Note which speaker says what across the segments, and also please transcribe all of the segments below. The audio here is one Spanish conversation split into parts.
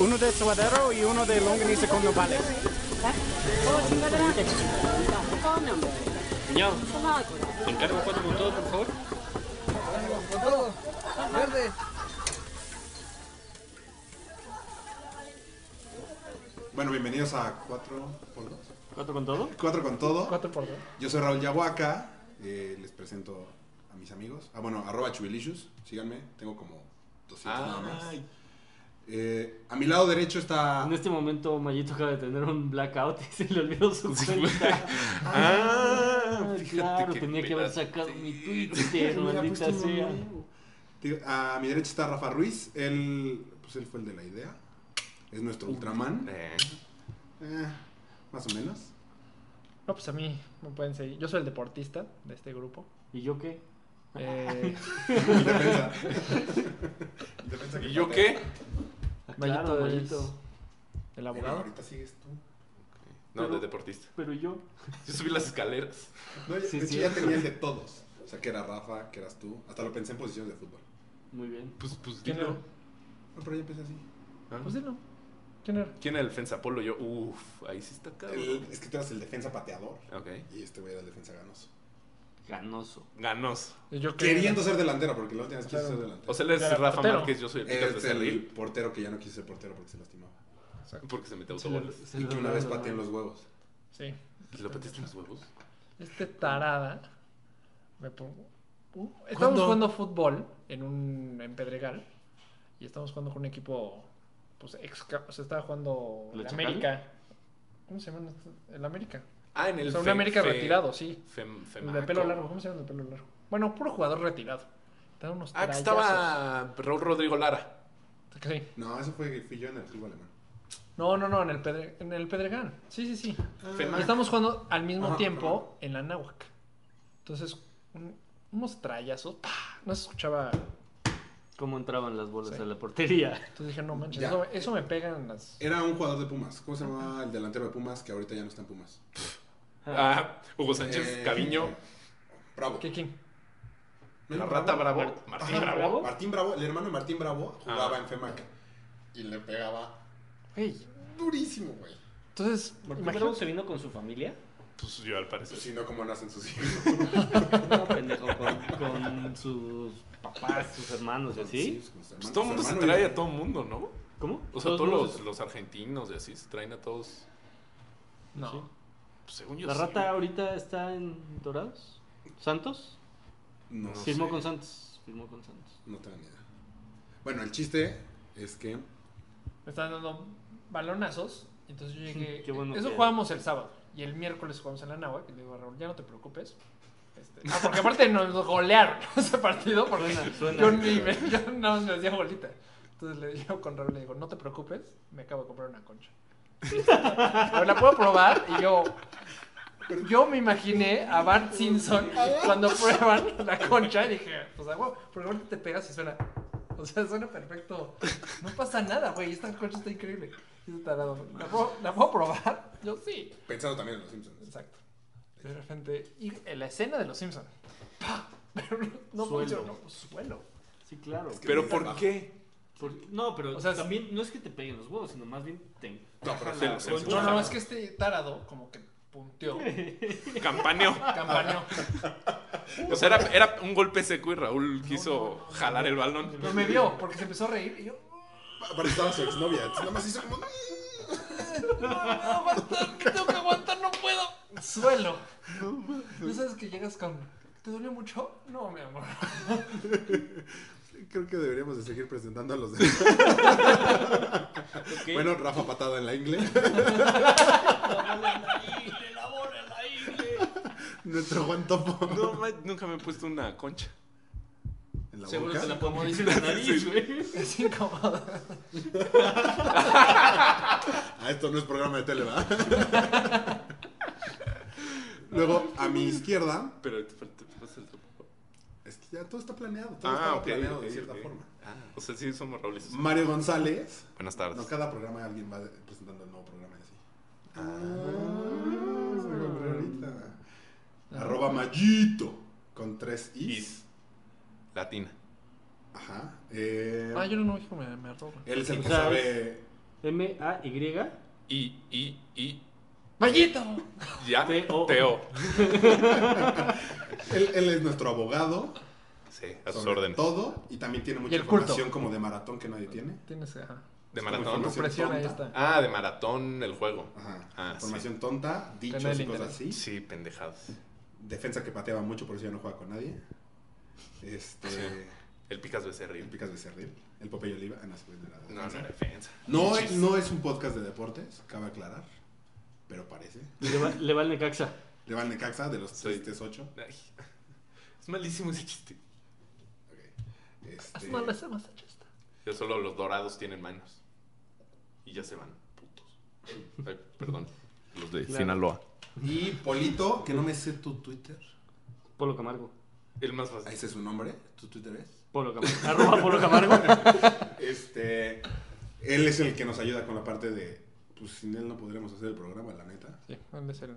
Speaker 1: Uno de suadero y uno de longaniza con nopales.
Speaker 2: Cuñado, te encargo cuatro con todo, por favor.
Speaker 3: Verde.
Speaker 4: Bueno, bienvenidos a 4 por 2.
Speaker 2: ¿Cuatro con todo?
Speaker 4: 4 con todo.
Speaker 3: 4 por 2.
Speaker 4: Yo soy Raúl Yahuaca. eh, les presento a mis amigos. Ah, bueno, arroba chubilicious. Síganme. Tengo como 200 nada más.
Speaker 2: Ay,
Speaker 4: Eh, a mi lado derecho está...
Speaker 2: en este momento Mayito acaba de tener un blackout y se le olvidó su cuenta.
Speaker 4: Ah,
Speaker 2: Ah, claro, tenía que haber sacado mi Twitter, maldita sea.
Speaker 4: Tío, A mi derecha está Rafa Ruiz. Él, pues él fue el de la idea. Es nuestro Ultraman. Eh, más o menos.
Speaker 3: No, pues a mí me pueden seguir. Yo soy el deportista de este grupo.
Speaker 2: ¿Y yo qué? Ah,
Speaker 3: Eh,
Speaker 4: Defensa. Defensa que
Speaker 5: ¿Y yo
Speaker 4: patea.
Speaker 5: qué?
Speaker 2: Ah,
Speaker 3: Mayito
Speaker 2: claro,
Speaker 3: es-
Speaker 2: Mayito.
Speaker 3: el
Speaker 4: Eh,
Speaker 3: abogado.
Speaker 4: ahorita sigues tú.
Speaker 5: No,
Speaker 2: Pero-
Speaker 5: de deportista.
Speaker 2: Pero yo.
Speaker 5: Yo subí las escaleras.
Speaker 4: No, de
Speaker 2: Sí,
Speaker 4: hecho,
Speaker 2: sí.
Speaker 4: ya tenía el de todos. O sea, que era Rafa, que eras tú. Hasta lo pensé en posiciones de fútbol.
Speaker 2: Muy bien.
Speaker 5: Pues, pues
Speaker 3: ¿Quién
Speaker 5: dilo.
Speaker 3: era?
Speaker 4: No, pero yo empecé así.
Speaker 5: Ah.
Speaker 3: Pues dilo. ¿Quién era?
Speaker 5: ¿Quién era el defensa? Polo, yo. Uf, ahí sí está cabrón.
Speaker 4: El- es que tú eras el defensa pateador.
Speaker 5: Ok.
Speaker 4: Y este güey era el defensa ganoso.
Speaker 2: Ganoso.
Speaker 5: Ganos.
Speaker 3: Yo qué
Speaker 4: Queriendo ser delantero, porque la última vez quiso
Speaker 3: Claro.
Speaker 4: ser delantero.
Speaker 5: O sea, él es
Speaker 3: Era
Speaker 5: Rafa
Speaker 3: portero.
Speaker 5: Márquez, yo soy el Picas de
Speaker 4: es el
Speaker 5: Cerril.
Speaker 4: portero que ya no quiso ser portero porque se lastimaba.
Speaker 5: Porque se metió
Speaker 2: Se le-
Speaker 5: autoboles.
Speaker 2: se
Speaker 4: Y
Speaker 2: le
Speaker 4: que una vez
Speaker 2: olvidó,
Speaker 4: pateé en
Speaker 2: ¿no?
Speaker 4: los huevos.
Speaker 3: Sí.
Speaker 5: ¿Lo pateaste en los huevos?
Speaker 3: Este tarada me pongo. Uh, estamos jugando fútbol en un en Pedregal y estamos jugando con un equipo pues ex, o sea, estaba jugando
Speaker 2: ¿El
Speaker 3: el
Speaker 2: Chacal?
Speaker 3: América. ¿Cómo se llama? El América.
Speaker 5: Ah, en el.
Speaker 3: o sea, un
Speaker 5: fe-
Speaker 3: América
Speaker 5: fe-
Speaker 3: retirado, sí.
Speaker 5: fem-
Speaker 3: El
Speaker 5: femaco.
Speaker 3: de pelo largo, ¿cómo se llama el de pelo largo? Bueno, puro jugador retirado. Estaban unos
Speaker 5: Ah, que
Speaker 3: trayazos.
Speaker 5: estaba Raúl Rodrigo Lara.
Speaker 3: Sí.
Speaker 4: No, eso fue fui yo en el club alemán.
Speaker 3: No, no, no, en el, Pedre- en el Pedregal. Sí, sí, sí.
Speaker 2: Ah.
Speaker 5: Femac.
Speaker 3: Estamos jugando al mismo
Speaker 4: Ajá,
Speaker 3: tiempo en la náhuac. Entonces, un- unos trayazos. ¡pa! No se escuchaba.
Speaker 2: ¿Cómo entraban las bolas
Speaker 3: Sí.
Speaker 2: a la portería?
Speaker 3: Entonces dije, no manches,
Speaker 4: Ya.
Speaker 3: eso, eso me pega en las.
Speaker 4: Era un jugador de Pumas. ¿Cómo se llamaba el delantero de Pumas que ahorita ya no está en Pumas?
Speaker 5: Ah, Hugo Sánchez,
Speaker 4: Eh,
Speaker 5: Caviño.
Speaker 4: Bravo.
Speaker 3: ¿Qué quién?
Speaker 4: No,
Speaker 5: La rata Bravo. Martín
Speaker 2: Ajá,
Speaker 5: Bravo.
Speaker 2: Bravo.
Speaker 4: Martín Bravo, el hermano de Martín Bravo jugaba
Speaker 5: Ah.
Speaker 4: en FEMAC. Y le pegaba
Speaker 3: Güey.
Speaker 4: durísimo, güey.
Speaker 3: Entonces, imagínate-
Speaker 2: ¿Cómo se vino con su familia?
Speaker 5: Pues yo al parecer.
Speaker 4: Si no, como nacen sus hijos.
Speaker 2: No, pendejo, con, con sus papás, sus hermanos y así.
Speaker 4: Pues
Speaker 5: Pues todo el mundo se trae a todo el mundo, ¿no?
Speaker 2: ¿Cómo?
Speaker 5: O sea,
Speaker 2: Todos
Speaker 5: todos los, los argentinos y así se traen a todos.
Speaker 3: No.
Speaker 2: Sí.
Speaker 5: Pues, según yo.
Speaker 2: ¿La
Speaker 5: sí,
Speaker 2: rata
Speaker 5: güey.
Speaker 2: ahorita está en Dorados? ¿Santos?
Speaker 4: No,
Speaker 5: Sí.
Speaker 2: firmó
Speaker 5: sé.
Speaker 2: con Santos. Firmó con Santos.
Speaker 4: no tengo ni idea. Bueno, el chiste es que.
Speaker 3: Me estaban dando balonazos. Entonces yo llegué.
Speaker 2: Qué bueno
Speaker 3: eso
Speaker 2: que-
Speaker 3: jugábamos el sábado. Y el miércoles jugamos en la náhuac. Y le digo a Raúl, ya no te preocupes. Este, ah, porque aparte nos golearon ese partido. Porque
Speaker 2: suena.
Speaker 3: yo ni me, yo nada más me hacía bolita. Entonces le digo con Raúl, le digo, no te preocupes, me acabo de comprar una concha. Pero la puedo probar y yo. Yo me imaginé a Bart Simpson cuando prueban la concha y dije, pues agua, porque ahorita te pegas y suena. O sea, suena perfecto. No pasa nada, güey. Esta concha está increíble. Y ese tarado, ¿La puedo, ¿La puedo probar? Yo sí.
Speaker 4: Pensando también en los Simpsons.
Speaker 3: Exacto. Y de repente, y en la escena de los Simpsons. Pero no- no
Speaker 2: Suelo.
Speaker 3: funcionó. Pues, Suelo.
Speaker 2: Sí, claro.
Speaker 4: Es que-
Speaker 5: Pero ¿por qué?
Speaker 2: Por- no, pero
Speaker 3: O sea,
Speaker 2: también no es que te peguen los huevos, sino más bien te
Speaker 4: No, pero
Speaker 2: encajan
Speaker 4: se-
Speaker 2: la
Speaker 5: se-
Speaker 3: No,
Speaker 2: concha.
Speaker 3: no, es que este tarado como que punteó,
Speaker 5: Campaneo.
Speaker 3: campaneó.
Speaker 5: O sea, era, era un golpe seco y Raúl quiso jalar el balón.
Speaker 3: Pero me vio porque se empezó a reír y yo,
Speaker 4: Aparte estaba su exnovia. entonces Nada más hizo como.
Speaker 3: no, no, aguantar, tengo que aguantar, no puedo. Suelo. No sabes que llegas con, ¿te dolió mucho? No, mi amor.
Speaker 4: Creo que deberíamos de seguir presentando a los demás.
Speaker 2: Ok.
Speaker 4: Bueno, Rafa patada en la ingle. Nuestro Juan Topo.
Speaker 5: No, ma- nunca me he puesto una concha.
Speaker 4: En la
Speaker 2: Seguro
Speaker 4: boca.
Speaker 2: te la pongo en la nariz, güey.
Speaker 3: Es incómodo.
Speaker 4: Ah, esto no es programa de tele, ¿verdad? Luego, a mi izquierda.
Speaker 5: Pero te, te- te pasa el topo.
Speaker 4: Es que ya todo está planeado. Todo
Speaker 5: Ah,
Speaker 4: estaba
Speaker 5: ok,
Speaker 4: planeado
Speaker 5: ok,
Speaker 4: de cierta
Speaker 5: ok. Ah,
Speaker 4: forma.
Speaker 5: O sea, sí somos Raúles.
Speaker 4: Mario González.
Speaker 5: Buenas
Speaker 4: No,
Speaker 5: tardes.
Speaker 4: cada programa alguien va presentando el nuevo programa y así. Ah, se me ocurrió ahorita.
Speaker 3: Ah.
Speaker 4: Arroba Mayito. Con tres Is.
Speaker 5: Is. Latina.
Speaker 4: Ajá. Eh,
Speaker 3: Ah, yo no me dijo, me, me arroba.
Speaker 4: Él es el que
Speaker 2: ¿Sabes?
Speaker 4: sabe
Speaker 2: M-A-Y-T-O.
Speaker 5: Y, y, y,
Speaker 3: ¡Mallito!
Speaker 5: ya.
Speaker 2: Teo.
Speaker 5: Teo.
Speaker 4: Él, él es nuestro abogado.
Speaker 5: Sí, a sus
Speaker 4: sobre
Speaker 5: órdenes.
Speaker 4: Todo. Y también tiene mucha
Speaker 3: Y el culto.
Speaker 4: información como de maratón que nadie tiene.
Speaker 3: Tienes, ajá.
Speaker 5: De
Speaker 4: Con
Speaker 5: maratón.
Speaker 4: información
Speaker 3: Presión, ahí
Speaker 4: tonta.
Speaker 3: está.
Speaker 5: Ah, de maratón el juego.
Speaker 4: Ajá.
Speaker 5: Ah,
Speaker 4: información tonta, dichos
Speaker 3: nadie
Speaker 4: y
Speaker 3: le
Speaker 4: cosas
Speaker 3: interesa.
Speaker 4: así.
Speaker 5: Sí, pendejadas.
Speaker 4: Defensa que pateaba mucho, por eso ya no juega con nadie. Este.
Speaker 5: Sí. El Picas
Speaker 4: El
Speaker 5: Becerril.
Speaker 4: Picas Becerril. El Popeye Oliva. Ah, no, ese güey no era de
Speaker 5: No, no
Speaker 4: defensa.
Speaker 5: era defensa.
Speaker 4: No,
Speaker 5: Chis.
Speaker 4: es, no es un podcast de deportes, cabe aclarar. Pero parece.
Speaker 2: Le va- Le va el Necaxa.
Speaker 4: Le va al Necaxa de los
Speaker 5: Soy-
Speaker 4: tristes ocho.
Speaker 5: Ay, es malísimo ese chiste.
Speaker 4: Ok. Este,
Speaker 3: No le sé más a chiste.
Speaker 5: Ya solo los dorados tienen manos. Y ya se van, putos. Ay, perdón. Los de
Speaker 2: Claro.
Speaker 5: Sinaloa.
Speaker 4: y Polito, que no me sé tu Twitter. Ah,
Speaker 2: Polo Camargo.
Speaker 5: El más fácil.
Speaker 4: Ese es su nombre. ¿Tu Twitter es?
Speaker 2: Polo Camargo. Arroba Polo Camargo.
Speaker 4: Este. Él es el que nos ayuda con la parte de. Pues sin él no podríamos hacer el programa, la neta.
Speaker 3: Sí, ¿dónde es el?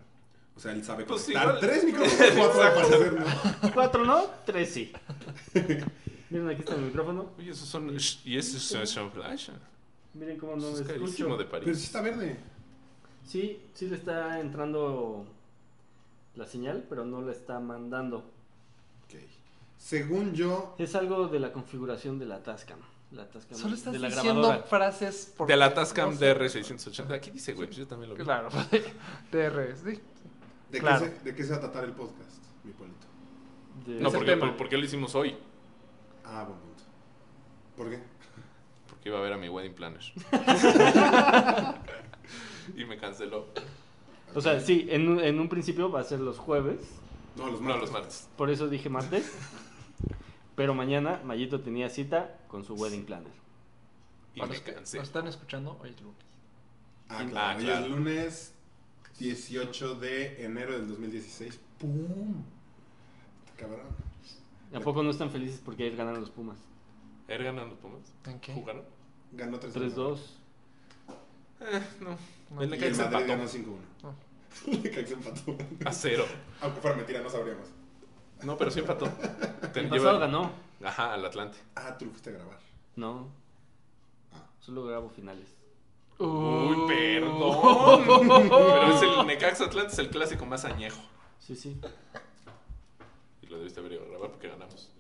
Speaker 4: O sea, él sabe
Speaker 5: Pues
Speaker 4: conectar
Speaker 5: igual-
Speaker 4: tres micrófonos cuatro para hacer, ¿no?
Speaker 2: Cuatro no, tres sí. Miren, aquí está mi micrófono.
Speaker 5: Oye, esos son. sh- Y ese es Sean Flash.
Speaker 2: Miren cómo no
Speaker 5: Eso
Speaker 2: me
Speaker 5: es carísimo
Speaker 2: escucho.
Speaker 5: de
Speaker 4: Pero
Speaker 5: París.
Speaker 4: sí está verde.
Speaker 2: Sí, sí le está entrando la señal, pero no la está mandando.
Speaker 4: Ok. Según yo,
Speaker 2: Es algo de la configuración de la Tascam. La Tascam
Speaker 3: Solo estás
Speaker 2: de la
Speaker 3: diciendo
Speaker 2: grabadora.
Speaker 3: frases por...
Speaker 5: De la Tascam
Speaker 3: no sé.
Speaker 5: DR680. Aquí dice, güey. Yo también lo vi.
Speaker 3: Claro, TR, sí.
Speaker 4: ¿de,
Speaker 3: Claro.
Speaker 4: qué se, ¿de qué se va a tratar el podcast, mi Polito?
Speaker 2: De-
Speaker 5: No,
Speaker 3: Es el
Speaker 5: porque,
Speaker 3: tema.
Speaker 5: por- porque lo hicimos hoy.
Speaker 4: Ah, buen punto. ¿Por qué?
Speaker 5: Porque iba a ver a mi wedding planner. y me canceló.
Speaker 2: O sea, sí, en, un- en un principio va a ser los jueves.
Speaker 4: No, los
Speaker 5: No,
Speaker 4: martes.
Speaker 5: los martes.
Speaker 2: Por eso dije martes. Pero mañana Mayito tenía cita con su wedding planner.
Speaker 5: Y
Speaker 3: Para
Speaker 5: me
Speaker 3: los que
Speaker 5: canceló.
Speaker 3: Nos están escuchando hoy es lunes.
Speaker 4: Ah, claro.
Speaker 5: Ah,
Speaker 4: Hoy
Speaker 5: claro.
Speaker 4: es lunes 18 de enero del 2016. ¡Pum! Cabrón.
Speaker 2: ¿A poco no están felices porque ayer ganaron los Pumas?
Speaker 5: ¿Ayer ganan los Pumas?
Speaker 3: ¿En qué?
Speaker 5: ¿Jugaron?
Speaker 4: Ganó 3
Speaker 2: 3-2.
Speaker 5: Eh, no.
Speaker 3: No.
Speaker 5: El
Speaker 4: Y el
Speaker 5: Necaxa
Speaker 4: Madrid
Speaker 5: empató
Speaker 4: ganó 5-1.
Speaker 3: No.
Speaker 4: Necaxa empató.
Speaker 5: a cero.
Speaker 4: Aunque fuera mentira, no sabríamos.
Speaker 5: No, pero sí empató. Te
Speaker 2: El
Speaker 5: lleva-
Speaker 2: pasado ganó.
Speaker 5: Ajá, al Atlante.
Speaker 4: Ah, tú lo fuiste a grabar.
Speaker 5: Pues,
Speaker 2: No.
Speaker 4: Ah.
Speaker 2: Solo grabo finales.
Speaker 5: Uy, perdón. pero es el Necaxa Atlante, es el clásico más añejo.
Speaker 2: Sí, sí.
Speaker 5: Y lo debiste haber ido a grabar porque ganamos.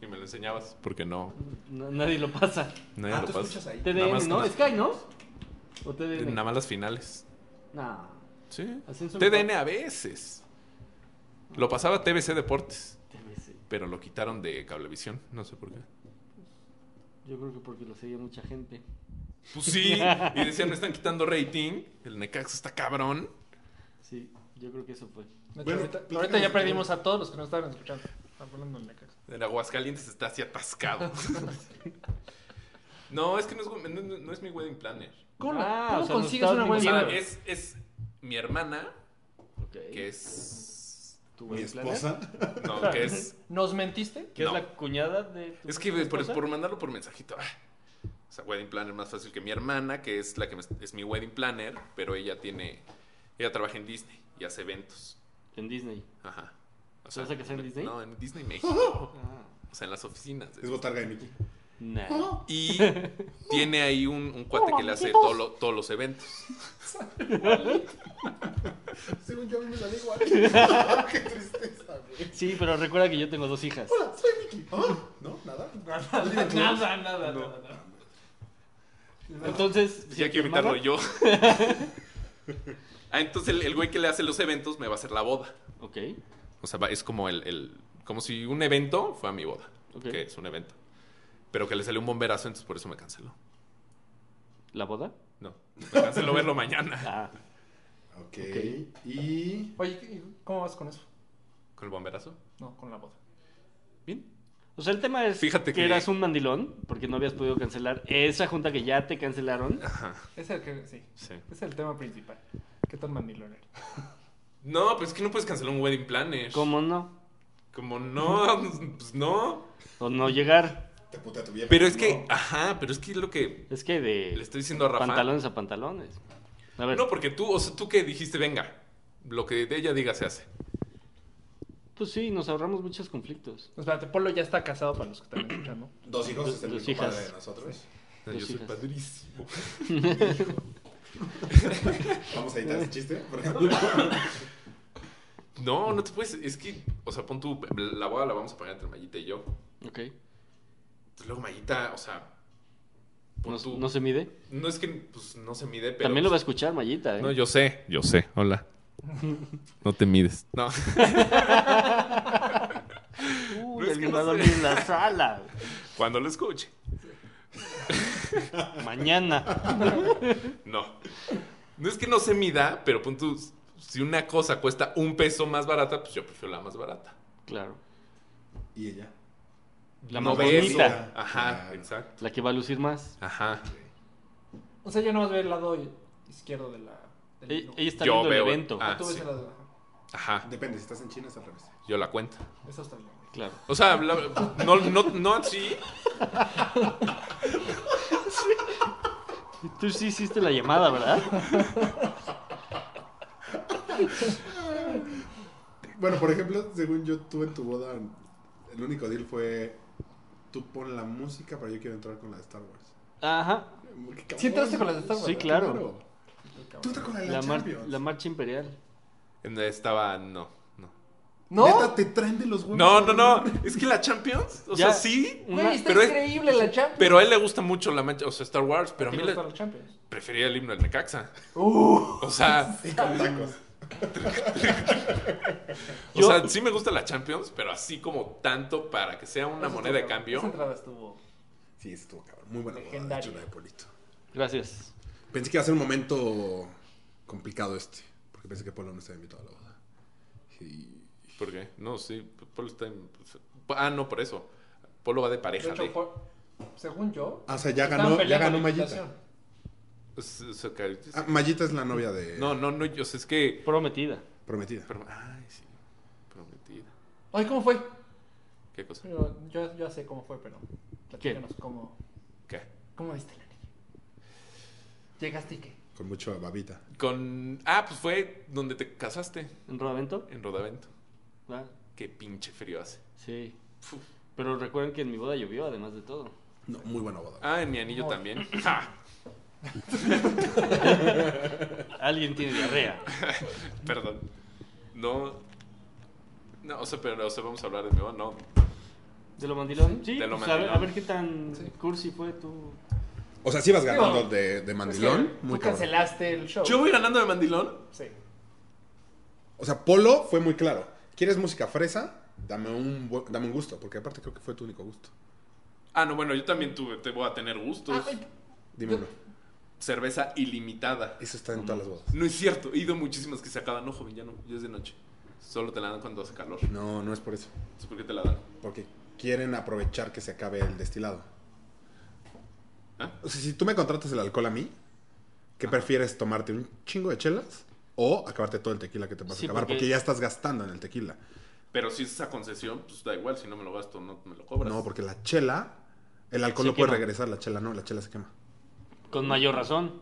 Speaker 5: Y me lo enseñabas. Porque no.
Speaker 2: Na- nadie lo pasa.
Speaker 5: Nadie
Speaker 4: ah,
Speaker 5: lo
Speaker 4: tú escuchas
Speaker 5: pasa.
Speaker 4: ahí.
Speaker 5: Nada
Speaker 2: TDN,
Speaker 5: más- Eh,
Speaker 2: ¿no? Sky, ¿no? ¿O TDN?
Speaker 5: Nada más las finales.
Speaker 2: No.
Speaker 5: Sí.
Speaker 2: Ascenso
Speaker 5: TDN a veces. Lo pasaba TBC Deportes.
Speaker 2: TBC.
Speaker 5: Pero lo quitaron de Cablevisión. No sé por qué.
Speaker 2: Yo creo que porque lo seguía mucha gente.
Speaker 5: Pues sí. Y decían, me están quitando rating. El Necaxa está cabrón.
Speaker 2: Sí, yo creo que eso fue.
Speaker 3: De hecho,
Speaker 4: Bueno,
Speaker 3: ahorita,
Speaker 4: platícanos
Speaker 3: ahorita
Speaker 4: de-
Speaker 3: ya perdimos a todos los que nos estaban escuchando. Ah, Están hablando en la casa.
Speaker 5: El Aguascalientes está así atascado. no, es que no es, no- no- no es mi wedding planner.
Speaker 3: ¿Cómo, cómo
Speaker 2: Ah, o sea, nos
Speaker 3: consigues
Speaker 2: estás
Speaker 3: una
Speaker 5: O
Speaker 3: buena
Speaker 5: sea,
Speaker 2: mintiendo.
Speaker 3: idea?
Speaker 5: es, es mi hermana,
Speaker 2: Ok.
Speaker 5: que es.
Speaker 2: ¿Tu
Speaker 4: Mi
Speaker 2: wedding planner?
Speaker 4: esposa.
Speaker 5: No, que es.
Speaker 3: ¿Nos mentiste?
Speaker 2: ¿Que
Speaker 5: No.
Speaker 2: es la cuñada de tu
Speaker 5: Es que por,
Speaker 2: esposa?
Speaker 5: por mandarlo por mensajito. ah. O sea, wedding planner más fácil que mi hermana, que es la que me- es mi wedding planner, pero ella tiene. Ella trabaja en Disney y hace eventos.
Speaker 2: En Disney.
Speaker 5: Ajá. O
Speaker 2: vas a casar en Disney? Ah.
Speaker 5: No, en Disney México. O sea, en las oficinas. de-
Speaker 4: Es botarga de Mickey.
Speaker 2: Nah.
Speaker 5: Y tiene ahí un, un cuate que le hace todo lo- todos los eventos.
Speaker 4: Según yo, a mí me sale igual. Ah, Qué tristeza, güey.
Speaker 2: Sí, pero recuerda que yo tengo dos hijas.
Speaker 4: Hola, soy Mickey. Ah, ¿No? ¿Nada?
Speaker 3: Nada, nada, nada, nada.
Speaker 2: Entonces,
Speaker 5: Ya
Speaker 2: que
Speaker 5: quiero invitarlo yo. ah, entonces el, el güey que le hace los eventos me va a hacer la boda.
Speaker 2: Ok.
Speaker 5: O sea, va- es como el, el- como si un evento fuera mi boda.
Speaker 2: Ok.
Speaker 5: Que es un evento. Pero que le salió un bomberazo, entonces por eso me canceló.
Speaker 2: ¿La boda?
Speaker 5: No. Me canceló verlo mañana.
Speaker 2: Ah.
Speaker 4: ok. Y.
Speaker 3: Oye, ¿y ¿cómo vas con eso?
Speaker 5: ¿Con el bomberazo?
Speaker 3: No, con la boda.
Speaker 5: Bien.
Speaker 2: O sea, el tema es
Speaker 5: Fíjate
Speaker 2: que,
Speaker 5: que-
Speaker 2: eras un mandilón porque no habías podido cancelar esa junta que ya te cancelaron.
Speaker 3: Es el que, sí.
Speaker 5: Sí.
Speaker 3: Es el tema principal. ¿Qué tan mandilón eres?
Speaker 5: No, pues es que no puedes cancelar un wedding planner.
Speaker 2: ¿Cómo no?
Speaker 5: Como no, pues no.
Speaker 2: O no llegar.
Speaker 4: Te putea tu vieja.
Speaker 5: Pero es que,
Speaker 4: No.
Speaker 2: ah,
Speaker 5: ajá, pero es que es lo que
Speaker 2: Es que de
Speaker 5: le estoy diciendo a Rafa.
Speaker 2: pantalones a pantalones. A ver,
Speaker 5: No, porque tú, o sea, tú que dijiste, venga, lo que de ella diga se hace.
Speaker 2: pues sí, nos ahorramos muchos conflictos.
Speaker 3: Espérate, Polo ya está casado para los que están escuchando.
Speaker 4: Dos hijos es el
Speaker 2: Dos
Speaker 4: mismo
Speaker 2: hijas.
Speaker 4: padre de nosotros.
Speaker 5: Yo
Speaker 2: Dos
Speaker 5: soy
Speaker 2: hijas.
Speaker 5: padrísimo.
Speaker 4: Vamos a editar ese chiste, por ejemplo.
Speaker 5: No, no te puedes. Es que, o sea, pon tu. La boda la vamos a pagar entre Mayita y yo.
Speaker 2: Ok.
Speaker 5: Entonces, pues, luego Mayita, o sea. Pon
Speaker 2: No,
Speaker 5: tú.
Speaker 2: no se mide.
Speaker 5: No es que pues, no se mide, pero. pues-
Speaker 2: También lo va a escuchar Mayita, ¿eh?
Speaker 5: No, yo sé. Yo sé. Hola. No te mides. No.
Speaker 2: Uy,
Speaker 5: No, es que
Speaker 2: alguien
Speaker 5: no
Speaker 2: va a
Speaker 5: sé.
Speaker 2: dormir en la sala.
Speaker 5: Cuando lo escuche.
Speaker 2: Mañana.
Speaker 5: No. No es que no se mida, pero pon tú. Si una cosa cuesta un peso más barata, pues yo prefiero la más barata.
Speaker 2: Claro.
Speaker 4: Y ella.
Speaker 2: La
Speaker 5: No
Speaker 2: más
Speaker 5: de eso.
Speaker 2: bonita.
Speaker 5: Ajá,
Speaker 4: Claro.
Speaker 5: exacto.
Speaker 2: La que va a lucir más.
Speaker 5: Ajá.
Speaker 3: O sea, yo no más veo el lado izquierdo de la. Del
Speaker 2: Ella,
Speaker 3: menú.
Speaker 2: ella está
Speaker 5: Yo
Speaker 2: viendo
Speaker 5: veo-
Speaker 2: el evento.
Speaker 5: ah.
Speaker 3: Tú ves
Speaker 5: sí.
Speaker 3: el lado.
Speaker 5: Ajá.
Speaker 4: ah, Depende, si estás en China es al revés.
Speaker 5: Yo la cuento.
Speaker 3: Eso está bien. güey.
Speaker 2: Claro.
Speaker 5: O sea, la- no, no, no así.
Speaker 2: Tú sí hiciste la llamada, ¿verdad?
Speaker 4: Bueno, por ejemplo, según yo, tú en tu boda, el único deal fue. Tú pon la música, pero yo quiero entrar con la de Star Wars.
Speaker 2: Ajá.
Speaker 4: Qué cabrón.
Speaker 3: Sí entraste con la de Star Wars.
Speaker 2: Sí, claro.
Speaker 4: Tú entras con la de la,
Speaker 2: La, mar-
Speaker 4: Champions.
Speaker 2: la marcha imperial.
Speaker 5: Estaba. No, no.
Speaker 3: No,
Speaker 4: Neta, te traen de los huevos.
Speaker 5: No, no, no. Es que la Champions, o
Speaker 2: Ya.
Speaker 5: sea, sí.
Speaker 2: Una-
Speaker 3: güey, está
Speaker 5: pero es-
Speaker 3: increíble la Champions.
Speaker 5: Pero a él le gusta mucho la mancha, o sea, Star Wars, pero a
Speaker 3: ¿Te
Speaker 5: mí
Speaker 3: gusta
Speaker 5: le
Speaker 3: la Champions?
Speaker 5: prefería el himno del Necaxa. O sea,
Speaker 4: Y con tacos.
Speaker 5: o
Speaker 2: Yo-
Speaker 5: sea, sí me gusta la Champions, pero así como tanto para que sea una
Speaker 3: Eso
Speaker 5: moneda de
Speaker 3: estuvo- Esa
Speaker 5: cambio.
Speaker 3: entrada estuvo.
Speaker 4: Sí, estuvo cabrón. Muy buena boda, de
Speaker 3: Legendario.
Speaker 4: hecho, la de Polito.
Speaker 2: Gracias.
Speaker 4: Pensé que iba a ser un momento complicado este. Porque pensé que Polo no estaba invitado a la boda. Y...
Speaker 5: ¿Por qué? No, sí, Polo está en... Ah, no, por eso. Polo va de
Speaker 3: De
Speaker 5: pareja.
Speaker 3: hecho,
Speaker 5: de-
Speaker 3: por- según yo.
Speaker 4: Ah, o sea, ya
Speaker 3: estaban
Speaker 4: ganó, ya
Speaker 3: peleando
Speaker 4: ganó
Speaker 3: la
Speaker 4: Mayita.
Speaker 3: invitación.
Speaker 5: Es- es- es-
Speaker 4: Ah, Mayita es la novia de
Speaker 5: No, no, no, yo sé, es que...
Speaker 2: Prometida.
Speaker 4: Prometida.
Speaker 5: pero- Ay, sí, prometida.
Speaker 3: Ay, ¿cómo fue?
Speaker 5: ¿Qué cosa?
Speaker 3: Pero yo, yo sé cómo fue, pero. Platícanos cómo,
Speaker 5: ¿Qué?
Speaker 3: cómo viste el anillo. Llegaste y qué.
Speaker 4: Con mucho babita.
Speaker 5: Con... Ah, pues fue donde te casaste,
Speaker 2: ¿En Rodavento?
Speaker 5: en Rodavento.
Speaker 2: Ah,
Speaker 5: Qué pinche frío hace.
Speaker 2: sí. Pero recuerden que en mi boda llovió, además de todo.
Speaker 4: No, muy buena boda.
Speaker 5: Ah, en mi anillo
Speaker 3: No.
Speaker 5: también. Ah, Ja.
Speaker 2: Alguien tiene diarrea.
Speaker 5: Perdón. No. No, o sea, pero o sea, vamos a hablar de mi boda, no.
Speaker 2: ¿De lo mandilón? Sí,
Speaker 5: de lo
Speaker 2: pues, a ver- A, ver,
Speaker 5: mandilón.
Speaker 2: qué tan
Speaker 3: Sí.
Speaker 2: cursi fue tu...
Speaker 4: O sea, sí vas
Speaker 3: Digo,
Speaker 4: ganando de, de mandilón.
Speaker 3: Es que
Speaker 4: muy
Speaker 3: Tú
Speaker 4: cabrón.
Speaker 3: cancelaste el show.
Speaker 5: Yo voy ganando de mandilón.
Speaker 3: Sí.
Speaker 4: O sea, Polo fue muy claro. ¿Quieres música fresa? Dame un, bu- dame un gusto, porque aparte creo que fue tu único gusto.
Speaker 5: Ah, no, bueno, yo también tuve, te voy a tener gustos.
Speaker 3: Ah, ay,
Speaker 4: Dime uno.
Speaker 5: Cerveza ilimitada.
Speaker 4: Eso está en todas las bodas.
Speaker 5: No es cierto, he ido muchísimas que se acaban. No, joven, ya no, ya es de noche. Solo te la dan cuando hace calor.
Speaker 4: No, no es por eso.
Speaker 5: Entonces, ¿Por qué te la dan?
Speaker 4: Porque quieren aprovechar que se acabe el destilado.
Speaker 5: ¿Ah?
Speaker 4: O sea, si tú me contratas el alcohol a mí, ¿qué prefieres tomarte un chingo de chelas o acabarte todo el tequila que te vas
Speaker 2: Sí,
Speaker 4: a acabar? Porque...
Speaker 2: porque-
Speaker 4: ya estás gastando en el tequila.
Speaker 5: Pero si es esa concesión, pues da igual, si no me lo gasto, no me lo cobras.
Speaker 4: No, porque la chela, el alcohol
Speaker 2: Se
Speaker 4: no puede
Speaker 2: quema.
Speaker 4: regresar, la chela no, la chela se quema.
Speaker 2: Con mayor razón.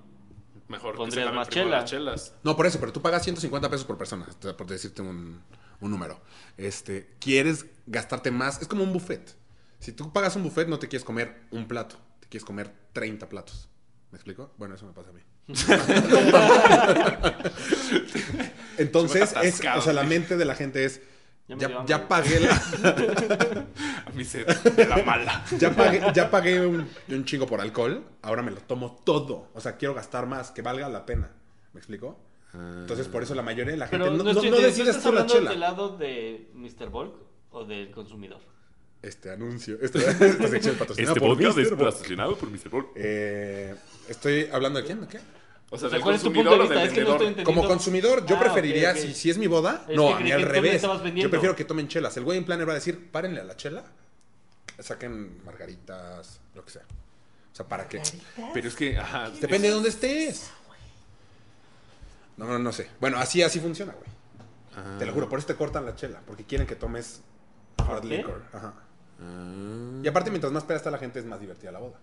Speaker 5: Mejor que se
Speaker 2: Pondrías
Speaker 5: acaben
Speaker 2: más
Speaker 5: primero
Speaker 2: chela.
Speaker 5: las chelas.
Speaker 4: No, por eso, pero tú pagas 150 pesos por persona, este, por decirte un, un número. Este, quieres gastarte más, es como un buffet. Si tú pagas un buffet, no te quieres comer un plato, te quieres comer 30 platos. ¿Me explico? Bueno, eso me pasa a mí. Entonces,
Speaker 5: Se me está
Speaker 4: es,
Speaker 5: pues, atascado,
Speaker 4: o sea, la
Speaker 5: güey.
Speaker 4: mente de la gente es,
Speaker 2: Ya
Speaker 4: ya,
Speaker 2: me dio hambre.
Speaker 4: ya pagué la...
Speaker 5: A mí se de la mala.
Speaker 4: Ya pagué, ya pagué un, un chingo por alcohol, ahora me lo tomo todo. O sea, quiero gastar más, que valga la pena. ¿Me explico? Entonces, por eso la mayoría de la gente
Speaker 2: Pero
Speaker 4: no,
Speaker 2: no,
Speaker 4: no-
Speaker 2: estoy-
Speaker 4: no
Speaker 2: ¿no
Speaker 4: decides
Speaker 2: estás
Speaker 4: tú la
Speaker 2: hablando
Speaker 4: chela.
Speaker 2: del lado de Mr. Volk o del consumidor?
Speaker 4: Este anuncio, esta, esta sección patrocinada pues,
Speaker 5: Este
Speaker 4: por Mr. Bob.
Speaker 5: por Mr. Ball.
Speaker 4: Eh, Estoy hablando de quién, ¿de qué?
Speaker 5: O sea,
Speaker 2: O sea,
Speaker 5: del
Speaker 2: ¿cuál es tu
Speaker 5: consumidor
Speaker 2: punto de
Speaker 5: o
Speaker 2: vista?
Speaker 5: del
Speaker 2: Es que no estoy
Speaker 5: vendedor.
Speaker 2: entendiendo.
Speaker 4: Como consumidor, yo
Speaker 2: Ah,
Speaker 4: preferiría,
Speaker 2: ok, ok.
Speaker 4: Si, si es mi boda,
Speaker 2: Es que
Speaker 4: no, a
Speaker 2: creí
Speaker 4: mí
Speaker 2: que
Speaker 4: al
Speaker 2: tú me
Speaker 4: revés.
Speaker 2: estabas vendiendo.
Speaker 4: Yo prefiero que tomen chelas. El güey en planner va a decir, párenle a la chela, saquen margaritas, lo que sea. O sea, ¿para qué?
Speaker 5: Pero es que, ajá.
Speaker 4: Depende de dónde estés. No, no, no sé. Bueno, así, así funciona, güey.
Speaker 5: Ah.
Speaker 4: Te lo juro, por eso te cortan la chela, porque quieren que tomes hard
Speaker 2: ¿Qué?
Speaker 4: liquor. Ajá.
Speaker 5: Ah.
Speaker 4: Y aparte, mientras más peda está la gente, es más divertida la boda.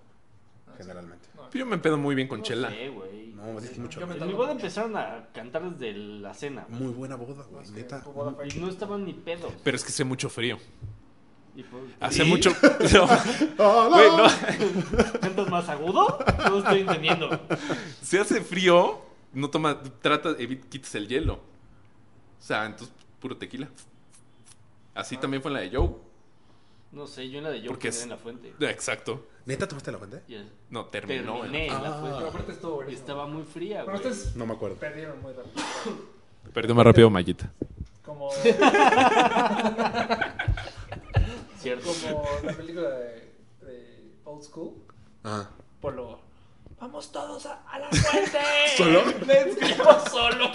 Speaker 3: Ah,
Speaker 4: Generalmente.
Speaker 5: Yo me pedo muy bien con
Speaker 2: No
Speaker 5: chela.
Speaker 2: sé, güey.
Speaker 4: No, es que mucho.
Speaker 3: Yo me-
Speaker 2: En mi boda empezaron a cantar desde la cena. güey.
Speaker 4: Muy buena boda, güey. Neta.
Speaker 3: Tu boda fue-
Speaker 2: Y no estaban ni pedos.
Speaker 5: Pero es que sé mucho frío.
Speaker 2: Y pues,
Speaker 5: Hace
Speaker 4: ¿Y?
Speaker 5: mucho. No,
Speaker 4: ¡Ah,
Speaker 5: güey, no.
Speaker 2: ¿Cantas más agudo? No estoy entendiendo.
Speaker 5: Si hace frío, no toma. Trata, evi- quites el hielo. O sea, entonces, puro tequila. Así también fue en la de Joe.
Speaker 2: No sé, yo en la de yo Porque
Speaker 5: Porque es-
Speaker 2: en la fuente.
Speaker 5: Exacto.
Speaker 4: ¿Neta tomaste la fuente?
Speaker 2: Y el-
Speaker 5: No, terminó. en la- Ah.
Speaker 2: Terminé en la
Speaker 3: Pero
Speaker 2: fuente.
Speaker 3: aparte estuvo
Speaker 2: Y
Speaker 3: buenísimo.
Speaker 2: Estaba muy fría,
Speaker 3: Pero
Speaker 2: güey.
Speaker 3: ustedes
Speaker 4: No me acuerdo.
Speaker 3: perdieron muy rápido.
Speaker 5: Perdió más rápido Mayita.
Speaker 3: Como,
Speaker 2: ¿Cierto?
Speaker 3: como la película de, de Old School,
Speaker 4: Ajá.
Speaker 3: Polo. ¡Vamos todos a, a la fuente!
Speaker 4: ¿Solo?
Speaker 3: Let's go, solo.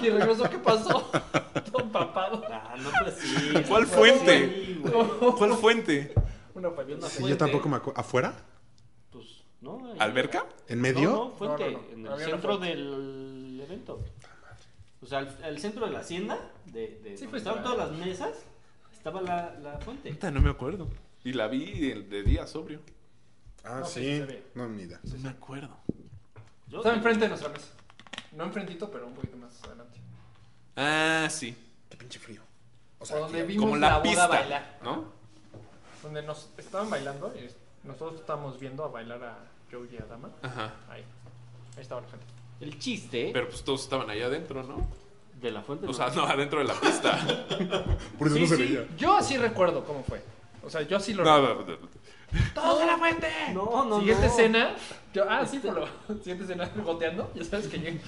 Speaker 3: Y el regreso, ¿qué pasó? Todo empapado.
Speaker 2: Ah, no fue así. no
Speaker 5: ¿Cuál
Speaker 2: fue así,
Speaker 5: fuente?
Speaker 2: güey.
Speaker 5: ¿Cuál fuente?
Speaker 3: Una fuente.
Speaker 2: Una
Speaker 4: Sí,
Speaker 2: fuente.
Speaker 4: yo tampoco me acuerdo. ¿Afuera?
Speaker 2: Pues, no. ahí-
Speaker 5: ¿Alberca?
Speaker 4: ¿En
Speaker 2: No,
Speaker 4: medio?
Speaker 2: no, fuente.
Speaker 3: No, no, no.
Speaker 2: En el
Speaker 3: Había una
Speaker 2: centro
Speaker 3: fuente.
Speaker 2: del evento. O sea, al, al centro de la hacienda, de, de
Speaker 3: Sí,
Speaker 2: donde
Speaker 3: pues,
Speaker 2: estaban
Speaker 3: estaba-
Speaker 2: todas las mesas, estaba la, la fuente.
Speaker 5: Puta, No me acuerdo. Y la vi de, de día sobrio.
Speaker 4: Ah,
Speaker 3: No, sí, sí
Speaker 4: sí.
Speaker 3: se ve.
Speaker 4: No, ni idea.
Speaker 5: No me acuerdo.
Speaker 2: Yo-
Speaker 3: Estaba enfrente de nuestra mesa. No enfrentito, pero un poquito más adelante.
Speaker 5: Ah, sí.
Speaker 4: Qué pinche frío. O
Speaker 3: Por donde vimos
Speaker 5: Como
Speaker 3: la,
Speaker 5: la
Speaker 3: boda
Speaker 5: pista.
Speaker 3: bailar.
Speaker 5: ¿No?
Speaker 3: Donde nos estaban bailando y nosotros estábamos viendo a bailar a Joe y a Dama.
Speaker 5: Ajá.
Speaker 3: Ahí. Ahí estaba la gente.
Speaker 2: El chiste
Speaker 5: Pero pues todos estaban ahí adentro, ¿no?
Speaker 2: de la fuente.
Speaker 5: O sea, no adentro de la pista.
Speaker 4: Por eso
Speaker 3: Sí,
Speaker 4: no se
Speaker 3: sí.
Speaker 4: veía.
Speaker 3: Yo así recuerdo cómo fue. O sea, yo sí lo
Speaker 5: No,
Speaker 3: recuerdo.
Speaker 5: no, no.
Speaker 3: ¡Todos a la fuente!
Speaker 2: No, no,
Speaker 3: Siguiente
Speaker 2: no.
Speaker 3: escena. Yo, ah, sí, por lo. Siguiente escena goteando. Ya sabes que llega.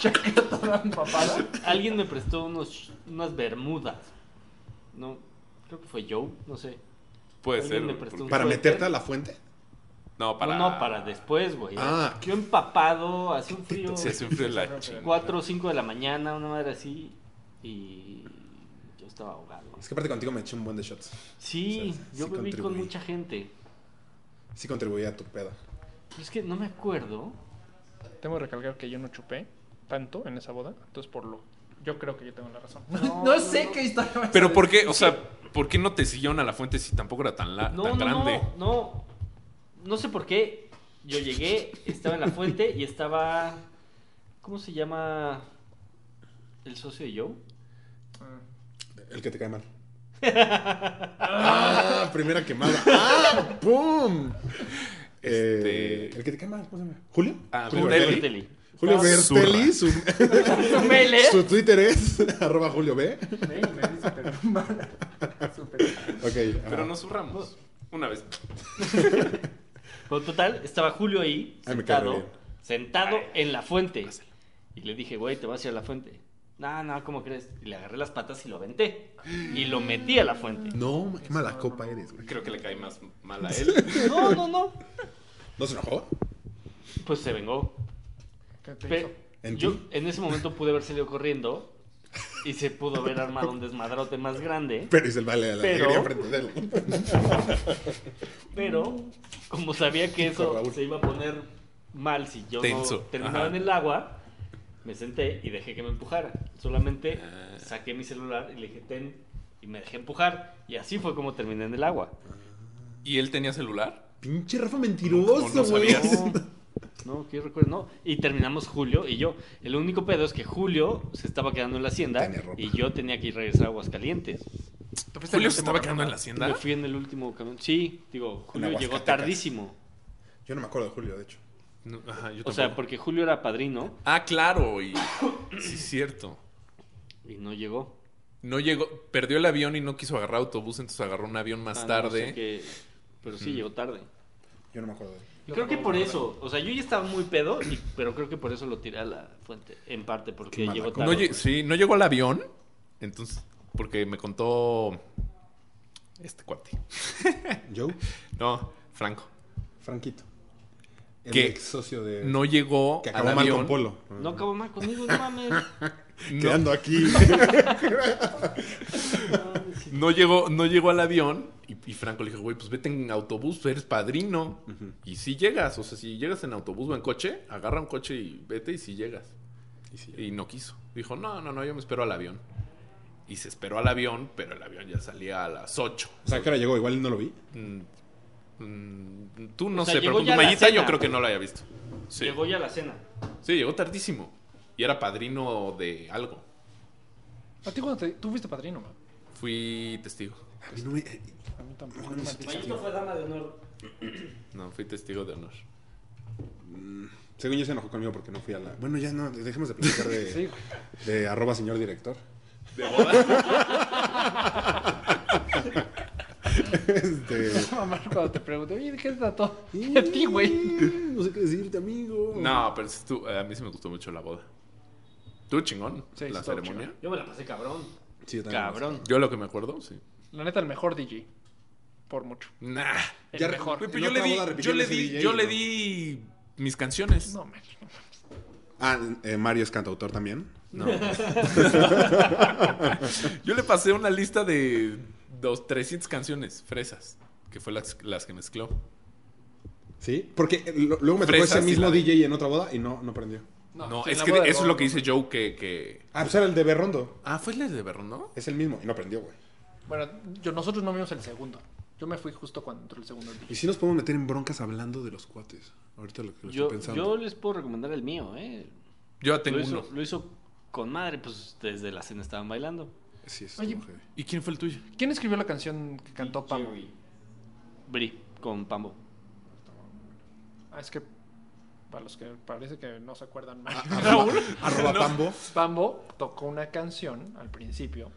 Speaker 3: Chaqueta toda empapada.
Speaker 2: Alguien me prestó unos, unas bermudas. No, creo que fue Joe, no sé.
Speaker 5: puede
Speaker 2: Alguien
Speaker 5: ser.
Speaker 2: me
Speaker 5: güey,
Speaker 2: prestó
Speaker 5: porque-
Speaker 2: un
Speaker 4: ¿Para
Speaker 2: Fuente.
Speaker 4: meterte a la fuente?
Speaker 5: No, para.
Speaker 2: No, no, para después, güey.
Speaker 4: Ah.
Speaker 2: Yo empapado, hace un frío.
Speaker 5: Sí, hace un frío de la chingada.
Speaker 2: 4 o 5 de la mañana, una madre así. Y yo estaba ahogado.
Speaker 4: Es que aparte contigo me eché un buen de shots.
Speaker 2: Sí,
Speaker 4: O sea,
Speaker 2: yo
Speaker 4: sí
Speaker 2: bebí con
Speaker 4: contribuí.
Speaker 2: mucha gente.
Speaker 4: Sí contribuía a tu peda.
Speaker 2: Pero Pues es que no me acuerdo.
Speaker 3: Tengo que recalcar que yo no chupé tanto en esa boda. Entonces, por lo. Yo creo que yo tengo la razón. No,
Speaker 2: No,
Speaker 3: sé
Speaker 2: no.
Speaker 3: qué historia va a
Speaker 5: Pero
Speaker 3: ser.
Speaker 5: ¿por qué? O sea, ¿por qué no te siguieron a la fuente si tampoco era tan, la-
Speaker 2: No,
Speaker 5: tan
Speaker 2: no,
Speaker 5: grande?
Speaker 2: no, no. No sé por qué. Yo llegué, estaba en la fuente y estaba. ¿Cómo se llama? El socio de Joe.
Speaker 3: Ah,
Speaker 4: El que te cae mal. ah, primera quemada. Ah, ¡pum!
Speaker 5: Este-
Speaker 4: Eh, el que te cae mal, ¿cómo se llama? ¿Julio?
Speaker 5: Ah,
Speaker 4: Julio
Speaker 5: Bertelli.
Speaker 4: Bertelli.
Speaker 2: Bertelli.
Speaker 4: Julio
Speaker 2: Ah,
Speaker 4: Bertelli, su,
Speaker 3: Su mail, ¿eh?
Speaker 4: su Twitter es arroba Julio B.
Speaker 3: Mail, mail, súper mal. Súper.
Speaker 4: Ok.
Speaker 5: Pero
Speaker 4: ajá.
Speaker 5: nos zurramos. Una vez.
Speaker 2: Pero total, estaba Julio ahí,
Speaker 4: Ay, me cae re
Speaker 2: sentado,
Speaker 4: bien.
Speaker 2: sentado en la fuente. Y le dije, güey, te vas a ir a la fuente. No, no, ¿cómo crees? Y le agarré las patas y lo aventé. Y lo metí a la fuente.
Speaker 4: No, qué mala copa eres, güey.
Speaker 5: Creo que le cae más mal a él.
Speaker 2: No, no, no.
Speaker 4: ¿No se enojó?
Speaker 2: Pues se vengó.
Speaker 3: ¿Qué te
Speaker 2: Pero
Speaker 3: hizo?
Speaker 4: ¿En
Speaker 2: yo
Speaker 4: ti?
Speaker 2: en ese momento pude haber salido corriendo y se pudo haber armado un desmadrote más grande.
Speaker 4: Pero hice el vale de la
Speaker 2: Pero-
Speaker 4: alegría frente a él.
Speaker 2: Pero como sabía que
Speaker 4: Con
Speaker 2: eso
Speaker 4: Raúl.
Speaker 2: se iba a poner mal si yo
Speaker 5: Tenso,
Speaker 2: no terminaba
Speaker 5: ajá.
Speaker 2: en el agua, me senté y dejé que me empujara. Solamente
Speaker 4: Ah.
Speaker 2: saqué mi celular y le dije ten y me dejé empujar. Y así fue como terminé en el agua.
Speaker 5: ¿Y él tenía celular?
Speaker 4: Pinche Rafa
Speaker 5: Como no
Speaker 4: mentiroso, güey.
Speaker 5: sabías.
Speaker 2: No, no, que yo recuerdo, no. Y terminamos Julio y yo. El único pedo es que Julio se estaba quedando en la hacienda
Speaker 4: Tenía ropa.
Speaker 2: y yo tenía que ir a regresar a Aguascalientes.
Speaker 3: ¿Tú fuiste el
Speaker 5: Julio se
Speaker 3: último
Speaker 5: estaba
Speaker 3: camión,
Speaker 5: quedando en
Speaker 3: no?
Speaker 5: la hacienda.
Speaker 2: Me fui en el último camión. Sí, digo, Julio llegó
Speaker 4: Aguascatecas.
Speaker 2: tardísimo.
Speaker 4: Yo no me acuerdo de Julio, de hecho.
Speaker 5: No, ajá, yo
Speaker 2: O sea,
Speaker 5: tampoco.
Speaker 2: porque Julio era padrino
Speaker 5: Ah, claro, y sí es cierto.
Speaker 2: y no llegó.
Speaker 5: No llegó, perdió el avión y no quiso agarrar autobús, entonces agarró un avión más
Speaker 2: Ah, no,
Speaker 5: tarde. Mm.
Speaker 2: sé qué- pero sí llegó tarde.
Speaker 4: Yo no me acuerdo de él.
Speaker 3: Yo
Speaker 2: creo que
Speaker 3: tampoco
Speaker 2: por
Speaker 3: me
Speaker 2: eso, o sea, yo ya estaba muy pedo, y- pero creo que por eso lo tiré a la fuente, en parte,
Speaker 4: Qué
Speaker 2: porque
Speaker 4: mala
Speaker 2: llegó
Speaker 4: copa.
Speaker 5: No
Speaker 2: tarde.
Speaker 5: lle- sí, no llegó el avión, entonces, porque me contó este cuate.
Speaker 4: Joe,
Speaker 5: No, Franco.
Speaker 4: Franquito. El
Speaker 5: Que
Speaker 4: ex socio de.
Speaker 5: No llegó
Speaker 4: que
Speaker 5: al
Speaker 4: acabó mal
Speaker 5: avión.
Speaker 4: con Polo.
Speaker 2: No acabó mal conmigo, no mames.
Speaker 5: No-
Speaker 4: Quedando aquí.
Speaker 5: No llegó, no llegó al avión y, y Franco le dijo, güey, pues vete en autobús, eres padrino. Y si llegas, o sea, si llegas en autobús o en coche, agarra un coche y vete y si llegas. Y, no quiso. Dijo, no, no, no, yo me espero al avión. Y se esperó al avión, pero el avión ya salía a las 8.
Speaker 4: O sea, que ahora llegó, igual no lo vi.
Speaker 5: Mm, mm, tú no
Speaker 2: O sea,
Speaker 5: sé,
Speaker 2: llegó
Speaker 5: pero
Speaker 2: ya
Speaker 5: tu
Speaker 2: a la
Speaker 5: mallita yo
Speaker 2: cena.
Speaker 5: creo que no lo haya visto. Sí.
Speaker 2: Llegó ya la cena.
Speaker 5: sí, llegó tardísimo. Y era padrino de algo.
Speaker 3: acuerdo. ¿A ti cuando te... Tú fuiste padrino, man?
Speaker 5: Fui testigo.
Speaker 4: A mí no me. eh,
Speaker 1: A mí tampoco me
Speaker 2: Mayito fue dama de honor.
Speaker 5: No, fui testigo de honor.
Speaker 4: Según yo se enojó conmigo porque no fui a la. Bueno, ya no, dejemos de platicar de,
Speaker 3: Sí.
Speaker 4: de arroba señor director.
Speaker 5: ¿De boda?
Speaker 4: Este.
Speaker 3: Mamá, cuando te pregunté, oye, ¿de qué se trató? A ti, güey.
Speaker 4: No sé qué decirte, amigo.
Speaker 2: Uh.
Speaker 5: no, pero sí estuvo- a mí sí me gustó mucho la boda. ¿Tú chingón?
Speaker 3: Sí,
Speaker 5: la
Speaker 3: estuvo
Speaker 5: ceremonia.
Speaker 2: Yo me la pasé cabrón.
Speaker 4: Sí, yo también.
Speaker 2: Cabrón.
Speaker 5: Yo lo que me acuerdo, sí.
Speaker 3: La neta, el mejor DJ. Por mucho.
Speaker 5: Nah.
Speaker 3: El
Speaker 4: Ya
Speaker 3: mejor.
Speaker 5: Güey, pero
Speaker 4: En
Speaker 5: yo le
Speaker 4: otra
Speaker 5: di,
Speaker 4: boda
Speaker 5: yo
Speaker 4: repitió
Speaker 5: le
Speaker 4: ese
Speaker 5: di,
Speaker 4: DJ,
Speaker 5: yo le
Speaker 4: ¿no?
Speaker 5: di mis canciones.
Speaker 3: No, man. no.
Speaker 4: Ah, eh, Mario es cantautor también.
Speaker 5: Yo le pasé una lista de dos, 300 canciones fresas, que fue las, las que mezcló.
Speaker 4: Sí. Porque eh, lo- luego me tocó
Speaker 5: Fresas
Speaker 4: ese
Speaker 5: y la-
Speaker 4: mismo DJ en otra boda y no, no prendió.
Speaker 5: No,
Speaker 3: en
Speaker 5: es
Speaker 3: la
Speaker 5: que
Speaker 3: boda
Speaker 5: eso
Speaker 3: de
Speaker 5: es
Speaker 3: Bob.
Speaker 5: lo que dice Joe que... que...
Speaker 4: Ah, pues era el de Berrondo.
Speaker 5: Ah, fue la de Berrón, ¿no?
Speaker 4: Es el mismo y no prendió, güey.
Speaker 3: Bueno, yo, nosotros no vimos el segundo. Yo me fui justo cuando entró el segundo
Speaker 4: Y
Speaker 3: DJ.
Speaker 4: si nos podemos meter en broncas hablando de los cuates. Ahorita lo que lo
Speaker 2: Yo,
Speaker 4: estoy
Speaker 2: yo
Speaker 4: pensando.
Speaker 2: les puedo recomendar el mío, ¿eh?
Speaker 5: Yo ya tengo
Speaker 2: lo, hizo,
Speaker 5: uno.
Speaker 2: lo hizo con madre, pues desde la cena estaban bailando.
Speaker 4: Sí, es
Speaker 3: Oye,
Speaker 4: como heavy.
Speaker 5: ¿Y quién fue el tuyo?
Speaker 3: ¿Quién escribió la canción que cantó Pam?
Speaker 2: Bri, con Pambo.
Speaker 3: Ah, es que para los que parece que no se acuerdan más.
Speaker 4: Arroba, arroba Pambo.
Speaker 3: Pambo tocó una canción al principio.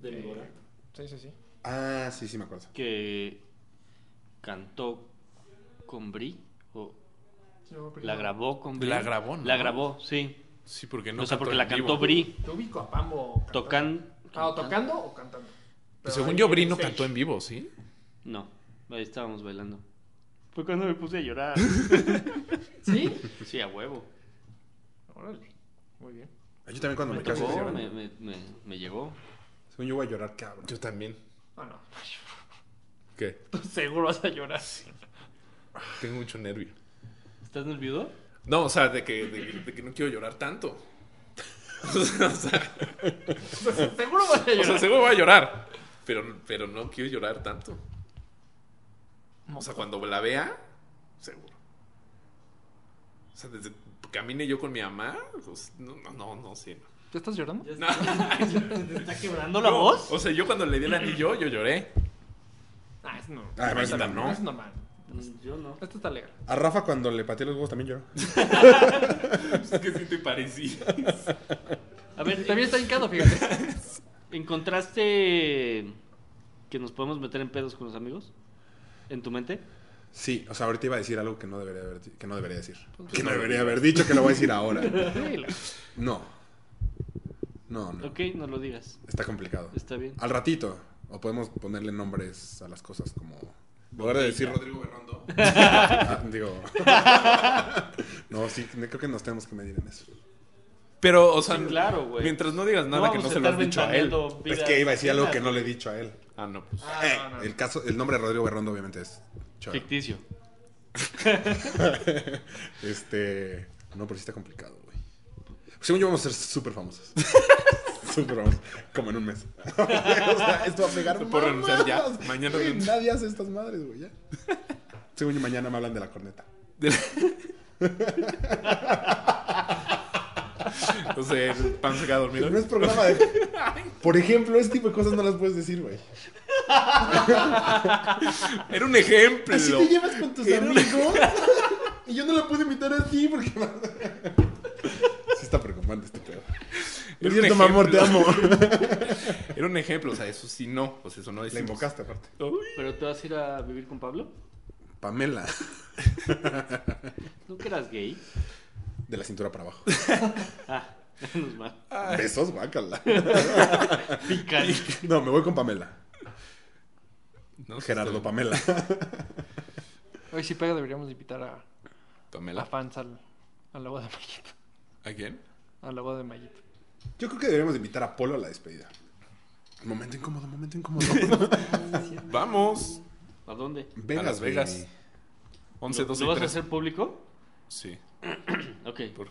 Speaker 2: De
Speaker 3: Eh, Sí, sí, sí.
Speaker 4: Ah, sí, sí me acuerdo.
Speaker 2: Que cantó con Bri. O la grabó con Bri.
Speaker 5: La grabó, ¿no?
Speaker 2: La grabó, sí.
Speaker 5: Sí, porque no
Speaker 2: o sea,
Speaker 5: cantó
Speaker 2: porque
Speaker 5: en
Speaker 2: la cantó
Speaker 5: vivo.
Speaker 2: Bri.
Speaker 3: Yo ubico a Pambo.
Speaker 2: Tocan.
Speaker 3: Ah, ¿o tocando o cantando. Pero
Speaker 5: Según
Speaker 3: ahí
Speaker 5: yo,
Speaker 3: en
Speaker 5: Bri
Speaker 3: el
Speaker 5: no
Speaker 3: stage.
Speaker 5: cantó en vivo, ¿sí?
Speaker 2: No, ahí estábamos bailando. Fue cuando me puse a llorar.
Speaker 3: ¿Sí?
Speaker 2: sí, a huevo.
Speaker 3: Órale. Muy bien.
Speaker 4: Yo también cuando
Speaker 2: Me
Speaker 4: me, casé.
Speaker 2: tocó,
Speaker 4: lloré.
Speaker 2: me, me, me- me llegó.
Speaker 4: Según yo voy a llorar, cabrón.
Speaker 5: Yo también.
Speaker 3: Ah, no.
Speaker 5: ¿Qué?
Speaker 3: Tú seguro vas a llorar.
Speaker 5: Tengo mucho nervio.
Speaker 2: ¿Estás nervioso?
Speaker 5: No, o sea, de que, de, que- de que no quiero llorar tanto. o sea, o sea,
Speaker 3: seguro vas a
Speaker 5: o sea,
Speaker 3: llorar.
Speaker 5: seguro voy a llorar, pero, pero no quiero llorar tanto. O sea, cuando la vea, seguro. O sea, desde que caminé yo con mi mamá, pues no, no, no, no sé.
Speaker 3: ¿Ya estás llorando?
Speaker 5: No.
Speaker 2: ¿Te está quebrando la
Speaker 5: No,
Speaker 2: voz?
Speaker 5: O sea, yo cuando le di el anillo, yo lloré.
Speaker 3: Ah, es normal.
Speaker 4: Ah,
Speaker 3: es
Speaker 4: ahorita no.
Speaker 3: Es normal.
Speaker 2: Yo no.
Speaker 3: Esto está alegre.
Speaker 4: A Rafa cuando le pateé los huevos también lloró.
Speaker 5: Es que sí te parecía.
Speaker 2: A ver,
Speaker 3: También está hincado, fíjate.
Speaker 2: ¿encontraste que nos podemos meter en pedos con los amigos? ¿En tu mente?
Speaker 4: Sí, o sea, ahorita iba a decir algo que no debería haber, que no debería decir.
Speaker 2: Pues
Speaker 4: Que no debería haber dicho, que lo voy a decir ahora.
Speaker 3: Dilo.
Speaker 4: No. No, no.
Speaker 2: Ok, no lo digas.
Speaker 4: Está complicado.
Speaker 2: Está bien.
Speaker 4: Al ratito. O podemos ponerle nombres a las cosas como... En lugar de decir Rodrigo Berrondo. ah, digo... no, sí, me- creo que nos tenemos que medir en eso.
Speaker 5: Pero, o sea,
Speaker 2: Sí, claro, güey.
Speaker 5: mientras no digas nada que
Speaker 2: vamos
Speaker 5: no
Speaker 2: a
Speaker 5: se lo has
Speaker 2: estar
Speaker 5: dicho a él.
Speaker 2: ventaneando
Speaker 4: Es
Speaker 2: vidas
Speaker 4: que iba a decir algo que
Speaker 2: ajenas.
Speaker 4: no le he dicho a él.
Speaker 5: Ah, no, pues.
Speaker 4: Eh,
Speaker 3: Ah, no, no.
Speaker 4: El caso, el nombre de Rodrigo Berrondo obviamente es... Chava.
Speaker 2: Ficticio.
Speaker 4: Este. No, pero sí está complicado, güey. Según yo, vamos a ser súper famosos. Súper famosos. Como en un mes. o sea, esto va a pegar.
Speaker 5: Te puedo renunciar ya.
Speaker 4: mamás.
Speaker 5: Mañana
Speaker 4: Güey,
Speaker 5: renuncio.
Speaker 4: Nadie hace estas madres, güey. ya. Según yo, mañana me hablan de la corneta.
Speaker 5: De la- no sé, el pan se queda dormido.
Speaker 4: Pero no es programa de. Por ejemplo, este tipo de cosas no las puedes decir, güey.
Speaker 5: Era un ejemplo.
Speaker 4: Así te llevas con tus amigos. Y yo no la pude invitar a ti porque. sí, está preocupante este pedo.
Speaker 5: un
Speaker 4: Es cierto, mi amor, te amo.
Speaker 5: Era un ejemplo, o sea, eso sí no. O sea, eso no es.
Speaker 4: La invocaste, aparte.
Speaker 2: ¿Pero te vas a ir a vivir con Pablo?
Speaker 4: Pamela.
Speaker 2: ¿No que eras gay?
Speaker 4: De la cintura para abajo.
Speaker 2: Ah, menos mal.
Speaker 4: Besos, guácala.
Speaker 2: Picante.
Speaker 4: No, me voy con Pamela.
Speaker 5: No,
Speaker 4: Gerardo Pamela.
Speaker 3: Hoy sí pega, deberíamos invitar a, a
Speaker 5: Pamela.
Speaker 3: fans al, a la boda de Mayito.
Speaker 5: ¿A quién?
Speaker 3: A la boda de Mayito.
Speaker 4: Yo creo que deberíamos invitar a Polo a la despedida. Momento incómodo, momento incómodo.
Speaker 5: Vamos.
Speaker 2: ¿A dónde?
Speaker 4: Vegas,
Speaker 5: A Las Vegas.
Speaker 4: güey.
Speaker 5: 11,
Speaker 2: ¿Lo-
Speaker 5: 12
Speaker 2: ¿Lo
Speaker 5: y
Speaker 2: vas a
Speaker 5: 13.
Speaker 2: hacer público?
Speaker 5: Sí,
Speaker 2: Ok.
Speaker 5: por.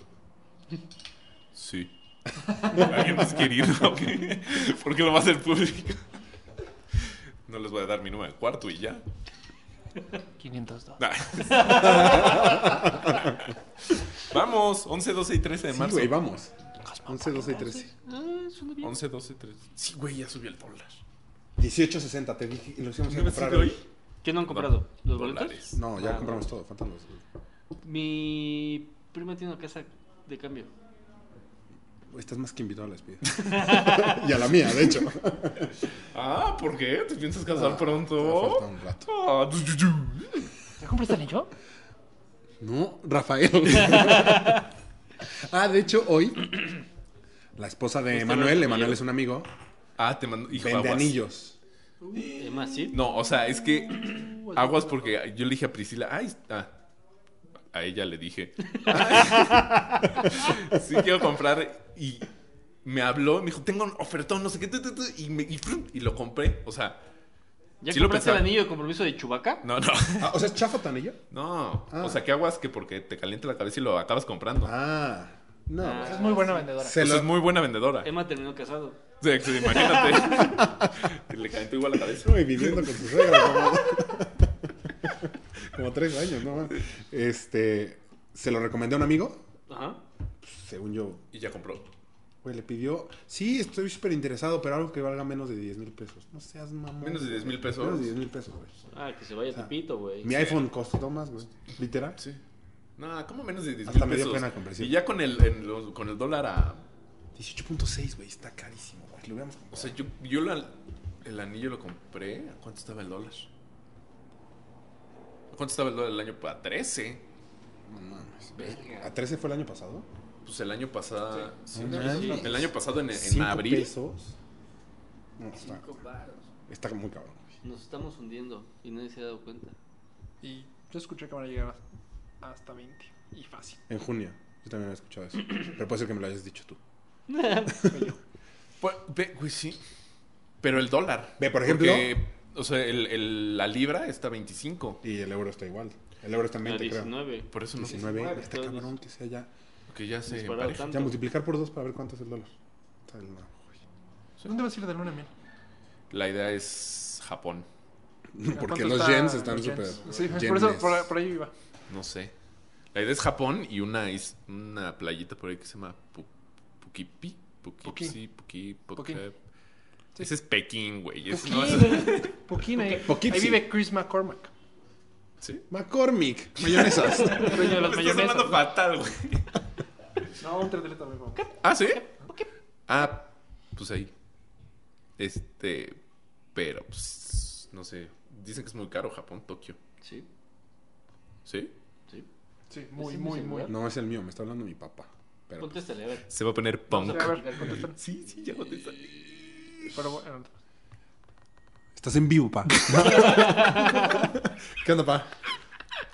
Speaker 5: Sí. ¿Alguien más quiere ir? ¿O qué? ¿Por qué lo va a hacer público? No les voy a dar mi número de cuarto y ya.
Speaker 3: 502.
Speaker 5: Nah. Vamos, 11, 12 y 13 de
Speaker 4: Sí,
Speaker 5: marzo.
Speaker 4: güey, vamos. 11, 12 y 13.
Speaker 5: Pues
Speaker 2: Ah, suena bien.
Speaker 5: 11, 12, 13. Sí, güey, ya subió el dólar.
Speaker 4: 18.60, te dije, y los íbamos a
Speaker 5: ¿No me
Speaker 4: comprar
Speaker 5: sirve
Speaker 4: hoy.
Speaker 5: hoy?
Speaker 2: ¿Qué no han comprado? ¿Los boletos?
Speaker 5: Dólares.
Speaker 4: No, ya
Speaker 2: Ah,
Speaker 4: compramos todo, faltan los.
Speaker 2: Mi prima tiene una casa de cambio.
Speaker 4: Estás más que invitado a la despedida. y a la mía, de hecho.
Speaker 5: Ah, ¿por qué? ¿Te piensas casar
Speaker 4: Ah, Te va a faltar
Speaker 5: pronto?
Speaker 4: un rato.
Speaker 5: Ah, du- du- du.
Speaker 3: ¿Ya compraste anillo?
Speaker 4: No, Rafael. ah, de hecho, hoy la esposa de
Speaker 2: Justo
Speaker 4: Emanuel,
Speaker 2: hablando
Speaker 4: Emanuel
Speaker 2: conmigo.
Speaker 4: es un amigo,
Speaker 5: Ah, te mando. Hijo,
Speaker 4: vende
Speaker 5: aguas.
Speaker 4: anillos.
Speaker 2: Además, ¿sí?
Speaker 5: No, o sea, es que aguas porque yo le dije a Priscila, ay, está. A ella le dije, "Ay, sí quiero comprar. Y me habló, me dijo, tengo un ofertón, no sé qué, tu, tu, tu", y, me- y, frum, y lo compré. O sea,
Speaker 2: ¿Ya
Speaker 5: Sí lo
Speaker 2: compraste el
Speaker 5: pensaba.
Speaker 2: anillo de compromiso de Chubaca?
Speaker 5: no, no,
Speaker 4: Ah, o sea, ¿es chafa tu anillo?
Speaker 5: no.
Speaker 4: Ah.
Speaker 5: O sea, que aguas que porque te calienta la cabeza y lo acabas comprando.
Speaker 4: Ah, no.
Speaker 2: Ah,
Speaker 4: güey.
Speaker 3: Es muy buena vendedora.
Speaker 4: Se
Speaker 5: O sea,
Speaker 4: lo-
Speaker 5: es muy buena vendedora.
Speaker 2: Emma terminó casado.
Speaker 5: Sí, sí, imagínate. Y le calentó igual la cabeza.
Speaker 4: Estuve viviendo con tu suegra como, como tres años, ¿no? Este, se lo recomendé a un amigo,
Speaker 2: Ajá.
Speaker 4: según yo,
Speaker 5: Y ya compró.
Speaker 4: güey, le pidió, sí, estoy súper interesado, pero algo que valga menos de 10 mil pesos. No seas mamón.
Speaker 5: Menos de 10 mil pesos.
Speaker 4: Menos de 10 mil pesos, güey.
Speaker 2: Ah, que se vaya
Speaker 4: sea,
Speaker 2: Tepito, güey.
Speaker 4: Mi iPhone costó más, güey, literal.
Speaker 5: Sí. No, como menos de 10
Speaker 4: Hasta
Speaker 5: mil
Speaker 4: me dio
Speaker 5: pesos?
Speaker 4: pena comprar, sí.
Speaker 5: Y ya con el, en los- con el dólar a.
Speaker 4: 18.6, güey, está carísimo, güey. Lo hubiéramos
Speaker 5: O
Speaker 4: comprado.
Speaker 5: sea, yo, yo la- el anillo lo compré. ¿A cuánto estaba el dólar? ¿A cuánto estaba el dólar el año pasado? A 13.
Speaker 4: No mames.
Speaker 2: Verga.
Speaker 4: ¿A 13 fue el año pasado?
Speaker 5: Pues el año pasado. sí,
Speaker 4: No
Speaker 5: sí,
Speaker 4: mames.
Speaker 5: El año pasado en, en
Speaker 4: ¿Cinco
Speaker 5: abril.
Speaker 4: pesos? No, está,
Speaker 2: Cinco varos.
Speaker 4: está muy cabrón. güey.
Speaker 2: Nos estamos hundiendo y nadie se ha dado cuenta.
Speaker 3: Y yo escuché que van a llegar hasta 20. Y fácil.
Speaker 4: En junio. Yo también había escuchado eso. Pero puede ser que me lo hayas dicho tú.
Speaker 5: Pues, ve, güey, sí. Pero el dólar.
Speaker 4: Ve, por ejemplo-
Speaker 5: Porque, o sea, el- el- la libra está 25.
Speaker 4: Y el euro está igual. El euro está en
Speaker 2: A
Speaker 4: 20, creo.
Speaker 2: 19.
Speaker 5: Por eso no sé.
Speaker 4: 19.
Speaker 2: Bueno,
Speaker 4: Está
Speaker 2: todos.
Speaker 4: cabrón que sea ya.
Speaker 5: Que ya se
Speaker 2: Disparado
Speaker 5: empareja.
Speaker 4: Ya
Speaker 2: tanto.
Speaker 4: multiplicar por dos para ver cuánto es el dólar. Está del nabo, güey.
Speaker 3: ¿Dónde vas a ir de luna, miel?
Speaker 5: La idea es Japón.
Speaker 4: Porque
Speaker 3: ¿Cuánto
Speaker 4: los
Speaker 3: está
Speaker 4: yens están
Speaker 3: los
Speaker 4: súper.
Speaker 3: yens? Sí, por eso,
Speaker 4: yenes.
Speaker 3: por, por ahí iba.
Speaker 5: No sé. La idea es Japón y una, is- una playita por ahí que se llama Pu- Pukipi. Pukipsi, Puki,
Speaker 3: Pukín.
Speaker 5: Puki- Ese es Pekín, güey. Ese
Speaker 3: Poquín,
Speaker 5: no es-
Speaker 3: Poquín eh, ahí.
Speaker 4: Poughkeepsie.
Speaker 3: Ahí vive Chris McCormack.
Speaker 5: ¿Sí?
Speaker 4: McCormick. Mayonesas.
Speaker 3: Dueño de las
Speaker 5: Me estás hablando
Speaker 3: mayonesas.
Speaker 5: fatal, güey.
Speaker 3: No, un triatleta, por favor.
Speaker 5: ¿Ah, sí? Ah, pues ahí. Este. Pero, pues. No sé. Dicen que es muy caro Japón, Tokio.
Speaker 2: Sí,
Speaker 5: ¿Sí?
Speaker 2: sí.
Speaker 3: Sí, muy,
Speaker 2: Ese
Speaker 3: muy,
Speaker 2: es mi
Speaker 3: muy.
Speaker 2: celular.
Speaker 4: No es el mío, me está hablando mi papá.
Speaker 3: Pues
Speaker 4: Pero.
Speaker 2: Contéstale, a ver.
Speaker 5: Se va a poner
Speaker 3: Sí,
Speaker 5: punk.
Speaker 3: a ver, contéstame.
Speaker 5: Sí, sí, ya contesté.
Speaker 3: Pero bueno,
Speaker 4: Estás en vivo, pa. ¿Qué onda, pa?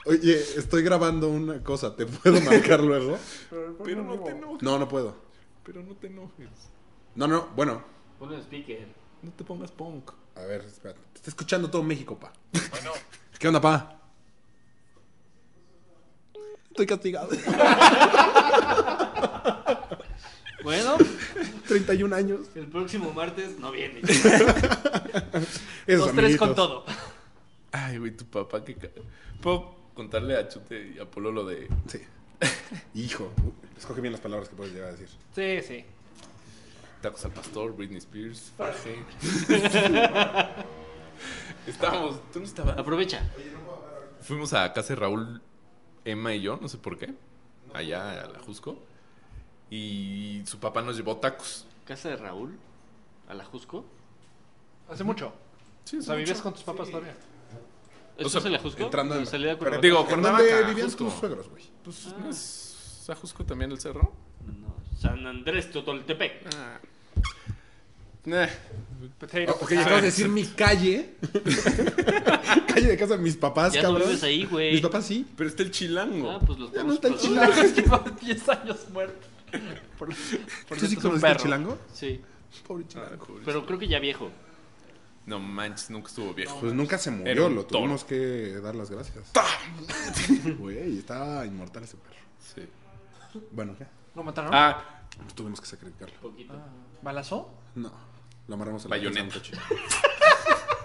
Speaker 4: Oye, estoy grabando una cosa. ¿Te puedo marcar luego?
Speaker 3: pero,
Speaker 5: Pero no te enojes.
Speaker 4: No, no puedo.
Speaker 5: Pero no te enojes.
Speaker 4: No, no, bueno.
Speaker 2: Ponle un speaker.
Speaker 5: No te pongas punk.
Speaker 4: A ver, espérate. Te está escuchando todo México, pa. ¿Qué onda, pa? Estoy castigado.
Speaker 2: Bueno,
Speaker 4: 31 años.
Speaker 2: el próximo martes no viene.
Speaker 4: Esos
Speaker 3: Los tres con
Speaker 4: amiguitos.
Speaker 3: todo.
Speaker 5: Ay, güey, tu papá, qué ca- ¿Puedo contarle a Chute y a Polo lo de.
Speaker 4: Sí. Hijo, escoge bien las palabras que puedes llegar a decir.
Speaker 3: Sí, sí.
Speaker 5: Tacos al pastor, Britney Spears, Farge. Estábamos, tú no estabas.
Speaker 2: Aprovecha.
Speaker 5: Fuimos a casa de Raúl, Emma y yo, no sé por qué, allá a la Jusco. Y su papá nos llevó tacos.
Speaker 2: Casa de Raúl, a la Jusco.
Speaker 3: Hace mucho.
Speaker 5: Sí,
Speaker 3: O sea, vives con tus papás todavía.
Speaker 2: ¿Eso
Speaker 5: O sea,
Speaker 2: es en la Jusco?
Speaker 4: entrando en-
Speaker 2: en salida de Cuernavaca.
Speaker 5: Digo,
Speaker 4: ¿En
Speaker 5: Cuernavaca.
Speaker 4: dónde vivían
Speaker 5: Jusco.
Speaker 4: tus suegros, güey?
Speaker 5: Pues, ¿no es a Jusco también el cerro?
Speaker 2: No, San Andrés Totoltepec.
Speaker 5: Ah. Eh,
Speaker 3: Potato,
Speaker 4: ok, acabas de decir mi calle. calle de casa de mis papás,
Speaker 2: Ya no
Speaker 4: cabrón.
Speaker 2: vives ahí, güey.
Speaker 4: Mis papás sí.
Speaker 5: Pero está el chilango.
Speaker 2: Ah, pues los
Speaker 4: Ya
Speaker 2: podemos
Speaker 4: no está el
Speaker 2: cruzar.
Speaker 4: chilango.
Speaker 3: Lleva 10 años muerto. Por, por
Speaker 4: ¿Tú sí
Speaker 3: cierto, es un
Speaker 4: conoces
Speaker 3: perro.
Speaker 4: el chilango?
Speaker 2: Sí,
Speaker 4: Pobre
Speaker 5: Ah,
Speaker 4: chilango.
Speaker 5: pobre
Speaker 2: pero creo que ya viejo.
Speaker 5: No manches, nunca estuvo viejo.
Speaker 4: Pues nunca se
Speaker 5: Era
Speaker 4: murió,
Speaker 5: un
Speaker 4: lo
Speaker 5: toro.
Speaker 4: tuvimos que dar las gracias. Güey, estaba inmortal ese perro.
Speaker 5: Sí.
Speaker 4: Bueno, ¿qué?
Speaker 3: ¿Lo mataron?
Speaker 5: Ah,
Speaker 4: Pues tuvimos que sacrificarlo.
Speaker 2: Poquito.
Speaker 3: Ah, ¿Balazó?
Speaker 4: No, lo amarramos a la
Speaker 5: Bayoneta.
Speaker 4: cabeza de un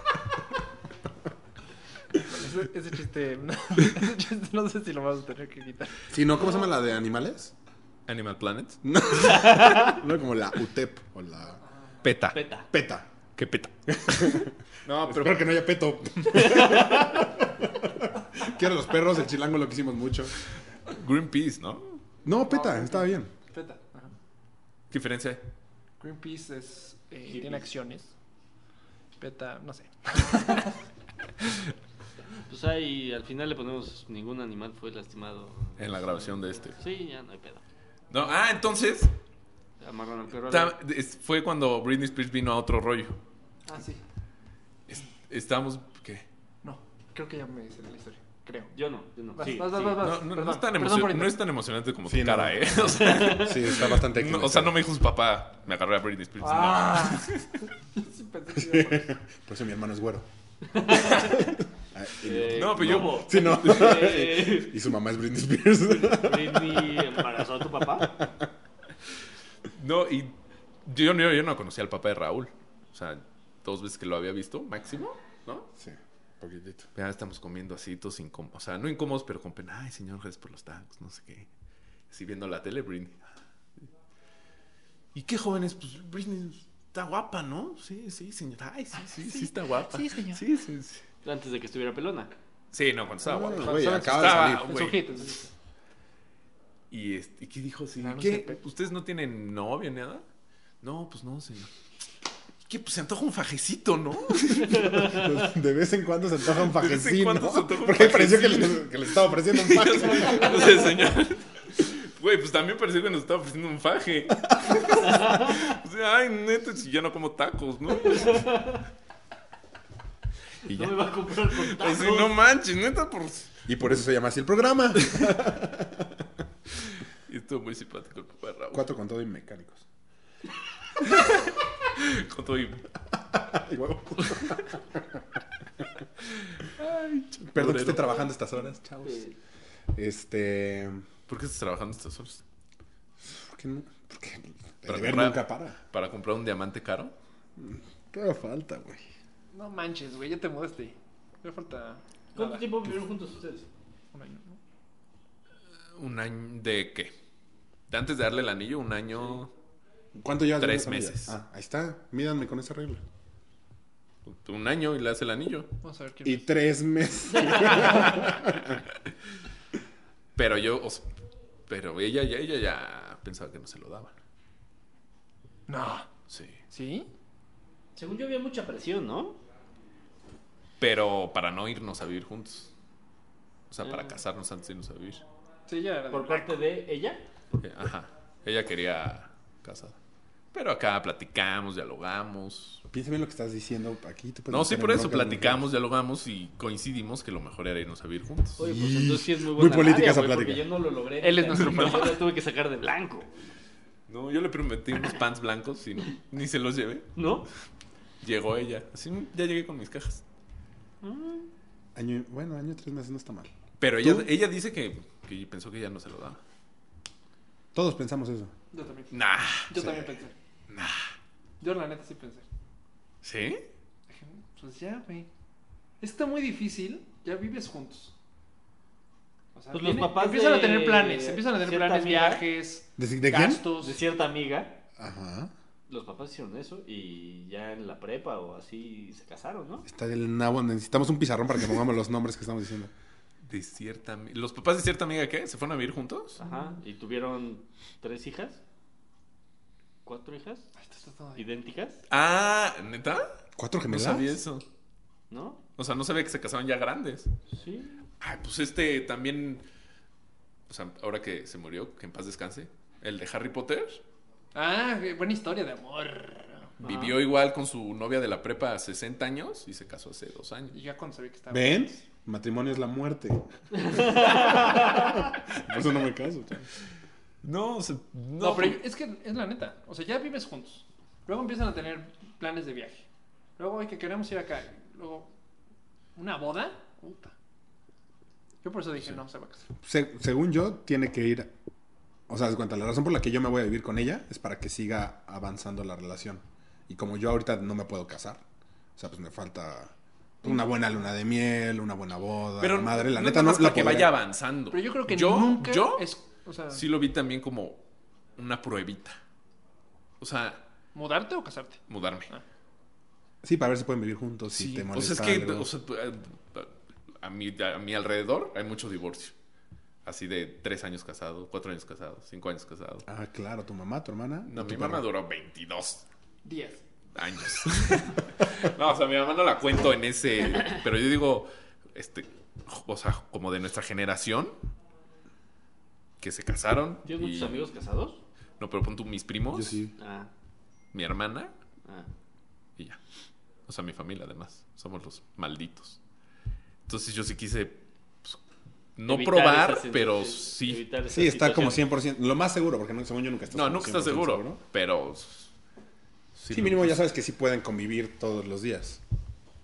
Speaker 3: Ese, ese chiste. ese chiste no sé si lo vamos a tener que quitar.
Speaker 4: coche. Sí, no, ¿cómo se llama la de animales?
Speaker 5: Animal Planet.
Speaker 4: No, como la UTEP o la
Speaker 5: Peta.
Speaker 2: Peta.
Speaker 4: PETA.
Speaker 5: Que Qué peta.
Speaker 4: No, pero espero que no haya peto. Quiero los perros, el chilango lo que hicimos mucho.
Speaker 5: Greenpeace, ¿no?
Speaker 4: No, peta, estaba bien.
Speaker 3: Feta. Ajá.
Speaker 5: ¿Qué diferencia hay?
Speaker 3: Greenpeace es, eh, tiene
Speaker 2: Hippies.
Speaker 3: acciones. Peta, no sé.
Speaker 2: Pues ahí al final le ponemos ningún animal fue lastimado.
Speaker 5: En la grabación de este.
Speaker 2: Sí, ya no hay pedo.
Speaker 5: No, ah, entonces
Speaker 2: Amarran al perro. a la-
Speaker 5: ta- es- fue cuando Britney Spears vino a otro rollo.
Speaker 3: Ah, sí.
Speaker 5: Es- estábamos. ¿Qué?
Speaker 3: No, creo que ya me hice la historia. Creo.
Speaker 2: Yo no, yo no.
Speaker 3: Vas,
Speaker 2: Sí,
Speaker 3: vas, vas,
Speaker 2: sí.
Speaker 3: vas, vas.
Speaker 5: No, no, no
Speaker 3: Perdón,
Speaker 5: es tan
Speaker 3: perdón
Speaker 5: emocion-
Speaker 3: por inter-
Speaker 5: no es tan emocionante como
Speaker 4: Sí, no.
Speaker 5: tu cara, ¿eh? O sea,
Speaker 4: Sí, está bastante
Speaker 5: no, o sea, no me dijo su papá, me agarré a Britney Spears.
Speaker 3: Ah. Sí, pensé que iba por ahí.
Speaker 4: Por eso mi hermano es güero. Ah, y-
Speaker 2: Eh,
Speaker 5: No, pero yo-
Speaker 2: ¿cómo?
Speaker 4: Sí, no.
Speaker 2: Eh,
Speaker 4: Y su mamá es Britney Spears.
Speaker 2: Britney embarazó a tu papá.
Speaker 5: No, No, y yo, yo, yo no conocía al papá de Raúl. O sea, dos veces que lo había visto, máximo, ¿no?
Speaker 4: Sí, poquitito.
Speaker 5: Ya estamos comiendo así, todos incómodos. O sea, no incómodos, pero con pena. Ay, señor, gracias por los tacos, no sé qué. Así viendo la tele, Britney. ¿Y qué jóvenes? Pues Britney está guapa, ¿no? Sí, sí, señor. Ay, sí, sí, sí, está guapa. Sí, señor. Sí, sí, sí.
Speaker 2: Antes de que estuviera pelona.
Speaker 5: Sí, no, cuando estaba
Speaker 4: No,
Speaker 5: guapa.
Speaker 4: no, güey,
Speaker 3: Estaba-
Speaker 4: acaba de salir.
Speaker 5: estaba-
Speaker 3: En
Speaker 5: güey.
Speaker 3: su hit, en su hit.
Speaker 5: ¿Y, este, ¿y qué dijo? Sí,
Speaker 3: Claro,
Speaker 5: ¿qué?
Speaker 3: se pe-
Speaker 5: ¿Ustedes no tienen novia ni nada? No, pues no, señor. ¿Qué? Pues se antoja un fajecito, ¿no?
Speaker 4: Pues, De vez en cuando se antoja un
Speaker 5: De vez en
Speaker 4: fajecín,
Speaker 5: cuando
Speaker 4: ¿no?
Speaker 5: se antoja un
Speaker 4: Porque pareció que
Speaker 5: fajecín.
Speaker 4: le, que le estaba ofreciendo un faje.
Speaker 5: no sé, señor. Güey, pues también pareció que nos estaba ofreciendo un faje. o sea, ay, neta, si ya no como tacos, ¿no? y
Speaker 2: No
Speaker 5: ya.
Speaker 2: me va a comprar con
Speaker 5: O
Speaker 2: tacos.
Speaker 5: sea, no manches, neta, por...
Speaker 4: Y por eso se llama así el programa.
Speaker 5: Y estuvo muy simpático el papá de Raúl.
Speaker 4: Cuatro con todo y mecánicos.
Speaker 5: Con todo y-
Speaker 4: Ay, huevo. Perdón que esté
Speaker 5: Culero.
Speaker 4: trabajando estas horas, chavos.
Speaker 2: Eh,
Speaker 4: Este.
Speaker 5: ¿Por qué estás trabajando estas horas?
Speaker 4: ¿Por qué no? Porque el
Speaker 5: Para
Speaker 4: deber
Speaker 5: comprar-
Speaker 4: nunca para.
Speaker 5: ¿Para comprar un diamante caro?
Speaker 4: Todo falta, güey.
Speaker 3: No manches, güey, ya te mudaste. Ya falta.
Speaker 2: ¿Cuánto
Speaker 3: nada.
Speaker 2: tiempo vivieron juntos ustedes?
Speaker 3: Un año, ¿no?
Speaker 5: ¿Un año de qué? De antes de darle el anillo, un año...
Speaker 4: ¿Cuánto llevas?
Speaker 5: Tres
Speaker 4: viviendo con
Speaker 5: meses.
Speaker 4: ella? Ah, ahí está. Mídanme con esa regla.
Speaker 5: Un año y le das el anillo.
Speaker 3: Vamos a ver quién
Speaker 4: Y
Speaker 3: es.
Speaker 4: tres meses.
Speaker 5: Pero yo... o sea, pero ella, ya, ella ya pensaba que no se lo daban.
Speaker 3: No.
Speaker 5: Sí.
Speaker 3: ¿Sí?
Speaker 2: Según yo había mucha presión, ¿no?
Speaker 5: Pero para no irnos a vivir juntos. O sea, para
Speaker 2: Ah.
Speaker 5: casarnos antes de irnos a vivir.
Speaker 3: Sí, ya era. de-
Speaker 2: Por parte de ella.
Speaker 5: Eh, Ajá. Ella quería casar. Pero acá platicamos, dialogamos.
Speaker 4: Piensa bien lo que estás diciendo aquí. Tú puedes
Speaker 5: Pues No, sí,
Speaker 4: meter
Speaker 5: por
Speaker 4: en
Speaker 5: eso
Speaker 4: broncas,
Speaker 5: platicamos, dialogamos y coincidimos que lo mejor era irnos a vivir juntos.
Speaker 2: Oye, pues entonces sí es muy
Speaker 4: Muy
Speaker 2: buena. área,
Speaker 4: política esa
Speaker 2: güey,
Speaker 4: plática.
Speaker 2: Porque yo no lo logré.
Speaker 3: Él es nuestro
Speaker 2: Yo la tuve que sacar de blanco.
Speaker 5: No, yo le prometí unos pants blancos y no, ni se los llevé.
Speaker 2: ¿No?
Speaker 5: Llegó ella. Así, ya llegué con mis cajas.
Speaker 4: Año, y- bueno, año y tres meses no está mal.
Speaker 5: Pero ella,
Speaker 4: ¿Tú?
Speaker 5: ella dice que, que pensó que ya no se lo daba.
Speaker 4: Todos pensamos eso.
Speaker 3: Yo también.
Speaker 5: Nah.
Speaker 3: Yo también pensé. Yo la neta sí pensé.
Speaker 5: ¿Sí?
Speaker 3: Dije, Pues ya, güey. Está muy difícil. Ya vives juntos. O sea,
Speaker 2: Pues los
Speaker 3: tiene-
Speaker 2: papás
Speaker 3: empiezan
Speaker 2: de-
Speaker 3: a tener planes. Empiezan a tener
Speaker 2: cierta
Speaker 3: planes,
Speaker 2: amiga.
Speaker 3: viajes,
Speaker 4: ¿De, de quién?
Speaker 3: gastos.
Speaker 2: De cierta amiga,
Speaker 4: Ajá.
Speaker 2: los papás hicieron eso y ya en la prepa o así se casaron, ¿no?
Speaker 4: Está del nabo. Necesitamos un pizarrón para que pongamos los nombres que estamos diciendo.
Speaker 5: De cierta ami- ¿Los papás de cierta amiga qué? ¿Se fueron a vivir juntos?
Speaker 2: Ajá. Y tuvieron tres hijas. ¿Cuatro hijas?
Speaker 3: Ay, esto está todo bien.
Speaker 2: ¿Idénticas?
Speaker 5: Ah, ¿neta?
Speaker 4: ¿Cuatro
Speaker 5: No
Speaker 4: gemelas?
Speaker 5: sabía eso.
Speaker 2: ¿No?
Speaker 5: O sea, no sabía que se casaban ya grandes.
Speaker 2: Sí.
Speaker 5: Ay, pues este también. O sea, ahora que se murió, que en paz descanse. El de Harry Potter
Speaker 3: Ah, güey, buena historia de amor.
Speaker 5: vivió igual con su novia de la prepa a 60 años y se casó hace dos
Speaker 3: Y
Speaker 5: años.
Speaker 3: ya cuando se ve que estaba.
Speaker 4: ¿Ven? Matrimonio es la muerte. Por eso no me caso. chaval.
Speaker 5: No,
Speaker 3: No, pero es que es la neta. O sea, ya vives juntos. Luego empiezan a tener planes de viaje. Luego, oye, que queremos ir acá. Luego, una boda. Puta. Yo por eso dije, no, se va a casar.
Speaker 4: Se- según yo, tiene que ir. O sea, haz de cuenta, la razón por la que yo me voy a vivir con ella es para que siga avanzando la relación. Y como yo ahorita no me puedo casar, o sea, pues me falta una buena luna de miel, una buena boda.
Speaker 5: Pero
Speaker 4: madre, la
Speaker 5: no
Speaker 4: neta
Speaker 5: nada
Speaker 4: no
Speaker 5: más
Speaker 4: la
Speaker 5: para que
Speaker 4: podría-
Speaker 5: vaya avanzando.
Speaker 3: Pero yo creo que
Speaker 5: yo,
Speaker 3: nunca
Speaker 5: yo
Speaker 3: es. O sea,
Speaker 5: sí lo vi también como una pruebita. O sea,
Speaker 3: ¿mudarte o casarte?
Speaker 5: mudarme.
Speaker 3: Ah.
Speaker 4: Sí, para ver si pueden vivir juntos. si te
Speaker 5: Sí, o sea, es
Speaker 4: molesta
Speaker 5: que
Speaker 4: algo.
Speaker 5: o sea, eh, a, a mi, a mi alrededor hay mucho divorcio. Así de tres años casado, cuatro años casado, cinco años casado.
Speaker 4: Ah, claro, tu mamá, tu hermana.
Speaker 5: No,
Speaker 4: tu
Speaker 5: mi
Speaker 4: perro.
Speaker 5: mamá duró 22
Speaker 3: 10.
Speaker 5: años. no, o sea, mi mamá no la cuento en ese. Pero yo digo, este, o sea, como de nuestra generación, que se casaron.
Speaker 2: ¿Tienes
Speaker 5: y-
Speaker 2: muchos amigos casados?
Speaker 5: No, pero pon tú mis primos,
Speaker 4: Yo sí.
Speaker 2: Ah,
Speaker 5: mi hermana
Speaker 2: ah.
Speaker 5: y ya. O sea, mi familia, además. Somos los malditos. Entonces yo sí quise. pues, no
Speaker 2: Evitar
Speaker 5: probar,
Speaker 2: esa
Speaker 5: pero
Speaker 2: sensación,
Speaker 5: sí.
Speaker 2: evitar esa
Speaker 4: Sí, está como
Speaker 2: situación.
Speaker 4: 100%. Lo más seguro, porque no, según yo nunca estás
Speaker 5: No,
Speaker 4: como
Speaker 5: nunca estás
Speaker 4: 100%
Speaker 5: seguro, pero. Sí,
Speaker 4: Sí, mínimo ya sabes que sí pueden convivir todos los días.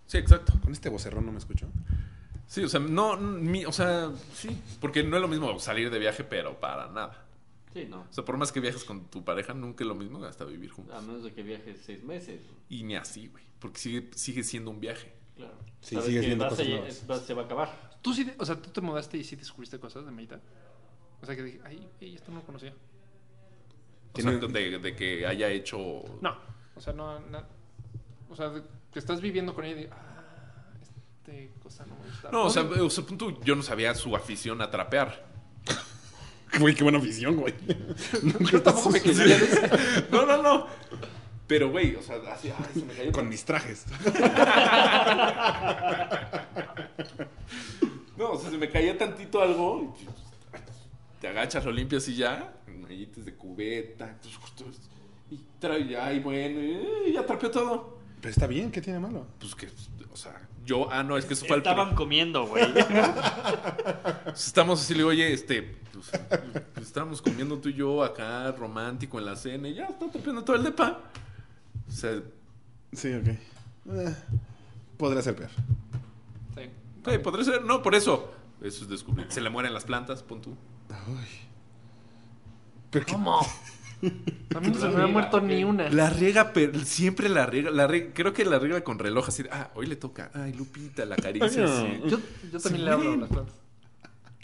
Speaker 5: Sí, exacto.
Speaker 4: Con este vocerrón no me escucho.
Speaker 5: Sí, o sea, no, mi- o sea, sí, porque no es lo mismo salir de viaje, pero para nada.
Speaker 2: Sí, no.
Speaker 5: O sea, por más que viajes con tu pareja, nunca es lo mismo hasta vivir
Speaker 2: A
Speaker 5: juntos.
Speaker 2: menos de que viajes seis meses.
Speaker 5: Y ni así, güey, porque sigue, sigue siendo un viaje.
Speaker 2: Claro.
Speaker 4: Sí,
Speaker 2: Sabes
Speaker 4: sigues
Speaker 2: que
Speaker 4: viendo
Speaker 2: vas
Speaker 4: cosas
Speaker 2: a lle-
Speaker 4: nuevas.
Speaker 2: vas- se va a acabar.
Speaker 3: ¿Tú sí, de- o sea, tú te mudaste y sí descubriste cosas de Mayita? O sea, que dije, ay, güey, esto no lo conocía.
Speaker 5: O sea,
Speaker 4: Tiene-
Speaker 5: de, de que haya hecho...
Speaker 3: No, o sea, no, no- o sea, de- que estás viviendo con ella y digo, ah, este cosa no me gusta.
Speaker 5: No, o sea, o sea, punto, yo no sabía su afición a trapear.
Speaker 4: Güey, qué buena visión, güey. Nunca
Speaker 3: yo
Speaker 4: estás
Speaker 3: tampoco me
Speaker 4: sus-
Speaker 3: quería decir.
Speaker 5: No, no, no. Pero, güey, o sea, así, ay, se me cayó.
Speaker 4: Con mis trajes.
Speaker 5: No, o sea, se me caía tantito algo. y, pues, Te agachas, lo limpias y ya. Mallitas de cubeta. Y trae, ay, bueno, y ya trapeó todo.
Speaker 4: Pero está bien, ¿qué tiene de malo?
Speaker 5: Pues que, o sea, yo, ah, no, es que eso fue el
Speaker 2: Estaban comiendo, güey.
Speaker 5: Estamos así, le digo, oye, este, pues, pues, estábamos comiendo tú y yo acá, romántico en la cena, y ya está trapeando todo el depa. O sea,
Speaker 4: Sí, ok. Eh, podría ser peor.
Speaker 3: Sí.
Speaker 5: güey, podría ser, no, por eso. Eso es descubrir. Se le mueren las plantas, pon tú.
Speaker 4: Ay. Pero qué-
Speaker 3: A mí no se me ha muerto ni una.
Speaker 5: La riega, pero siempre la riega, la riega- Creo que la riega con reloj así. de, Ah, hoy le toca. Ay, Lupita, la caricia.
Speaker 4: Ay,
Speaker 5: sí.
Speaker 3: Yo, yo también le hablo a las plantas.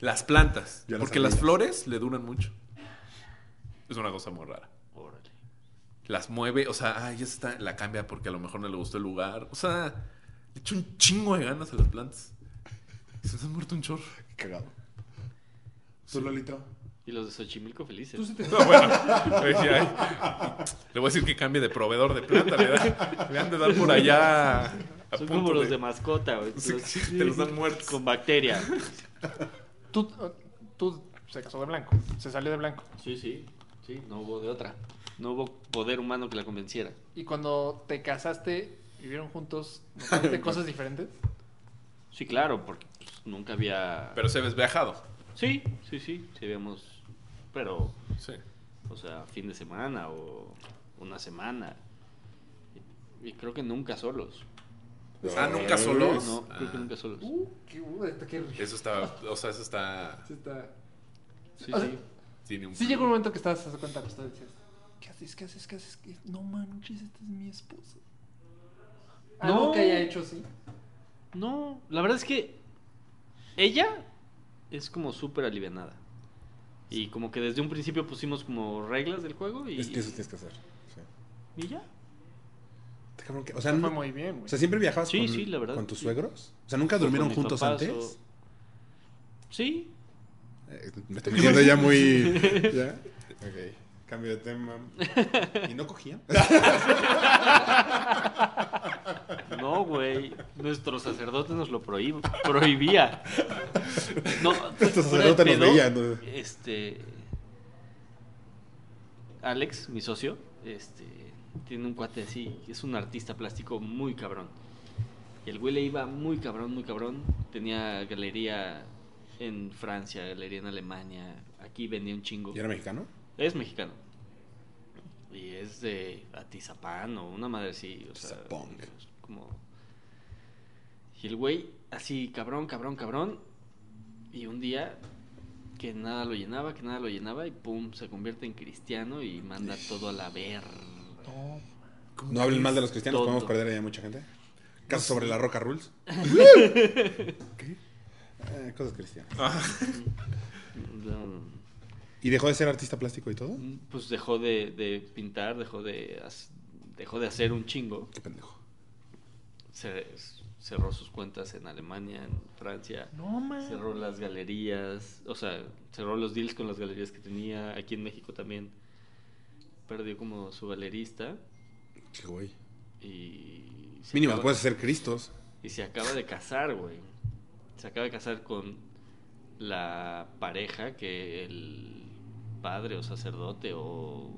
Speaker 5: Las plantas.
Speaker 4: Yo las
Speaker 5: porque las
Speaker 4: ardillas.
Speaker 5: flores le duran mucho. Es una cosa muy rara.
Speaker 2: Órale.
Speaker 5: Las mueve, o sea, ay, ya está, la cambia porque a lo mejor no le gustó el lugar. O sea, le echa un chingo de ganas a las plantas. Se les ha muerto un chorro.
Speaker 4: Qué cagado. ¿Tú, Lolito?
Speaker 2: Y los de Xochimilco felices.
Speaker 3: Tú sí te
Speaker 5: No, bueno, le decía, ay, le voy a decir que cambie de proveedor de planta. Le, da- le han de dar por allá. a
Speaker 2: Son
Speaker 5: punto
Speaker 2: como los
Speaker 5: de-
Speaker 2: de mascota, güey.
Speaker 5: Sí,
Speaker 2: Los-
Speaker 5: sí, te los dan muertos.
Speaker 2: Con bacteria.
Speaker 3: Tú, tú se casó de blanco, se salió de blanco.
Speaker 2: Sí, sí. Sí, no hubo de otra. No hubo poder humano que la convenciera.
Speaker 3: Y cuando te casaste, vivieron juntos, ¿notaste cosas diferentes?
Speaker 2: Sí, claro, porque pues, nunca había...
Speaker 5: Pero se ves viajado.
Speaker 2: Sí, sí, sí. Sí habíamos... Pero,
Speaker 5: Sí.
Speaker 2: o sea, fin de semana o una semana. Y creo que nunca solos.
Speaker 5: Ah, nunca solos.
Speaker 2: No, creo que
Speaker 5: Ah.
Speaker 2: nunca solos.
Speaker 3: Uh, qué uh, está qué rico.
Speaker 5: Eso está, o sea, eso está.
Speaker 3: Sí, está-
Speaker 2: Sí,
Speaker 3: o sea,
Speaker 2: sí.
Speaker 5: Tiene un.
Speaker 3: sí llegó un momento que estabas, haz de cuenta, acostado y decías, ¿qué haces, qué haces, qué haces? ¿Qué- No manches, esta es mi esposa. Algo
Speaker 2: No.
Speaker 3: que haya hecho así.
Speaker 2: No, la verdad es que ella es como súper alivianada. Y como que desde un principio pusimos como reglas del juego y,
Speaker 4: Es que eso tienes que hacer. Sí.
Speaker 2: y ya.
Speaker 4: Está cabrón que- O
Speaker 3: Te
Speaker 4: sea,
Speaker 3: fue
Speaker 4: no-
Speaker 3: muy bien,
Speaker 4: o
Speaker 3: güey.
Speaker 4: sea, siempre viajabas
Speaker 2: Sí,
Speaker 4: con,
Speaker 2: sí, la verdad.
Speaker 4: con tus
Speaker 2: Sí.
Speaker 4: suegros. O sea, nunca
Speaker 2: O con
Speaker 4: durmieron
Speaker 2: mis
Speaker 4: juntos
Speaker 2: papás,
Speaker 4: antes.
Speaker 2: o- Sí,
Speaker 4: Eh, me estoy metiendo ya muy. ¿Ya? Ok. Cambio de tema. ¿Y no cogían?
Speaker 2: no, güey. Nuestro sacerdote nos lo prohí- prohibía. No, fuera
Speaker 4: Nuestro sacerdote
Speaker 2: de
Speaker 4: nos
Speaker 2: pedo,
Speaker 4: veía, ¿no?
Speaker 2: Este. Alex, mi socio, este, tiene un cuate así, es un artista plástico muy cabrón. Y el güey le iba muy cabrón, muy cabrón. Tenía galería en Francia, galería en Alemania. Aquí vendía un chingo.
Speaker 4: ¿Y era mexicano?
Speaker 2: Es mexicano. Y es de Atizapán o una madre así. O sea,
Speaker 4: Atizapán.
Speaker 2: es como... Y el güey, así, cabrón, cabrón, cabrón. Y un día que nada lo llenaba, que nada lo llenaba y pum, se convierte en cristiano y manda todo a la verga.
Speaker 3: No,
Speaker 4: No hablen mal de los cristianos,
Speaker 2: Todo.
Speaker 4: podemos perder ahí a mucha gente. Caso sobre la Roca Rules. ¿Qué? Eh, cosas cristianas.
Speaker 2: No,
Speaker 4: ¿Y dejó de ser artista plástico y todo?
Speaker 2: Pues dejó de, de pintar, dejó de, hac- dejó de hacer un chingo.
Speaker 4: Qué pendejo.
Speaker 2: cer- cerró sus cuentas en Alemania, en Francia,
Speaker 3: No, man.
Speaker 2: cerró las galerías, o sea, cerró los deals con las galerías que tenía, aquí en México también perdió como su galerista
Speaker 4: Qué güey.
Speaker 2: y se
Speaker 4: Mínimo,
Speaker 2: acaba-
Speaker 4: puedes
Speaker 5: pues.
Speaker 4: hacer Cristos.
Speaker 2: y se acaba de casar, güey. Se acaba de casar con la pareja que el padre o sacerdote o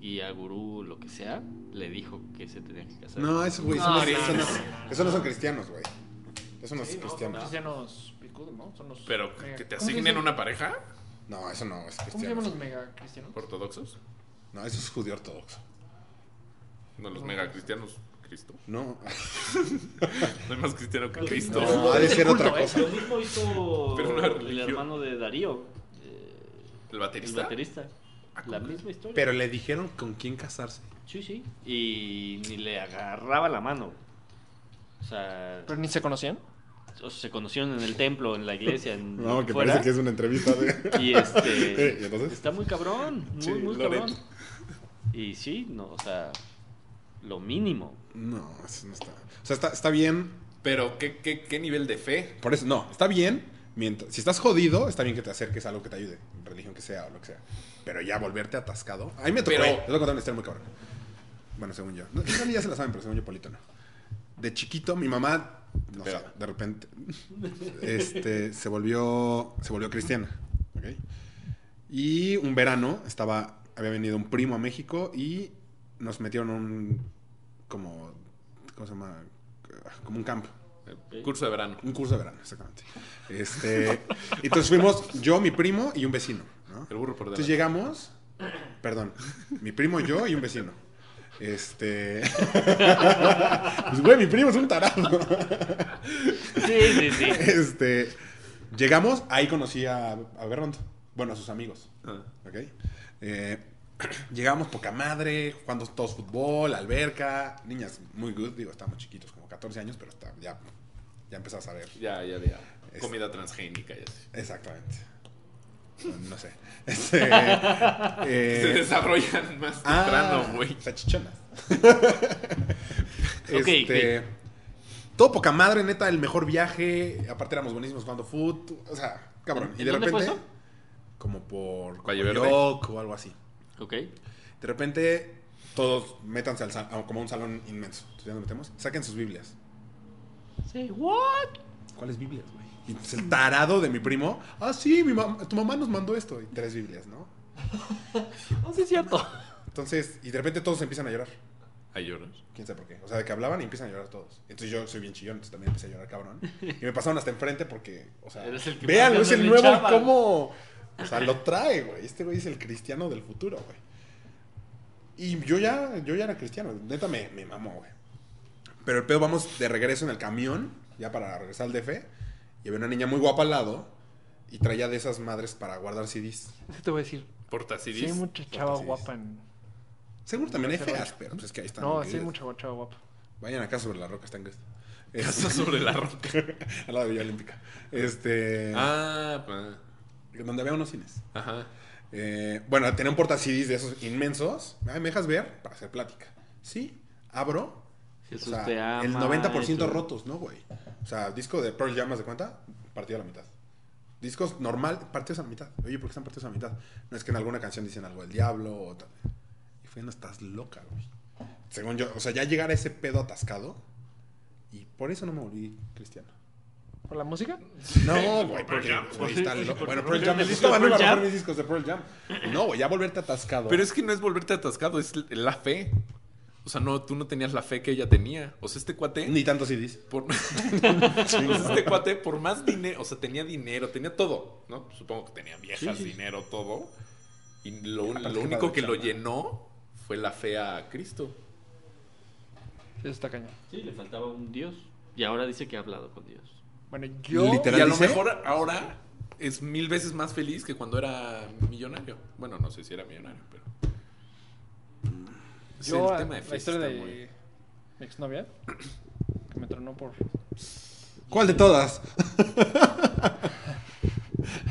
Speaker 2: guía, gurú, lo que sea, le dijo que se tenía que casar.
Speaker 4: No, eso, güey. Eso
Speaker 3: No,
Speaker 4: no,
Speaker 3: no,
Speaker 4: eso
Speaker 3: no,
Speaker 4: no-
Speaker 3: no, no.
Speaker 4: eso no son cristianos, güey. Eso no es
Speaker 3: Sí, no, son
Speaker 4: cristiano.
Speaker 3: cristianos picudos, ¿no? Son los
Speaker 5: Pero
Speaker 3: mega-
Speaker 5: que te
Speaker 3: ¿Cómo se
Speaker 5: asignen
Speaker 3: dice?
Speaker 5: una pareja
Speaker 4: No, eso no es
Speaker 3: ¿Cómo se llaman los
Speaker 4: cristiano.
Speaker 3: mega cristianos?
Speaker 5: ortodoxos,
Speaker 4: No, eso es judío ortodoxo.
Speaker 5: no los mega cristianos, Cristo.
Speaker 4: No.
Speaker 5: No hay más cristiano que Cristo.
Speaker 4: No, ha de
Speaker 3: Es el
Speaker 4: ser
Speaker 3: culto,
Speaker 4: otra
Speaker 3: ¿eh?
Speaker 4: cosa.
Speaker 2: Lo mismo hizo
Speaker 5: Pero una
Speaker 2: el
Speaker 5: religión.
Speaker 2: hermano de Darío, eh,
Speaker 5: El
Speaker 2: el
Speaker 5: baterista. Ah,
Speaker 2: baterista. La misma historia.
Speaker 4: Pero le dijeron con quién casarse.
Speaker 2: Sí, sí. Y ni le agarraba la mano. O sea,
Speaker 3: Pero ni se conocían.
Speaker 2: o sea, se conocieron en el templo, en la iglesia, en
Speaker 4: No,
Speaker 2: lo
Speaker 4: que
Speaker 2: fuera.
Speaker 4: parece que es una entrevista de.
Speaker 2: Y este.
Speaker 4: ¿Y entonces?
Speaker 2: Está muy cabrón. Muy,
Speaker 4: Sí,
Speaker 2: muy
Speaker 4: Loret.
Speaker 2: cabrón. Y sí, no, o sea. Lo mínimo.
Speaker 4: No, eso no está. O sea, está, está bien.
Speaker 5: Pero ¿qué, qué, qué nivel de fe?
Speaker 4: Por eso, no, está bien. Mientras, si estás jodido, está bien que te acerques a algo que te ayude, religión que sea o lo que sea. Pero ya volverte atascado. A mí me tocó.
Speaker 5: Pero-
Speaker 4: Pero... Les voy a contar una historia muy cabrón. Bueno, según yo. No, en realidad ya se la saben, pero según yo, Polito no. De chiquito, mi mamá, no sé,
Speaker 5: Pero-
Speaker 4: de repente, este, se volvió, se volvió cristiana. ¿ok? Y un verano estaba, había venido un primo a México y nos metieron a un, como, ¿cómo se llama? Como un campo.
Speaker 5: El curso de verano.
Speaker 4: Un curso de verano, exactamente. Este, entonces fuimos yo, mi primo y un vecino. ¿no?
Speaker 5: El burro por
Speaker 4: Entonces
Speaker 5: delante.
Speaker 4: llegamos, perdón, mi primo, yo y un vecino. Este. Pues, güey, mi primo es un tarado.
Speaker 2: Sí, sí, sí.
Speaker 4: Este. Llegamos, ahí conocí a, a Berrondo. Bueno, a sus amigos.
Speaker 5: Ah.
Speaker 4: ¿Ok? Eh, llegamos poca madre, jugando todos fútbol, alberca. Niñas muy good, digo, estábamos chiquitos, como 14 años, pero está- ya, ya empezás a ver.
Speaker 5: Ya, ya, ya.
Speaker 4: Es-
Speaker 5: Comida transgénica y así.
Speaker 4: Exactamente. No sé. Este, eh,
Speaker 5: Se desarrollan más
Speaker 4: ah,
Speaker 5: temprano, güey.
Speaker 4: Salchichonas.
Speaker 2: Ok,
Speaker 4: Este, Todo poca madre, neta, el mejor viaje. Aparte éramos buenísimos jugando foot. O sea, cabrón.
Speaker 2: ¿En
Speaker 4: Y de
Speaker 2: dónde
Speaker 4: repente.
Speaker 2: fue eso?
Speaker 4: Como por
Speaker 5: Valle Verde.
Speaker 4: Coyoc o algo así.
Speaker 2: Ok.
Speaker 4: De repente, todos métanse al sal- a- como a un salón inmenso. Entonces ya nos metemos. Saquen sus Biblias.
Speaker 2: Sí, what?
Speaker 4: ¿Cuáles Biblias, güey? Y pues el tarado de mi primo. Ah, sí, mi mam- tu mamá nos mandó esto. Y tres Biblias, ¿no?
Speaker 2: No, Oh, sí es cierto.
Speaker 4: Entonces, y de repente todos empiezan a llorar.
Speaker 5: Ahí lloras.
Speaker 4: Quién sabe por qué. O sea, de que hablaban y empiezan a llorar todos. Entonces yo soy bien chillón, entonces también empecé a llorar, cabrón. Y me pasaron hasta enfrente porque, o sea,
Speaker 2: Eres el que
Speaker 4: vean,
Speaker 2: más
Speaker 4: es el
Speaker 2: ganas le
Speaker 4: nuevo
Speaker 2: echaba.
Speaker 4: cómo. O sea, lo trae, güey. Este güey es el cristiano del futuro, güey. Y yo ya, yo ya era cristiano. Neta me, me mamó, güey. Pero el pedo, vamos de regreso en el camión, ya para regresar al DF. Y había una niña muy guapa al lado y traía de esas madres para guardar CDs.
Speaker 3: Es que te voy a decir.
Speaker 5: Porta
Speaker 3: Sí, hay
Speaker 5: CDs.
Speaker 3: mucha chava
Speaker 4: Portacilis.
Speaker 3: guapa en.
Speaker 4: Seguro también hay
Speaker 3: Pero-
Speaker 4: feas, pero pues es que ahí están.
Speaker 3: No,
Speaker 4: güey.
Speaker 3: sí hay mucha chava guapa.
Speaker 4: Vayan acá sobre la roca, están good.
Speaker 5: Casa sobre la roca.
Speaker 4: Este, Al lado de Villa Olímpica. Este.
Speaker 5: Ah, pa.
Speaker 4: Donde había unos cines.
Speaker 5: Ajá.
Speaker 4: Eh, bueno, tenía un portacidis de esos inmensos. Ay, ¿Me dejas ver? Para hacer plática. Sí, abro.
Speaker 2: Jesús te ama.
Speaker 4: El 90%
Speaker 2: eso.
Speaker 4: rotos, ¿no, güey? O sea, disco de Pearl Jam, ¿haz de cuenta? Partido a la mitad. Discos normal, partidos a la mitad. Oye, ¿por qué están partidos a la mitad? No es que en alguna canción dicen algo del diablo o tal. Y fue, no estás loca, güey. Según yo, o sea, ya llegar a ese pedo atascado. Y por eso no me volví cristiano.
Speaker 3: ¿Por la música?
Speaker 4: No,
Speaker 5: Por
Speaker 4: güey,
Speaker 5: Pearl
Speaker 4: porque
Speaker 5: Jam.
Speaker 4: güey, está
Speaker 2: Sí,
Speaker 4: lo-
Speaker 2: porque
Speaker 4: Bueno,
Speaker 2: Pearl
Speaker 4: Pearl
Speaker 2: Jam
Speaker 4: Jam.
Speaker 2: es
Speaker 4: Estaba en
Speaker 2: Pearl
Speaker 4: uno de los
Speaker 2: Jam.
Speaker 4: mejores discos de Pearl Jam. No, güey, ya volverte atascado.
Speaker 5: Pero es que no es volverte atascado, es la fe. O sea, no, tú no tenías la fe que ella tenía. O sea, este cuate.
Speaker 4: Ni tanto CDs.
Speaker 5: Por... O sea, este cuate, por más dinero, o sea, tenía dinero, tenía todo, ¿no? Supongo que tenía viejas,
Speaker 2: Sí, sí.
Speaker 5: dinero, todo. Y lo, un-
Speaker 4: Aparte
Speaker 5: lo
Speaker 4: que
Speaker 5: único
Speaker 4: padre
Speaker 5: que lo
Speaker 4: chamba.
Speaker 5: llenó fue la fe a Cristo.
Speaker 3: Sí, Eso está cañón.
Speaker 2: Sí, le faltaba un dios. Y ahora dice que ha hablado con Dios.
Speaker 3: Bueno, yo.
Speaker 4: Literal.
Speaker 5: Y a lo
Speaker 4: dice?
Speaker 5: mejor ahora es mil veces más feliz que cuando era millonario. Bueno, no sé si era millonario, pero. Sí,
Speaker 3: yo,
Speaker 5: el
Speaker 3: a-
Speaker 5: tema de fe
Speaker 3: la historia
Speaker 5: está
Speaker 3: de
Speaker 5: muy-
Speaker 3: mi exnovia. Que me tronó por.
Speaker 4: ¿Cuál de todas?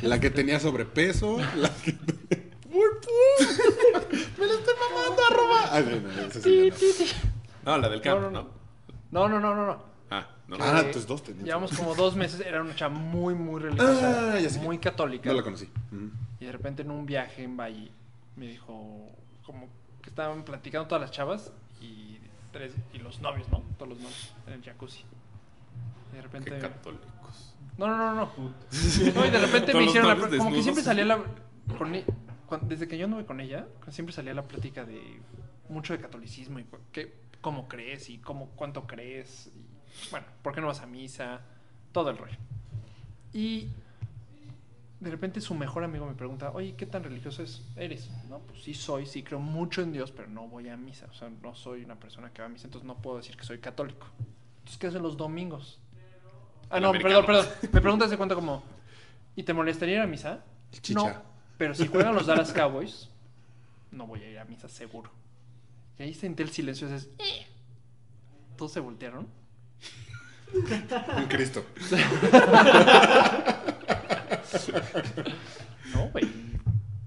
Speaker 4: la que tenía sobrepeso. La que. ¡Me la estoy mamando a robar! Ah, no, no, esa sí ya no.
Speaker 5: No, la del
Speaker 3: No,
Speaker 5: campo,
Speaker 3: no,
Speaker 5: ¿no?
Speaker 3: no. No, no, no, no, no.
Speaker 5: Ah, no.
Speaker 4: Ah,
Speaker 3: Eh,
Speaker 4: entonces dos tenías.
Speaker 3: Llevamos como dos meses, era una chava muy, muy religiosa,
Speaker 4: Ah, ya sé
Speaker 3: muy católica.
Speaker 4: No la conocí. Ujú.
Speaker 3: Y de repente en un viaje en Valle me dijo, como que estaban platicando todas las chavas y tres y los novios, ¿no? Todos los novios en el jacuzzi. Y de repente...
Speaker 5: Qué católicos.
Speaker 3: No, no, no, no. No, y de repente
Speaker 5: Todos
Speaker 3: me hicieron la
Speaker 5: los
Speaker 3: pl-
Speaker 5: novios
Speaker 3: Como que siempre
Speaker 5: desnudos.
Speaker 3: salía la. con e- cuan- desde que yo anduve con ella, siempre salía la plática de mucho de catolicismo y cu- qué, cómo crees y cómo, cuánto crees. y, bueno, ¿por qué no vas a misa? Todo el rollo. Y de repente su mejor amigo me pregunta, oye, ¿qué tan religioso es- eres? No, pues sí soy, sí creo mucho en Dios, pero no voy a misa. O sea, no soy una persona que va a misa, entonces no puedo decir que soy católico. Entonces, ¿qué hacen los domingos? Ah,
Speaker 5: El
Speaker 3: no,
Speaker 5: americano.
Speaker 3: perdón, perdón. Me preguntas de cuánto como, ¿y te molestaría ir a misa?
Speaker 4: El chicha.
Speaker 3: No, pero si juegan los Dallas Cowboys, no voy a ir a misa seguro. Y ahí senté el silencio, es todos se voltearon.
Speaker 4: Un Cristo.
Speaker 3: No, güey.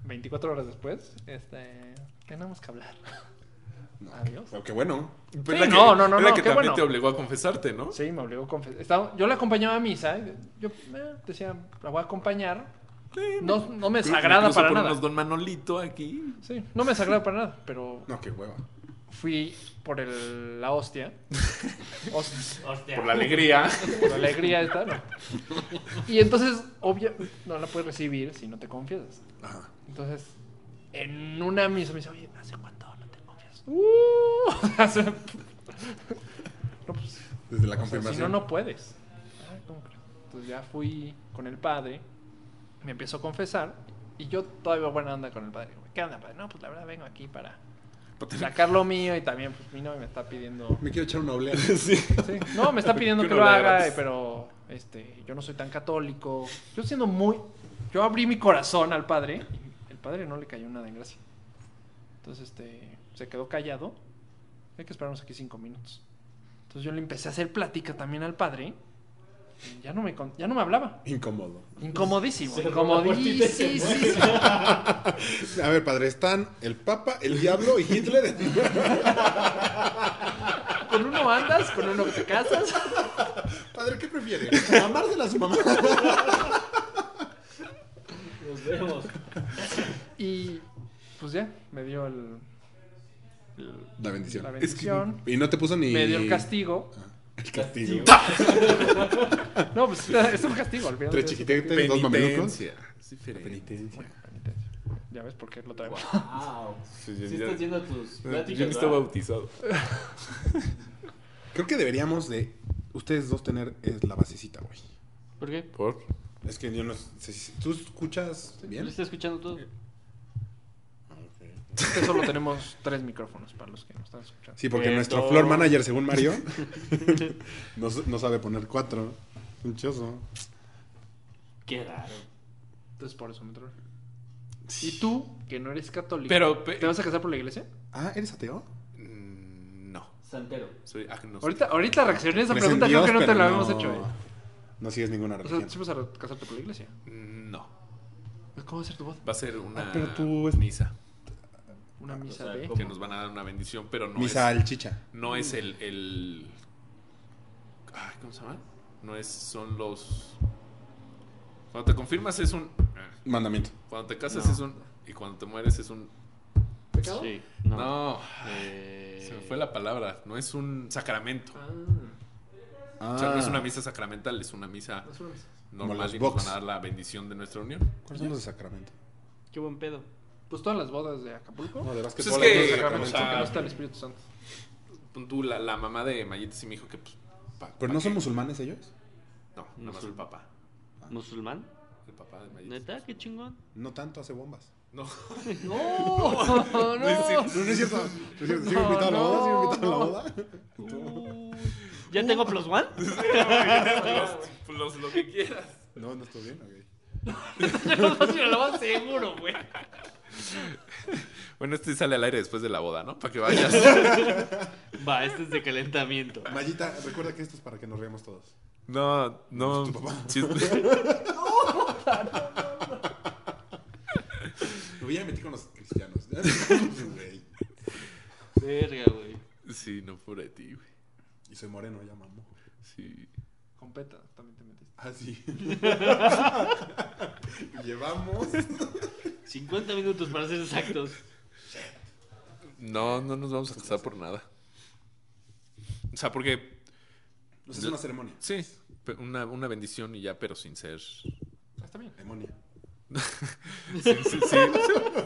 Speaker 3: 24 horas después, este, tenemos que hablar. Adiós.
Speaker 4: Pero Oh, qué bueno.
Speaker 5: Pero
Speaker 3: Sí, no, no, no,
Speaker 5: Es la
Speaker 3: no,
Speaker 5: que
Speaker 3: qué
Speaker 5: también
Speaker 3: bueno.
Speaker 5: te obligó a confesarte, ¿no?
Speaker 3: Sí, me obligó a confesar. Estaba- yo la acompañaba a misa. y Yo eh, decía, la voy a acompañar. No, no me desagrada
Speaker 5: Incluso
Speaker 3: para
Speaker 5: por
Speaker 3: nada.
Speaker 5: unos Don Manolito aquí.
Speaker 3: Sí, no me desagrada para nada, pero
Speaker 4: No, qué hueva.
Speaker 3: fui por el, la hostia. Hostia.
Speaker 2: Hostia.
Speaker 5: Por la alegría.
Speaker 3: Por la alegría esta, ¿no? Y entonces, obvio, no la puedes recibir si no te confiesas.
Speaker 4: Ajá.
Speaker 3: Entonces, en una misa me dice, oye, ¿hace cuánto no te confiesas? ¡Uh! Hace- no, pues,
Speaker 4: Desde la
Speaker 3: O sea,
Speaker 4: confirmación.
Speaker 3: si no, no puedes. Ah, ¿cómo crees? Entonces ya fui con el padre, me empiezo a confesar y yo todavía buena onda con el padre. Digo, ¿Qué onda, padre? No, pues la verdad vengo aquí para sacar lo mío y también pues mi novia me está pidiendo...
Speaker 4: Me quiero echar una oblea.
Speaker 3: Sí, No, me está pidiendo
Speaker 5: Que
Speaker 3: que
Speaker 5: uno
Speaker 3: lo
Speaker 5: le
Speaker 3: haga,
Speaker 5: hagas.
Speaker 3: eh, pero este, yo no soy tan católico. Yo siendo muy... Yo abrí mi corazón al padre y el padre no le cayó nada en gracia. Entonces este, se quedó callado. Hay que esperarnos aquí cinco minutos. Entonces yo le empecé a hacer plática también al padre. y ya no me, con- ya no me hablaba.
Speaker 4: Incómodo.
Speaker 3: Incomodísimo.
Speaker 2: Cerró la puertita y se
Speaker 3: Incomodísimo.
Speaker 4: A ver, padre, están el Papa, el Diablo y Hitler.
Speaker 3: Con uno andas, con uno te casas.
Speaker 4: padre, ¿qué prefiere? ¿Amársela a su mamá?
Speaker 2: Nos vemos.
Speaker 3: Y pues ya, me dio el,
Speaker 4: La bendición.
Speaker 3: la
Speaker 5: Es que-
Speaker 3: bendición.
Speaker 4: Y no te puso ni.
Speaker 3: Me dio el castigo.
Speaker 4: El castigo.
Speaker 3: No, pues es un castigo al final.
Speaker 4: Tres
Speaker 3: Es un
Speaker 4: chiquitetes, dos mamelucos.
Speaker 5: Penitencia. Es diferente.
Speaker 4: Penitencia.
Speaker 3: penitencia. Ya ves por qué lo traemos.
Speaker 2: Wow.
Speaker 5: Sí,
Speaker 2: Si
Speaker 5: ya-
Speaker 2: estás
Speaker 5: ya-
Speaker 2: viendo tus
Speaker 5: Yo que
Speaker 2: pláticas.
Speaker 5: está
Speaker 2: ¿verdad?
Speaker 5: bautizado.
Speaker 4: Creo que deberíamos de. Ustedes dos tener es la basecita, güey.
Speaker 2: ¿Por qué?
Speaker 5: ¿Por?
Speaker 4: Es que yo no sé si. ¿Tú escuchas
Speaker 2: ¿Lo
Speaker 4: bien?
Speaker 2: está escuchando todo?
Speaker 3: Es que solo tenemos tres micrófonos para los que nos están escuchando.
Speaker 4: Sí, porque
Speaker 5: Eh,
Speaker 2: Bien,
Speaker 4: nuestro
Speaker 2: todo.
Speaker 4: floor manager, según Mario, no, s- no sabe poner cuatro. Un choso.
Speaker 2: Qué raro.
Speaker 3: Entonces por eso me trae. Y tú, que no eres católico,
Speaker 5: Pero, pe-
Speaker 3: ¿te vas a casar por la iglesia?
Speaker 4: Ah, ¿eres ateo?
Speaker 5: Mm, No.
Speaker 2: Santero.
Speaker 5: Soy agnóstico.
Speaker 3: Ahorita, ahorita reaccioné a esa
Speaker 4: Crees
Speaker 3: pregunta,
Speaker 4: en
Speaker 3: creo
Speaker 4: Dios,
Speaker 3: que no te
Speaker 4: pero
Speaker 3: la habíamos hecho. eh.
Speaker 4: No sigues ninguna
Speaker 3: O sea,
Speaker 4: religión.
Speaker 3: sí vas a casarte por la iglesia.
Speaker 5: Mm, No.
Speaker 3: ¿Cómo va a ser tu voz?
Speaker 5: Va a ser una
Speaker 4: Ah, pero tú es-
Speaker 5: misa
Speaker 3: Una misa
Speaker 2: o sea,
Speaker 3: de...
Speaker 2: ¿cómo?
Speaker 5: que nos van a dar una bendición, pero no
Speaker 4: Misa
Speaker 5: es
Speaker 4: al chicha.
Speaker 5: no es el, el ay, ¿cómo se llama? No es son los cuando te confirmas es un
Speaker 4: Mandamiento.
Speaker 5: cuando te casas
Speaker 2: No.
Speaker 5: es un y cuando te mueres es un
Speaker 3: ¿Pecado?
Speaker 2: Sí.
Speaker 5: no,
Speaker 2: No. Eh,
Speaker 5: se me fue la palabra, no es un sacramento.
Speaker 3: Ah,
Speaker 4: Ah,
Speaker 5: O sea, no es una misa sacramental, es una misa
Speaker 3: es una misa.
Speaker 5: normal
Speaker 4: los
Speaker 5: y nos
Speaker 4: box.
Speaker 5: van a dar la bendición de nuestra unión.
Speaker 4: ¿Cuáles son los de Sacramento?
Speaker 2: Qué buen pedo.
Speaker 3: Pues todas las bodas de Acapulco.
Speaker 4: No, de
Speaker 5: Pues
Speaker 4: básquetbol.
Speaker 5: es
Speaker 4: hay
Speaker 5: que,
Speaker 4: dos de
Speaker 5: o
Speaker 4: Sacramento.
Speaker 5: sea,
Speaker 3: no está el Espíritu Santo.
Speaker 5: pon tú, la, la mamá de Mayete sí me dijo que pues pa-
Speaker 4: ¿Pero
Speaker 5: pa'
Speaker 4: no son
Speaker 5: qué.
Speaker 4: musulmanes ellos?
Speaker 5: No, nada más el papá.
Speaker 2: ¿Musulmán?
Speaker 5: El papá de Mayete.
Speaker 2: ¿Neta? ¿Qué chingón?
Speaker 4: No tanto, hace bombas.
Speaker 5: No.
Speaker 3: No, no,
Speaker 5: No es cierto.
Speaker 4: No, no es cierto. No es cierto. ¿Sí me
Speaker 3: No,
Speaker 4: invitaron a la boda? ¿Sí me
Speaker 3: no,
Speaker 4: invitaron a
Speaker 3: no.
Speaker 4: la boda?
Speaker 2: Uh, ¿Ya tengo plus one?
Speaker 5: los, los- Pues, lo que quieras.
Speaker 4: No, no estuvo bien. ok.
Speaker 3: lo vas seguro, güey.
Speaker 5: Bueno, este sale al aire después de la boda, ¿no? Para que vayas.
Speaker 2: Va, este es de calentamiento.
Speaker 4: Mayita, recuerda que esto es para que nos riamos todos.
Speaker 5: No, no. Sí,
Speaker 4: Me voy a meter con los cristianos. Güey.
Speaker 2: Verga, güey.
Speaker 5: sí, no por ti, güey.
Speaker 4: y soy moreno, ya mamó.
Speaker 5: Sí.
Speaker 3: Con PETA también te metiste.
Speaker 4: Así. Llevamos.
Speaker 2: 50 minutos para ser exactos.
Speaker 5: No, no nos vamos a casar por nada. O sea, porque
Speaker 4: Pues es una ceremonia.
Speaker 5: sí, pe- una, una bendición y ya, pero sin ser. sin-
Speaker 3: Ah, Está bien.
Speaker 4: Demonia.
Speaker 5: sin- sin- sin-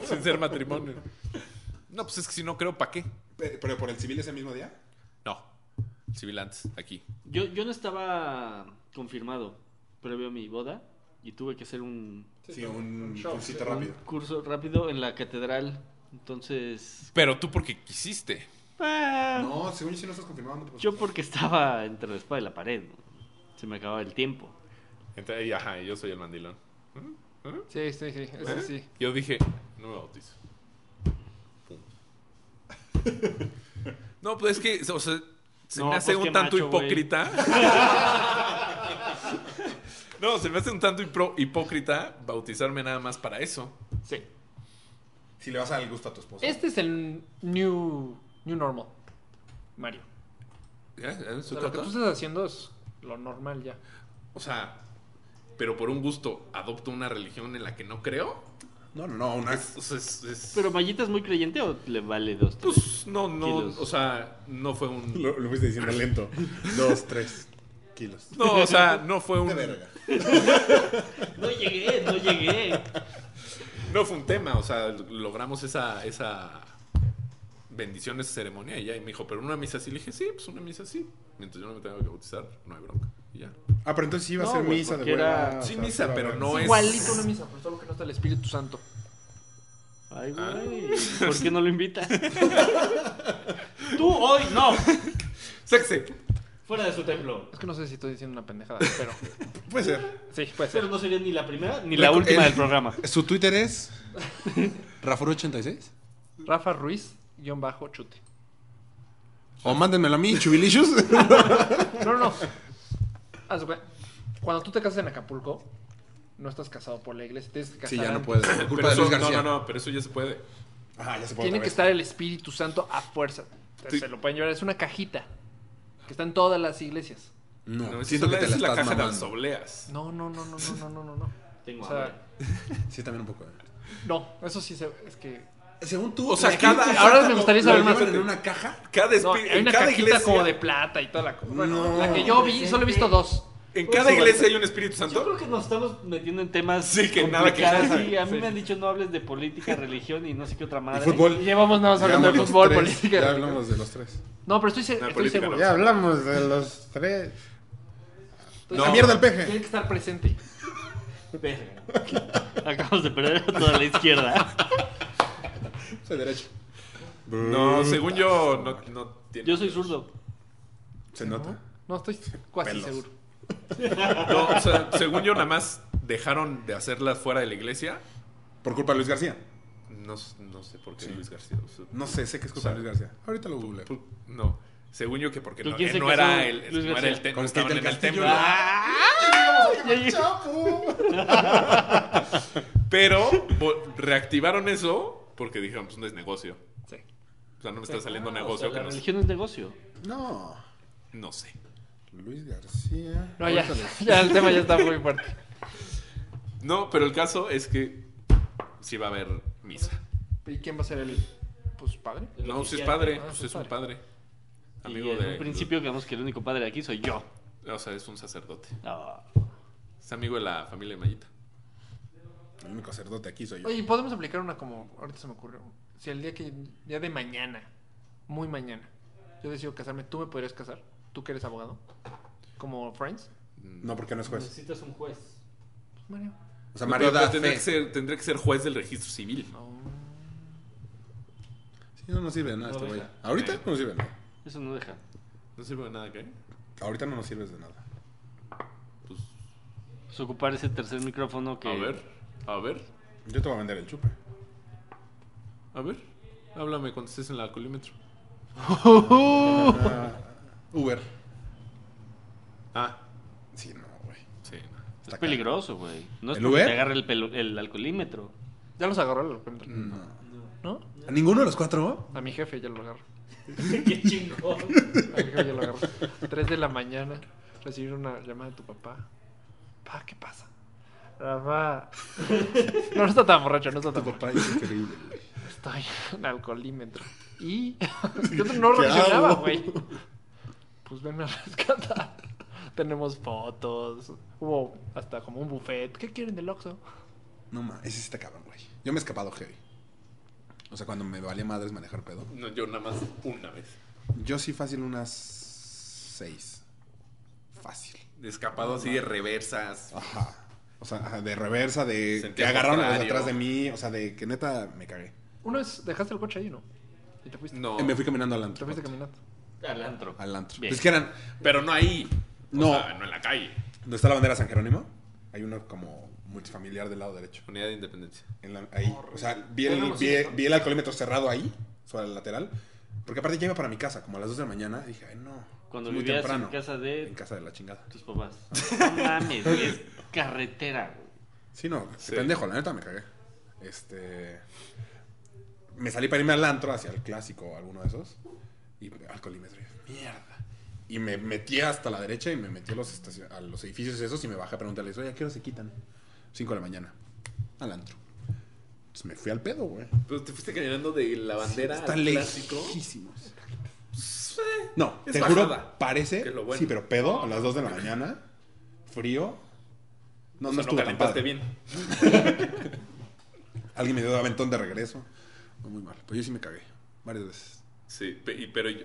Speaker 5: sin ser matrimonio. No, pues es que si no creo, ¿para qué?
Speaker 4: Pe- Pero por el civil ese mismo día.
Speaker 5: No. Civil antes, aquí.
Speaker 2: Yo, yo no estaba confirmado previo a mi boda y tuve que hacer un,
Speaker 4: Sí, un
Speaker 3: show,
Speaker 4: cursito
Speaker 3: sí.
Speaker 2: un
Speaker 4: rápido.
Speaker 2: curso rápido en la catedral. Entonces,
Speaker 5: Pero tú porque quisiste.
Speaker 2: ah,
Speaker 4: No, según yo, si no estás pues, confirmado, no te
Speaker 2: yo porque estaba entre la espada y la pared, ¿no? se me acababa el tiempo.
Speaker 5: Entonces, y ajá, yo soy el mandilón. ¿Mm? ¿Mm?
Speaker 3: Sí, sí, sí. Ese
Speaker 5: ¿Eh?
Speaker 3: sí.
Speaker 5: Yo dije, no me bautizo. Pum. No, pues es que, o sea, se
Speaker 2: No,
Speaker 5: me hace
Speaker 2: pues qué
Speaker 5: un tanto
Speaker 2: macho, güey.
Speaker 5: hipócrita. no, se me hace un tanto hipro- hipócrita bautizarme nada más para eso.
Speaker 2: Sí.
Speaker 4: Si le vas a dar el gusto a tu esposa.
Speaker 3: Este es el new, new normal. Mario.
Speaker 5: ¿Ya? ¿Ya?
Speaker 3: O sea,
Speaker 5: ¿Soy
Speaker 3: lo que
Speaker 5: caca?
Speaker 3: tú estás haciendo es lo normal ya.
Speaker 5: pues, O sea, pero por un gusto adopto una religión en la que no creo.
Speaker 4: No, no, no, una.
Speaker 5: O sea, es- es-
Speaker 2: ¿Pero Mayita es muy creyente o le vale dos? tres?
Speaker 5: pues no, no,
Speaker 2: Kilos.
Speaker 5: o sea, no fue un...
Speaker 4: Lo, lo fuiste diciendo lento. Dos, tres kilos.
Speaker 5: No, o sea, no fue un...
Speaker 4: De verga.
Speaker 2: No llegué, no llegué.
Speaker 5: No fue un tema, o sea, logramos esa, esa bendición, esa ceremonia y ya. Y me dijo, pero una misa sí. Le dije, sí, pues una misa sí. Mientras yo no me tenga que bautizar, no hay bronca. Y ya.
Speaker 4: Ah, pero entonces sí iba a
Speaker 2: No,
Speaker 4: ser
Speaker 2: güey,
Speaker 4: misa de
Speaker 2: porque era-
Speaker 4: hueva, o
Speaker 5: Sí,
Speaker 4: sea,
Speaker 5: misa,
Speaker 4: iba a
Speaker 5: pero
Speaker 4: haber-
Speaker 5: no es-
Speaker 3: Igualito una misa, pero solo que no está el Espíritu Santo.
Speaker 2: Ay,
Speaker 5: Ah.
Speaker 2: güey. ¿Por qué no lo invitas? Tú hoy no.
Speaker 5: Sexy.
Speaker 2: Fuera de su templo.
Speaker 3: Es que no sé si estoy diciendo una pendejada, pero
Speaker 4: Puede ser.
Speaker 3: sí, puede
Speaker 2: Pero
Speaker 3: ser.
Speaker 2: no sería ni la primera ni la última
Speaker 4: el-
Speaker 2: del programa.
Speaker 4: Su Twitter es. Rafur86.
Speaker 3: Rafa Ruiz, guión bajo, chute.
Speaker 4: O mándenmelo a mí, Chubilicious.
Speaker 3: No, no, no. Haz de cuenta, Cuando tú te casas en Acapulco, no estás casado por la iglesia, tienes que casar.
Speaker 4: sí, ya no
Speaker 3: antes.
Speaker 4: puedes. Por culpa de Luis García.
Speaker 5: No, no, no, pero eso ya se puede.
Speaker 4: Ajá, ya se puede.
Speaker 3: Tiene que
Speaker 4: otra
Speaker 3: estar el Espíritu Santo a fuerza.
Speaker 5: Sí.
Speaker 3: Se lo pueden llevar. Es una cajita que está en todas las iglesias.
Speaker 4: vez. No,
Speaker 5: No,
Speaker 4: siento que te la
Speaker 5: esa es la
Speaker 4: estás
Speaker 5: caja de las
Speaker 4: mamando.
Speaker 5: obleas.
Speaker 3: No, no, no, no, no, no, no, no, no.
Speaker 2: Tengo
Speaker 3: O sea,
Speaker 2: hambre.
Speaker 4: Sí, también un poco. eh.
Speaker 3: No, eso sí se, es que.
Speaker 4: Según tú.
Speaker 5: O sea,
Speaker 4: la
Speaker 5: cada-
Speaker 4: gente-
Speaker 3: ahora me gustaría
Speaker 4: ¿la
Speaker 3: saber más.
Speaker 4: llevan en una caja?
Speaker 5: Cada,
Speaker 3: No,
Speaker 5: espi-
Speaker 3: hay
Speaker 5: en
Speaker 3: una
Speaker 5: cada
Speaker 3: cajita
Speaker 5: iglesia,
Speaker 3: como de plata y toda la cosa. Bueno,
Speaker 4: No.
Speaker 3: la que yo vi, solo he visto dos.
Speaker 5: en cada iglesia hay un Espíritu
Speaker 2: Yo creo
Speaker 5: Santo.
Speaker 2: que nos estamos metiendo en temas
Speaker 5: Sí, que nada que
Speaker 2: complicados,
Speaker 5: ver.
Speaker 2: sí. a mí
Speaker 5: Sí.
Speaker 2: me han dicho no hables de política, religión y no sé qué otra madre.
Speaker 3: Y llevamos nada más hablando de
Speaker 4: Hablamos los
Speaker 3: fútbol,
Speaker 4: tres,
Speaker 3: política.
Speaker 4: Ya hablamos de los tres.
Speaker 3: No, pero estoy, se-
Speaker 5: No,
Speaker 3: estoy
Speaker 5: política
Speaker 3: seguro.
Speaker 5: no. Ya
Speaker 4: hablamos de los tres.
Speaker 3: Estoy
Speaker 5: No.
Speaker 3: seguro.
Speaker 4: mierda el peje!
Speaker 3: Tiene que estar presente.
Speaker 2: Verga. Acabamos de perder a toda la izquierda.
Speaker 4: Soy derecho.
Speaker 5: No, según yo, no, no tiene.
Speaker 2: Yo soy zurdo.
Speaker 4: Se nota.
Speaker 3: No, estoy casi
Speaker 4: Pelos.
Speaker 3: seguro.
Speaker 5: No, o sea, según yo, nada más dejaron de hacerlas fuera de la iglesia.
Speaker 4: Por culpa de Luis García.
Speaker 5: No, no sé por qué
Speaker 4: Sí.
Speaker 5: Luis García. o sea,
Speaker 4: No sé, sé que es culpa de Luis García. Ahorita lo googleo.
Speaker 5: Pu- No. Según yo que porque
Speaker 2: ¿Con
Speaker 5: no,
Speaker 2: quién
Speaker 5: eh,
Speaker 2: se
Speaker 5: no
Speaker 2: casó
Speaker 5: era el,
Speaker 2: Luis
Speaker 5: no era
Speaker 2: García?
Speaker 5: el
Speaker 2: ¡Ah!
Speaker 5: templo.
Speaker 4: Con Kate del Castillo.
Speaker 5: Pero vo- reactivaron eso porque dijeron, pues no es negocio.
Speaker 3: Sí.
Speaker 5: O sea, no me está saliendo
Speaker 2: Ah,
Speaker 5: negocio.
Speaker 2: o sea,
Speaker 5: que
Speaker 2: la
Speaker 5: no,
Speaker 2: religión es negocio.
Speaker 4: No.
Speaker 5: no sé.
Speaker 4: Luis García.
Speaker 3: No, ya,
Speaker 4: Ahorita les-
Speaker 3: ya el tema ya está muy fuerte.
Speaker 5: No, pero el caso es que sí va a haber misa.
Speaker 3: ¿Y quién va a ser el pues, padre?
Speaker 5: No, pues es padre.
Speaker 3: Ah,
Speaker 5: Pues
Speaker 3: su
Speaker 5: es un padre.
Speaker 2: Amigo
Speaker 5: Amigo
Speaker 2: en
Speaker 5: de.
Speaker 2: un principio quedamos que el único padre aquí soy yo.
Speaker 5: O sea, es un sacerdote.
Speaker 2: Ah.
Speaker 5: Es amigo de la familia de Mayita.
Speaker 4: El único sacerdote aquí soy yo.
Speaker 3: Oye, podemos aplicar una como ahorita se me ocurrió. Si el día que día de mañana, muy mañana, yo decido casarme, ¿tú me podrías casar? ¿Tú que eres abogado? ¿Como Friends?
Speaker 4: No, porque no es juez.
Speaker 2: Necesitas un juez.
Speaker 3: Pues Mario.
Speaker 4: O sea, Mario
Speaker 5: Pero
Speaker 4: da
Speaker 5: tendría,
Speaker 4: fe.
Speaker 5: que ser, tendría que ser juez del registro civil.
Speaker 3: Oh.
Speaker 4: Sí, no nos sirve de nada
Speaker 2: No,
Speaker 4: este güey.
Speaker 2: deja.
Speaker 4: Ahorita no nos sirve de nada.
Speaker 2: Eso no deja.
Speaker 5: No sirve de nada, ¿qué?
Speaker 4: Ahorita no nos sirves de nada.
Speaker 5: Pues,
Speaker 2: Pues ocupar ese tercer micrófono que.
Speaker 5: a ver, a ver,
Speaker 4: Yo te voy a vender el chupe.
Speaker 5: a ver. Háblame cuando estés en el alcoholímetro.
Speaker 4: Uber.
Speaker 5: Ah,
Speaker 4: Sí, no, güey.
Speaker 5: sí. no.
Speaker 2: Es peligroso, güey. No es
Speaker 4: ¿El
Speaker 2: porque
Speaker 4: Uber?
Speaker 2: te agarre el, pelo- el alcoholímetro.
Speaker 3: Ya los agarró el alcoholímetro,
Speaker 4: No.
Speaker 3: ¿no?
Speaker 4: ¿A ninguno de los cuatro?
Speaker 3: A mi jefe ya lo agarró.
Speaker 2: Qué chingón.
Speaker 3: A mi jefe ya lo agarró. Tres de la mañana. recibir una llamada de tu papá. Pa, ¿qué pasa? Rafa. No, no está tan borracho, no está tan
Speaker 4: Tu
Speaker 3: borracho.
Speaker 4: papá es increíble, güey.
Speaker 3: Estoy en alcoholímetro. Y yo no
Speaker 4: ¿Qué
Speaker 3: reaccionaba,
Speaker 4: hago?
Speaker 3: güey. Pues venme a rescatar. Tenemos fotos. Hubo hasta como un buffet. ¿Qué quieren del Oxxo?
Speaker 4: No mames, ese sí está cabrón, güey. Yo me he escapado heavy. O sea, cuando me valía madres manejar pedo.
Speaker 5: No, yo nada más una vez.
Speaker 4: Yo sí fácil unas seis. Fácil.
Speaker 5: Escapado así de reversas.
Speaker 4: Ajá. O sea, ajá, de reversa, de que
Speaker 5: Sentido
Speaker 4: agarraron a los de
Speaker 5: contrario.
Speaker 4: atrás de mí. O sea, de que neta me cagué.
Speaker 3: Una vez dejaste el coche ahí, ¿no? Y te fuiste.
Speaker 5: No.
Speaker 4: Eh, me fui caminando al
Speaker 3: Te
Speaker 4: antro.
Speaker 3: fuiste caminando.
Speaker 2: Al antro.
Speaker 4: Al antro.
Speaker 2: Bien.
Speaker 4: Es que eran.
Speaker 5: Pero no ahí. O
Speaker 4: No.
Speaker 5: sea, no en la calle.
Speaker 4: ¿Dónde está la bandera San Jerónimo? Hay uno como multifamiliar del lado derecho.
Speaker 5: Unidad de independencia.
Speaker 4: En la- ahí. O sea, vi el, vi, vi el alcoholímetro cerrado ahí, sobre el lateral. Porque aparte ya iba para mi casa, como a las 2 de la mañana. y Dije, ay, no.
Speaker 2: Cuando
Speaker 4: es muy
Speaker 2: vivías
Speaker 4: temprano.
Speaker 2: en casa de
Speaker 4: En casa de la chingada.
Speaker 2: tus papás. No mames, güey, es carretera, güey.
Speaker 4: Sí, no, qué
Speaker 5: Sí.
Speaker 4: pendejo, la neta me cagué. Este. Me salí para irme al antro, hacia el clásico o alguno de esos. Y alcoholímetro. y yo, Mierda. Y me metí hasta la derecha y me metí a los, estacion- a los edificios esos y me bajé a preguntarles, oye, ¿a qué hora se quitan? 5 de la mañana. Al antro. Entonces me fui al pedo, güey.
Speaker 5: Pero te fuiste caminando de la bandera
Speaker 4: Está
Speaker 5: al clásico.
Speaker 4: lejísimos. No,
Speaker 5: Es
Speaker 4: te juro,
Speaker 5: bajada.
Speaker 4: parece.
Speaker 5: Que es lo bueno.
Speaker 4: Sí, pero pedo a las 2 de la mañana. Frío. No,
Speaker 5: O
Speaker 4: no
Speaker 5: sea,
Speaker 4: estuvo
Speaker 5: no
Speaker 4: tan
Speaker 5: calentaste
Speaker 4: padre.
Speaker 5: bien.
Speaker 4: Alguien me dio aventón de regreso. Fue muy mal. Pues yo sí me cagué. Varias veces.
Speaker 5: Sí, pe- y- pero yo,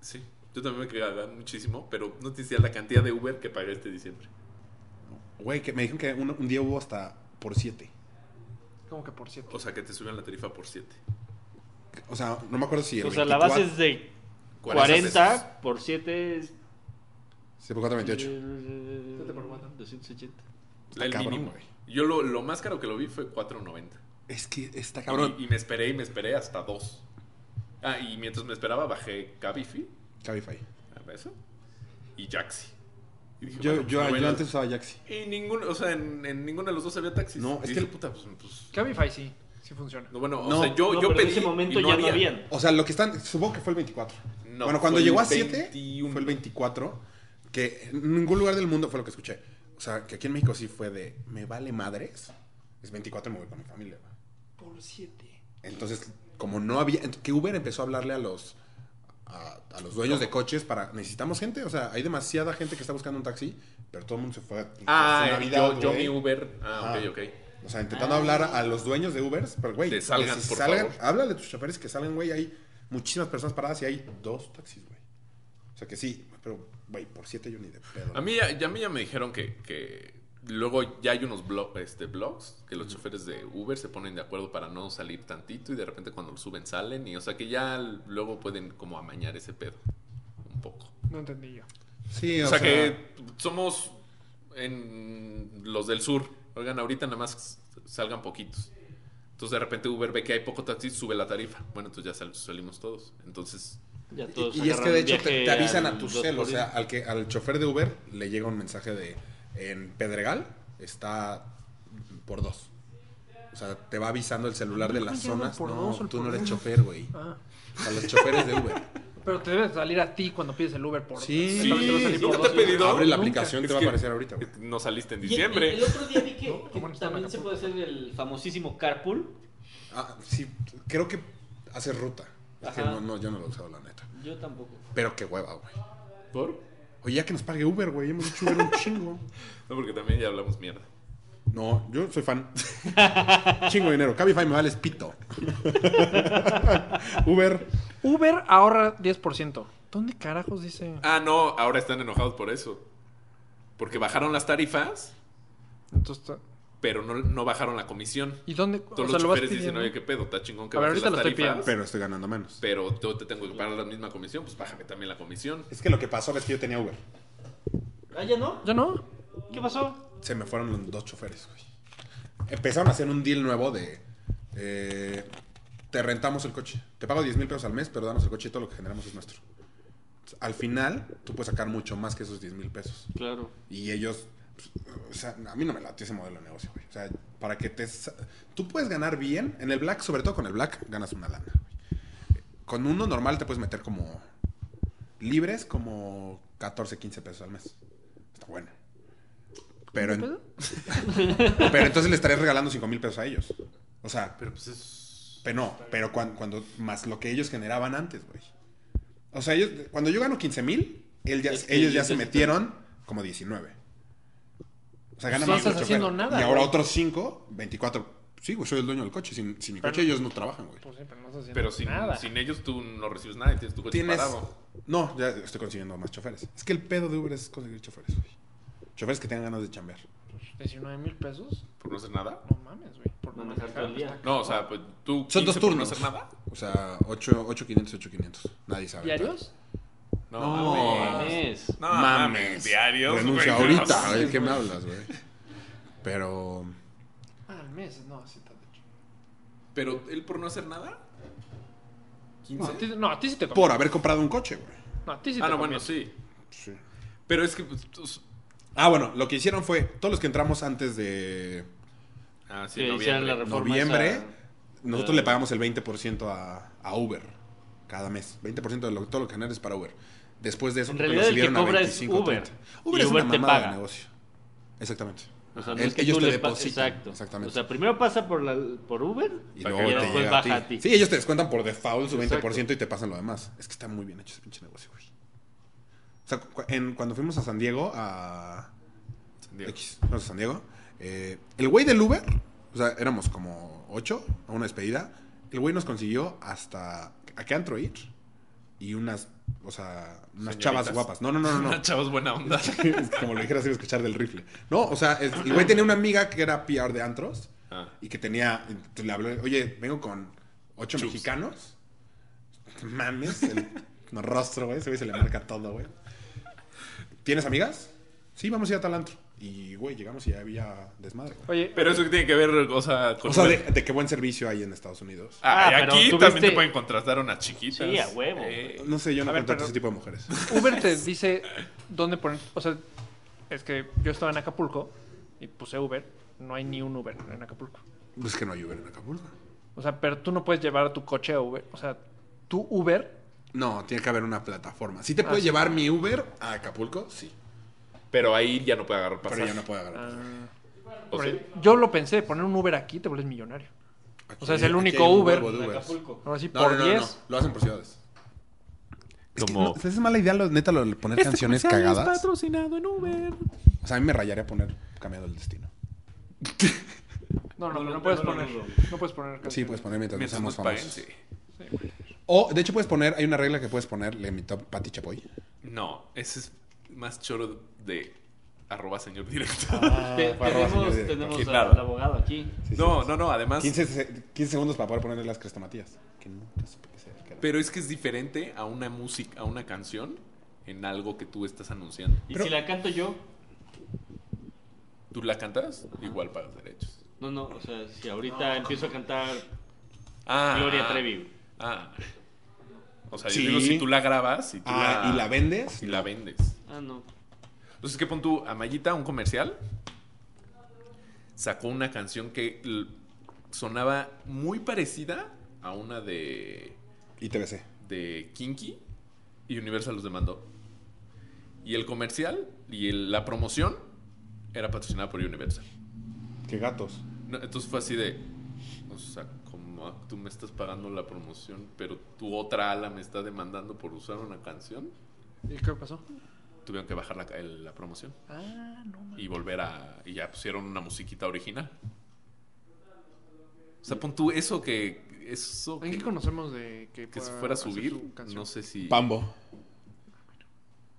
Speaker 5: sí, yo también me cagaba muchísimo, pero no te decía la cantidad de Uber que pagué este diciembre.
Speaker 4: Güey, que me dijeron que un, un día hubo hasta por siete.
Speaker 3: Como que por cierto.
Speaker 5: O sea, que te suben la tarifa por 7.
Speaker 4: O sea, no me acuerdo si. el
Speaker 2: O sea, la base
Speaker 4: 24
Speaker 2: es de
Speaker 5: 40
Speaker 2: 40 por 7 es...
Speaker 4: Sí, por 4.28.
Speaker 3: Siete por cuatro.
Speaker 2: 280.
Speaker 5: El
Speaker 4: cabrón,
Speaker 5: mínimo.
Speaker 4: güey.
Speaker 5: Yo lo, lo más caro que lo vi fue 4.90.
Speaker 4: Es que
Speaker 5: Ah,
Speaker 4: está cabrón.
Speaker 5: Y, y me esperé y me esperé hasta 2. Ah, y mientras me esperaba bajé Cabify,
Speaker 4: Cabify.
Speaker 5: a eso, y Jaxi. Y dije,
Speaker 4: Yo,
Speaker 5: bueno, pues,
Speaker 4: yo,
Speaker 5: me voy
Speaker 4: yo
Speaker 5: a-
Speaker 4: antes usaba Jaxi.
Speaker 5: Y ninguno, o sea, en, en ninguno de los dos había taxis.
Speaker 4: No,
Speaker 5: Y
Speaker 4: es
Speaker 5: dije,
Speaker 4: que-
Speaker 5: puta, pues, pues,
Speaker 3: Cabify sí. Sí funciona.
Speaker 5: No, bueno,
Speaker 4: No,
Speaker 5: o sea, yo,
Speaker 2: No,
Speaker 5: yo
Speaker 2: pero
Speaker 5: pedí
Speaker 2: en ese momento
Speaker 5: y no
Speaker 2: ya
Speaker 5: había.
Speaker 2: no habían.
Speaker 4: O sea, lo que están. Supongo que fue el 24.
Speaker 5: No,
Speaker 4: bueno, cuando
Speaker 5: fue
Speaker 4: llegó
Speaker 5: el
Speaker 4: a 7,
Speaker 5: 21.
Speaker 4: fue el 24. Que en ningún lugar del mundo fue lo que escuché. O sea, que aquí en México sí fue de. Me vale madres. Es 24 y me voy con mi familia, güey.
Speaker 3: Por siete.
Speaker 4: Entonces, como no había. ent- Que Uber empezó a hablarle a los. A, a los dueños de coches para. Necesitamos gente. O sea, hay demasiada gente que está buscando un taxi. Pero todo el mundo se fue. a-
Speaker 5: Ah,
Speaker 4: fue
Speaker 5: yo, yo
Speaker 4: güey.
Speaker 5: mi Uber. Ah,
Speaker 4: Ajá.
Speaker 5: ok, ok.
Speaker 4: O sea, intentando hablar a los dueños de Ubers. Pero, güey.
Speaker 5: Te
Speaker 4: que
Speaker 5: salgan, por favor.
Speaker 4: Háblale a tus choferes que salgan, güey. Hay muchísimas personas paradas y hay dos taxis, güey. O sea, que sí. Pero, güey, por siete yo ni de pedo.
Speaker 5: A mí ya, ya- a mí ya me dijeron que, que luego ya hay unos blog, este, blogs que los choferes de Uber se ponen de acuerdo para no salir tantito y de repente cuando lo suben salen. Y o sea que ya luego pueden como amañar ese pedo. Un poco.
Speaker 3: No entendí yo.
Speaker 4: Sí,
Speaker 5: O sea que somos en los del sur. Oigan, ahorita nada más salgan poquitos. Entonces de repente Uber ve que hay poco taxi, sube la tarifa. Bueno, entonces ya sal- salimos todos. Entonces,
Speaker 2: Ya todos
Speaker 4: Y, y es que
Speaker 2: agarran
Speaker 4: de hecho te- te,
Speaker 2: viaje
Speaker 4: avisan
Speaker 2: al
Speaker 4: a tu
Speaker 2: dos
Speaker 4: cel, o
Speaker 2: por
Speaker 4: sea,
Speaker 2: uno.
Speaker 4: al que al chofer de Uber le llega un mensaje de en Pedregal está por dos. O sea, te va avisando el celular de las
Speaker 3: ¿Cómo llaman
Speaker 4: zonas.
Speaker 3: por
Speaker 4: No,
Speaker 3: dos o el
Speaker 4: tú
Speaker 3: por
Speaker 4: no eres
Speaker 3: uno?
Speaker 4: chofer, güey.
Speaker 3: Ah.
Speaker 4: A los choferes de Uber.
Speaker 3: Pero te debe salir a ti cuando pides el Uber por
Speaker 4: Sí.
Speaker 3: Esta vez te va a salir
Speaker 5: ¿Nunca
Speaker 3: por
Speaker 5: te
Speaker 3: dos.
Speaker 5: he pedido?
Speaker 4: Abre la
Speaker 3: Nunca.
Speaker 4: aplicación, te
Speaker 5: Es
Speaker 4: va a
Speaker 5: que-
Speaker 4: aparecer ahorita, güey.
Speaker 5: eh, no saliste en
Speaker 2: Y-
Speaker 5: diciembre.
Speaker 2: y El otro día vi que,
Speaker 3: No,
Speaker 2: que
Speaker 3: como no está en
Speaker 2: también se puede
Speaker 3: Acapulco.
Speaker 2: hacer el famosísimo carpool.
Speaker 4: Ah, sí, creo que hace ruta. Es que
Speaker 2: Ajá.
Speaker 4: no, no, yo no lo he usado, la neta.
Speaker 2: Yo tampoco.
Speaker 4: Pero qué hueva, güey.
Speaker 5: ¿Por?
Speaker 4: Oye, ya que nos pague Uber, güey. Hemos dicho Uber un chingo.
Speaker 5: No, porque también ya hablamos mierda.
Speaker 4: No, yo soy fan. chingo de dinero. Cabify me vale pito. Uber.
Speaker 3: Uber ahorra 10%. ¿Dónde carajos dice?
Speaker 5: Ah, no, ahora están enojados por eso. Porque bajaron las tarifas,
Speaker 3: Entonces, ta-
Speaker 5: pero no, no bajaron la comisión.
Speaker 3: ¿Y dónde?
Speaker 5: Todos
Speaker 3: o sea,
Speaker 5: los
Speaker 3: lo vas
Speaker 5: choferes dicen,
Speaker 3: pidiendo.
Speaker 5: oye, qué pedo, está chingón que
Speaker 3: A ver,
Speaker 5: bajes
Speaker 3: ahorita
Speaker 5: las
Speaker 3: lo estoy
Speaker 5: tarifas.
Speaker 4: Pero estoy ganando menos.
Speaker 5: Pero yo te tengo que pagar la misma comisión, pues bájame también la comisión.
Speaker 3: Este,
Speaker 4: Es que lo que pasó es que yo tenía Uber.
Speaker 2: Ah, ya no.
Speaker 3: ¿Ya no?
Speaker 2: ¿Qué pasó?
Speaker 4: Se me fueron los dos choferes, güey. Empezaron a hacer un deal nuevo de... eh, te rentamos el coche. Te pago 10 mil pesos al mes, pero danos el coche y todo lo que generamos es nuestro. Entonces, Al final, tú puedes sacar mucho más que esos 10 mil pesos.
Speaker 2: Claro.
Speaker 4: Y ellos... pues, o sea, a mí no me late ese modelo de negocio, güey. O sea, para que te... sa- Tú puedes ganar bien. En el Black, sobre todo con el Black, ganas una lana, güey. Con uno normal te puedes meter como... Libres como 14, 15 pesos al mes. está bueno. Pero, en- pero entonces le estarías regalando 5 mil pesos a ellos. O sea,
Speaker 5: Pero pues es.
Speaker 4: pero no, pero cuan- cuando, más lo que ellos generaban antes, güey. O sea, ellos, cuando yo gano 15 mil,
Speaker 2: Es que
Speaker 4: ellos ya
Speaker 2: ellos
Speaker 4: se
Speaker 2: ya se
Speaker 4: metieron como 19. O sea, gana
Speaker 3: No
Speaker 4: más
Speaker 3: estás
Speaker 4: el chofer.
Speaker 3: haciendo nada,
Speaker 4: Y ahora
Speaker 3: güey.
Speaker 4: otros 5, 24. Sí, güey, soy el dueño del coche. Sin, sin mi
Speaker 3: Pero-
Speaker 4: coche ellos no trabajan, güey.
Speaker 3: Pues sí, pero no estás haciendo
Speaker 5: Pero sin,
Speaker 3: nada.
Speaker 5: sin ellos tú no recibes nada y tienes tu coche
Speaker 4: Tienes...
Speaker 5: parado.
Speaker 4: No, ya estoy consiguiendo más choferes. Es que el pedo de Uber es conseguir choferes, güey. Choferes que tengan ganas de chambear.
Speaker 3: 19 mil pesos.
Speaker 5: ¿Por no hacer nada?
Speaker 3: No mames, güey. Por no
Speaker 2: Manejar
Speaker 3: manejar
Speaker 2: todo el día.
Speaker 3: está
Speaker 5: No, o sea, pues tú.
Speaker 4: Son dos
Speaker 5: 15 por
Speaker 4: turnos.
Speaker 5: ¿No hacer nada?
Speaker 4: O sea, 8, 500, 8, 500. Nadie sabe.
Speaker 3: ¿Diarios?
Speaker 5: No, mames.
Speaker 2: Mames.
Speaker 5: No,
Speaker 4: Mames.
Speaker 5: Ah, mames. Diarios.
Speaker 4: Renuncia
Speaker 5: güey, no
Speaker 4: ahorita.
Speaker 5: mames,
Speaker 4: güey, ¿Qué me
Speaker 5: güey.
Speaker 4: hablas, güey? Pero...
Speaker 3: Ah, al mes, no, sí está de hecho.
Speaker 5: Pero él por no hacer nada.
Speaker 3: No, a ti, no, a ti sí te
Speaker 4: Por
Speaker 3: conviene.
Speaker 4: haber comprado un coche, güey.
Speaker 3: No, a ti sí te
Speaker 5: Ah, no, bueno,
Speaker 3: conviene.
Speaker 5: sí.
Speaker 4: Sí.
Speaker 5: Pero es que. pues, tus-
Speaker 4: Ah, bueno, lo que hicieron fue, todos los que entramos antes de
Speaker 5: Ah, sí,
Speaker 2: Que
Speaker 5: noviembre.
Speaker 2: hicieran la reforma
Speaker 4: noviembre,
Speaker 2: esa-
Speaker 4: nosotros
Speaker 2: Ah.
Speaker 4: le pagamos el 20% a, a Uber cada mes. 20% de lo, todo lo que generes para Uber. Después de eso,
Speaker 2: En
Speaker 4: lo
Speaker 2: realidad el que
Speaker 4: subieron a
Speaker 2: cobra es
Speaker 4: 25,
Speaker 2: Uber.
Speaker 4: 30.
Speaker 2: Y
Speaker 4: Uber es
Speaker 2: Uber
Speaker 4: una
Speaker 2: te
Speaker 4: mamada de
Speaker 2: paga.
Speaker 4: negocio. Exactamente.
Speaker 2: O sea, no
Speaker 4: El-
Speaker 2: es que
Speaker 4: ellos
Speaker 2: tú
Speaker 4: te
Speaker 2: le pa-
Speaker 4: depositan.
Speaker 2: Exacto.
Speaker 4: Exactamente.
Speaker 2: O sea, primero pasa por, la, por Uber
Speaker 4: Y
Speaker 5: Para
Speaker 4: luego
Speaker 5: que
Speaker 4: te
Speaker 5: después
Speaker 4: llega a,
Speaker 2: baja
Speaker 4: ti.
Speaker 2: a ti.
Speaker 4: Sí, ellos te descuentan por default su 20%
Speaker 2: Exacto.
Speaker 4: y te pasan lo demás. Es que está muy bien hecho ese pinche negocio, güey. O sea, cu- en- cuando fuimos a San Diego, a,
Speaker 5: San Diego.
Speaker 4: X, no sé, San Diego. Eh, el güey del Uber, o sea, éramos como ocho a una despedida. El güey nos consiguió hasta a qué antro ir y unas, o sea, unas
Speaker 5: Señoritas.
Speaker 4: chavas guapas. No, no, no, no. no.
Speaker 5: Chavos, buena onda.
Speaker 4: Es como lo dijeras sin escuchar del rifle. No, o sea, es- el güey tenía una amiga que era PR de antros
Speaker 5: Ah.
Speaker 4: y que tenía, entonces le habló, oye, vengo con ocho
Speaker 5: Chups.
Speaker 4: mexicanos. Mames, el rostro, güey, ese güey se le marca todo, güey. ¿Tienes amigas? Sí, vamos a ir a tal antro. Y, güey, llegamos y ya había desmadre. güey.
Speaker 3: Oye,
Speaker 5: Pero eso que tiene que ver, o sea,
Speaker 3: Pues,
Speaker 5: con. pues,
Speaker 4: O sea, de, de qué buen servicio hay en Estados Unidos.
Speaker 5: Ah, y
Speaker 2: Ah, pero
Speaker 5: aquí
Speaker 2: tú
Speaker 5: también
Speaker 2: viste-
Speaker 5: te pueden contratar unas chiquitas.
Speaker 2: Sí, a huevo.
Speaker 5: Eh,
Speaker 4: No sé, yo no
Speaker 3: A ver,
Speaker 4: contrato
Speaker 3: pero-
Speaker 4: ese tipo de mujeres.
Speaker 3: Uber te dice dónde poner. O sea, es que yo estaba en Acapulco y puse Uber. No hay ni un Uber en Acapulco.
Speaker 4: Es que no hay Uber en Acapulco.
Speaker 3: O sea, pero tú no puedes llevar a tu coche a Uber. O sea, tu Uber.
Speaker 4: No, tiene que haber una plataforma. ¿Sí te puede
Speaker 3: Ah, sí.
Speaker 4: llevar mi Uber a Acapulco? Sí.
Speaker 5: pero ahí ya no puede agarrar pasar.
Speaker 4: Pero ya no puede agarrar.
Speaker 3: ah,
Speaker 5: O
Speaker 3: por
Speaker 5: sea,
Speaker 3: ahí- Yo lo pensé, poner un Uber aquí te vuelves millonario.
Speaker 4: Aquí-
Speaker 3: O sea, es el
Speaker 4: aquí
Speaker 3: único
Speaker 4: hay un
Speaker 3: Uber.
Speaker 4: huevo de
Speaker 2: en
Speaker 4: Ubers.
Speaker 2: Acapulco.
Speaker 3: Ahora sí,
Speaker 4: No,
Speaker 3: por
Speaker 4: no, no,
Speaker 3: 10.
Speaker 4: no, Lo hacen por ciudades. Es que
Speaker 5: Como-
Speaker 4: no, esa es mala idea, lo- neta, lo de
Speaker 3: Este
Speaker 4: poner canciones cagadas. Este patrocinado en Uber. O sea, a mí me rayaría poner cambiado el destino.
Speaker 3: No, no,
Speaker 2: No
Speaker 3: no,
Speaker 2: lo-
Speaker 3: puedes
Speaker 2: no lo
Speaker 3: poner.
Speaker 2: dudo.
Speaker 3: No puedes poner.
Speaker 4: Sí,
Speaker 3: canciones.
Speaker 4: puedes poner mientras, no
Speaker 5: Mientras
Speaker 4: seamos
Speaker 5: nos paguen,
Speaker 4: famosos.
Speaker 5: sí.
Speaker 4: O, de hecho, puedes poner, hay una regla que puedes poner, le invitó Pati Chapoy.
Speaker 5: No, ese es más choro de arroba señor directo.
Speaker 4: Ah,
Speaker 2: Te-
Speaker 4: fue arroba señor
Speaker 2: tenemos
Speaker 4: director.
Speaker 2: tenemos
Speaker 5: Sí,
Speaker 2: al-
Speaker 5: claro.
Speaker 2: al abogado aquí.
Speaker 5: no, no, no, además.
Speaker 4: 15, se- 15 segundos para poder ponerle las crestamatías. Que nunca supe que sea, que era.
Speaker 5: Pero es que es diferente a una música, a una canción en algo que tú estás anunciando.
Speaker 2: Y
Speaker 4: Pero-
Speaker 2: si la canto yo,
Speaker 5: Tú la cantas, igual pagas derechos.
Speaker 2: no, no, o sea, si ahorita empiezo a cantar
Speaker 5: Ah.
Speaker 2: Gloria Trevi.
Speaker 5: Ah. O sea,
Speaker 4: Sí.
Speaker 5: yo digo, si tú la grabas y tú
Speaker 4: Ah,
Speaker 5: la,
Speaker 4: y la vendes.
Speaker 5: y la vendes.
Speaker 2: Ah, no.
Speaker 5: Entonces, ¿qué pon tú? A Mayita, un comercial, sacó una canción que l- sonaba muy parecida a una de,
Speaker 4: Y TBC.
Speaker 5: de Kinky y Universal los demandó. Y el comercial y el- la promoción era patrocinada por Universal.
Speaker 4: Qué gatos.
Speaker 5: No, entonces fue así de. O sea, como tú me estás pagando la promoción, pero tu otra ala me está demandando por usar una canción.
Speaker 3: ¿Y qué pasó?
Speaker 5: Tuvieron que bajar la, el- la promoción
Speaker 3: Ah, no mames.
Speaker 5: y volver a. Y ya pusieron una musiquita original. O sea, pon tú eso que. Eso
Speaker 3: ¿En
Speaker 5: que,
Speaker 3: qué conocemos de que,
Speaker 5: que se
Speaker 3: pueda
Speaker 5: fuera a
Speaker 3: hacer
Speaker 5: subir.
Speaker 3: su canción?
Speaker 5: No sé si.
Speaker 4: Pambo.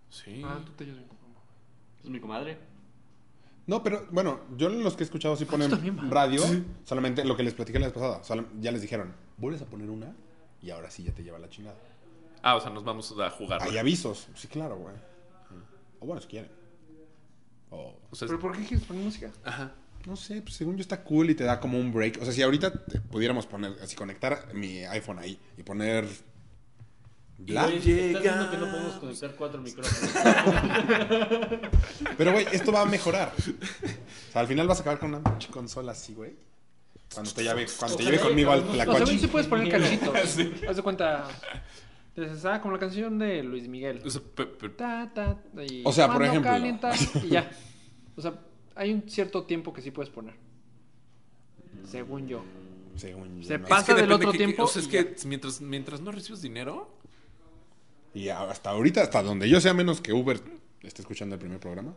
Speaker 5: Sí.
Speaker 3: Ah, tú te llevas
Speaker 2: Es mi comadre.
Speaker 4: No, pero bueno, yo los que he escuchado
Speaker 2: Ah,
Speaker 4: sí ponen
Speaker 3: tú también, va.
Speaker 4: radio, solamente lo que les platiqué la vez pasada, solam- ya les dijeron, vuelves a poner una y ahora sí ya te lleva la chingada.
Speaker 5: Ah, o sea, nos vamos a jugar.
Speaker 4: Hay avisos, sí, claro, güey. O bueno, si quieren. O,
Speaker 5: O sea, es-
Speaker 3: ¿Pero por qué quieres poner música?
Speaker 5: ajá.
Speaker 4: no sé, pues, según yo está cool y te da como un break. O sea, si ahorita te pudiéramos poner, así conectar mi iPhone ahí y poner... Bla.
Speaker 2: Güey, Estás viendo que no podemos conectar cuatro micrófonos.
Speaker 4: Pero, güey, esto va a mejorar. O sea, al final vas a acabar con una pinche consola así, güey. Cuando te lleve, cuando te lleve
Speaker 2: Ojalá y
Speaker 4: conmigo al
Speaker 2: acabemos-
Speaker 4: la
Speaker 3: No,
Speaker 4: coche.
Speaker 3: según sí puedes poner calcitos. Haz de cuenta. Entonces, ah, como la canción de Luis Miguel.
Speaker 5: O sea, pe- pe-
Speaker 3: Ta, ta, y
Speaker 4: O sea, por
Speaker 3: cuando
Speaker 4: ejemplo.
Speaker 3: calientas, y ya. O sea, hay un cierto tiempo que sí puedes poner. Según yo.
Speaker 4: Según yo,
Speaker 3: Se
Speaker 4: no.
Speaker 3: pasa
Speaker 5: es que
Speaker 3: del
Speaker 5: depende
Speaker 3: otro
Speaker 5: que- que-
Speaker 3: tiempo
Speaker 5: O sea, es
Speaker 3: y
Speaker 5: que mientras, mientras no recibes dinero,
Speaker 4: Y hasta ahorita, hasta donde yo sea, menos que Uber esté escuchando el primer programa.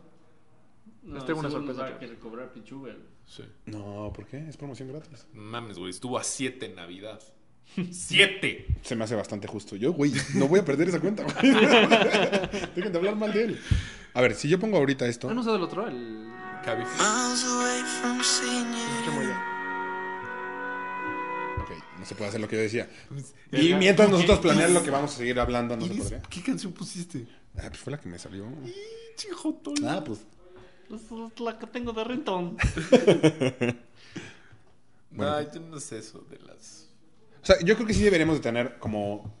Speaker 2: No,
Speaker 3: Les tengo una
Speaker 2: seguro nos
Speaker 3: sorpresa,
Speaker 2: va a
Speaker 3: chavos.
Speaker 2: querer cobrar Pichuga, güey.
Speaker 5: sí.
Speaker 4: No, ¿por qué? Es promoción gratis.
Speaker 5: Mames, güey, estuvo a 7 en Navidad. ¡Siete!
Speaker 4: Se me hace bastante justo. Yo, güey, no voy a perder esa cuenta, güey. Dejen de hablar mal de él. A ver, si yo pongo ahorita esto.
Speaker 3: ¿Han usado el otro? El...
Speaker 5: Cabify.
Speaker 3: Se escucha muy bien.
Speaker 4: Ok, no se puede hacer lo que yo decía. Y mientras nosotros planeamos lo que vamos a seguir hablando, no se
Speaker 5: Iris,
Speaker 4: podría.
Speaker 5: ¿Qué canción pusiste?
Speaker 4: Ah, pues fue la que me salió.
Speaker 5: Chijo,
Speaker 4: Ah, pues.
Speaker 2: Es la que tengo de Renton.
Speaker 5: No, yo no sé eso de las.
Speaker 4: O sea, yo creo que sí deberíamos de tener como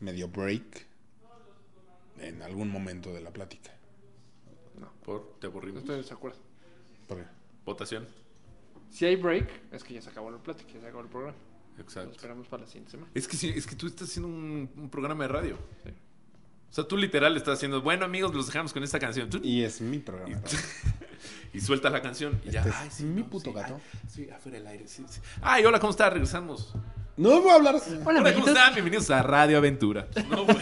Speaker 4: medio break en algún momento de la plática.
Speaker 5: Por, te
Speaker 3: No
Speaker 5: aburrimos.
Speaker 3: estoy de desacuerdo.
Speaker 4: ¿Por qué?
Speaker 5: Votación.
Speaker 3: Si hay break, es que ya se acabó la plática, ya se acabó el programa. Lo
Speaker 5: Exacto.
Speaker 3: esperamos para la siguiente semana.
Speaker 5: Es que, sí, es que tú estás haciendo un, un programa de radio.
Speaker 3: Sí.
Speaker 5: O sea, tú literal estás haciendo, bueno, amigos, los dejamos con esta canción. Tú-
Speaker 4: Y es mi programa. ¿verdad?
Speaker 5: Y sueltas la canción. Y ya.
Speaker 4: Este es
Speaker 5: Ay, sí,
Speaker 4: mi
Speaker 5: no,
Speaker 4: puto
Speaker 5: sí,
Speaker 4: gato.
Speaker 5: ay, sí, afuera del aire. Sí, sí. Ay, hola, ¿cómo estás? Regresamos.
Speaker 4: No voy a hablar.
Speaker 3: Hola,
Speaker 5: Hola, ¿cómo
Speaker 3: amiguitos.
Speaker 5: están? Bienvenidos a Radio Aventura. No, güey.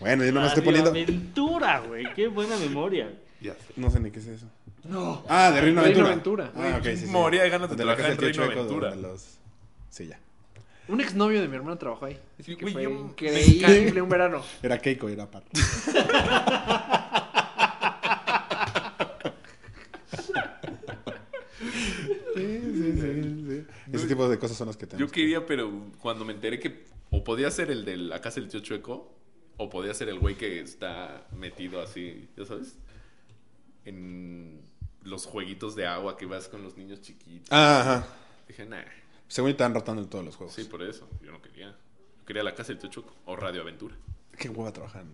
Speaker 4: Bueno, yo nomás estoy
Speaker 2: Radio
Speaker 4: poniendo.
Speaker 2: Aventura, güey. Qué buena memoria.
Speaker 5: ya sé.
Speaker 4: No sé ni qué es eso.
Speaker 3: No.
Speaker 4: Ah, de Reino
Speaker 3: Reino
Speaker 4: Aventura.
Speaker 3: Aventura.
Speaker 4: Ah, ok, sí, sí.
Speaker 5: Moría de ganas de
Speaker 4: la
Speaker 5: trabajar
Speaker 4: casa del
Speaker 5: en
Speaker 4: tío
Speaker 5: Reino
Speaker 4: Chueco,
Speaker 5: Aventura.
Speaker 4: donde los- Sí, ya.
Speaker 3: Un exnovio de mi hermano trabajó ahí. Dice
Speaker 5: Sí,
Speaker 3: que
Speaker 5: güey,
Speaker 3: fue
Speaker 5: yo-
Speaker 3: increíble un verano.
Speaker 4: Era Keiko, era Pat. Sí, sí, sí, sí. Ese tipo de cosas son las que tenemos.
Speaker 5: Yo quería, pero cuando me enteré que o podía ser el de la casa del tío Chueco, o podía ser el güey que está metido así, ya sabes, en los jueguitos de agua que vas con los niños chiquitos.
Speaker 4: Ah, ajá.
Speaker 5: Dije, nah,
Speaker 4: Según están rotando en todos los juegos.
Speaker 5: sí, por eso. Yo no quería. Yo quería la casa del tío Chueco o Radio Aventura.
Speaker 4: Qué hueva trabajar en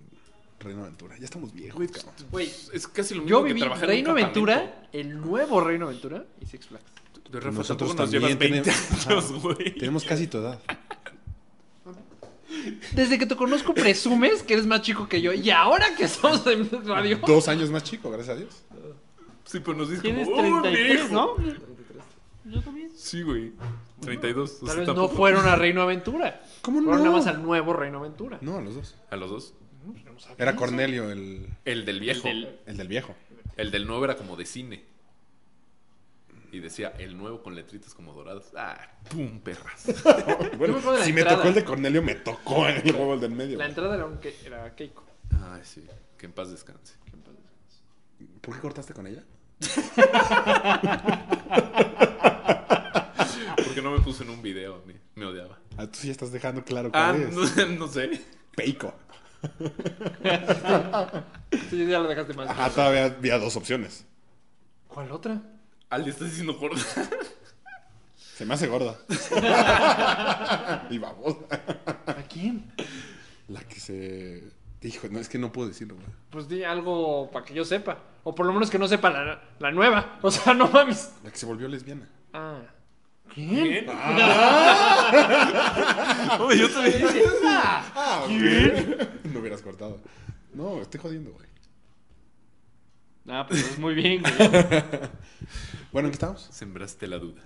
Speaker 4: Reino Aventura. Ya estamos viejos, cabrón.
Speaker 3: Güey,
Speaker 5: Es casi lo mismo
Speaker 3: yo
Speaker 5: que
Speaker 3: viví
Speaker 5: trabajar en un
Speaker 3: Reino Aventura,
Speaker 5: campamento.
Speaker 3: el nuevo Reino Aventura y Six Flags.
Speaker 5: De Rafa,
Speaker 4: Nosotros
Speaker 5: tampoco nos
Speaker 4: también
Speaker 5: llevas 20
Speaker 4: tenemos-
Speaker 5: años, güey.
Speaker 4: Tenemos casi tu edad.
Speaker 3: Desde que te conozco presumes que eres más chico que yo y ahora que estamos en radio...
Speaker 4: Dos años más chico, gracias a Dios.
Speaker 5: Sí, pero nos dices
Speaker 2: Tienes
Speaker 5: como, "Uy,
Speaker 2: 33,
Speaker 5: viejo".
Speaker 2: ¿no? Yo también.
Speaker 5: Sí, güey. 32. o sea,
Speaker 3: Tal vez no
Speaker 5: tampoco-
Speaker 3: fueron a Reino Aventura.
Speaker 4: ¿Cómo
Speaker 3: Fueron
Speaker 4: no?
Speaker 3: nada más al nuevo Reino Aventura.
Speaker 4: No, a los dos.
Speaker 5: A los dos.
Speaker 4: Era Cornelio, el,
Speaker 5: El del viejo.
Speaker 2: El del-
Speaker 4: el del viejo.
Speaker 5: El del nuevo era como de cine. Y decía el nuevo con letritas como doradas. ¡Ah! ¡Pum, perras!
Speaker 4: Bueno,
Speaker 3: me acuerdo de la
Speaker 4: si me
Speaker 3: entrada.
Speaker 4: tocó el de Cornelio, me tocó el huevo el del medio.
Speaker 3: La
Speaker 4: güey.
Speaker 3: entrada era, un ke- era Keiko.
Speaker 5: Ay, sí. Que en paz descanse.
Speaker 3: que en paz descanse.
Speaker 4: ¿Por qué cortaste con ella?
Speaker 5: Porque no me puso en un video. Me, me odiaba.
Speaker 4: Ah, tú sí estás dejando claro
Speaker 5: Ah,
Speaker 4: cuál es.
Speaker 5: no, no sé.
Speaker 4: Peico.
Speaker 3: Sí, ya lo dejaste más.
Speaker 4: Ajá, todavía había dos opciones.
Speaker 3: ¿Cuál otra?
Speaker 5: Ale, estás diciendo gorda.
Speaker 4: Se me hace gorda. y vamos.
Speaker 3: ¿A quién?
Speaker 4: La que se. Hijo, no, es que no puedo decirlo, güey.
Speaker 3: Pues di algo para que yo sepa. O por lo menos que no sepa la, la nueva. O sea, no mames.
Speaker 4: La que se volvió lesbiana.
Speaker 3: Ah. ¿Quién?
Speaker 5: Oye, yo también.
Speaker 4: Ah, ¿Qué? No hubieras cortado. No, estoy jodiendo, güey.
Speaker 2: Ah, pues es muy bien, güey.
Speaker 4: Bueno, ¿en qué estamos?
Speaker 5: Sembraste la duda.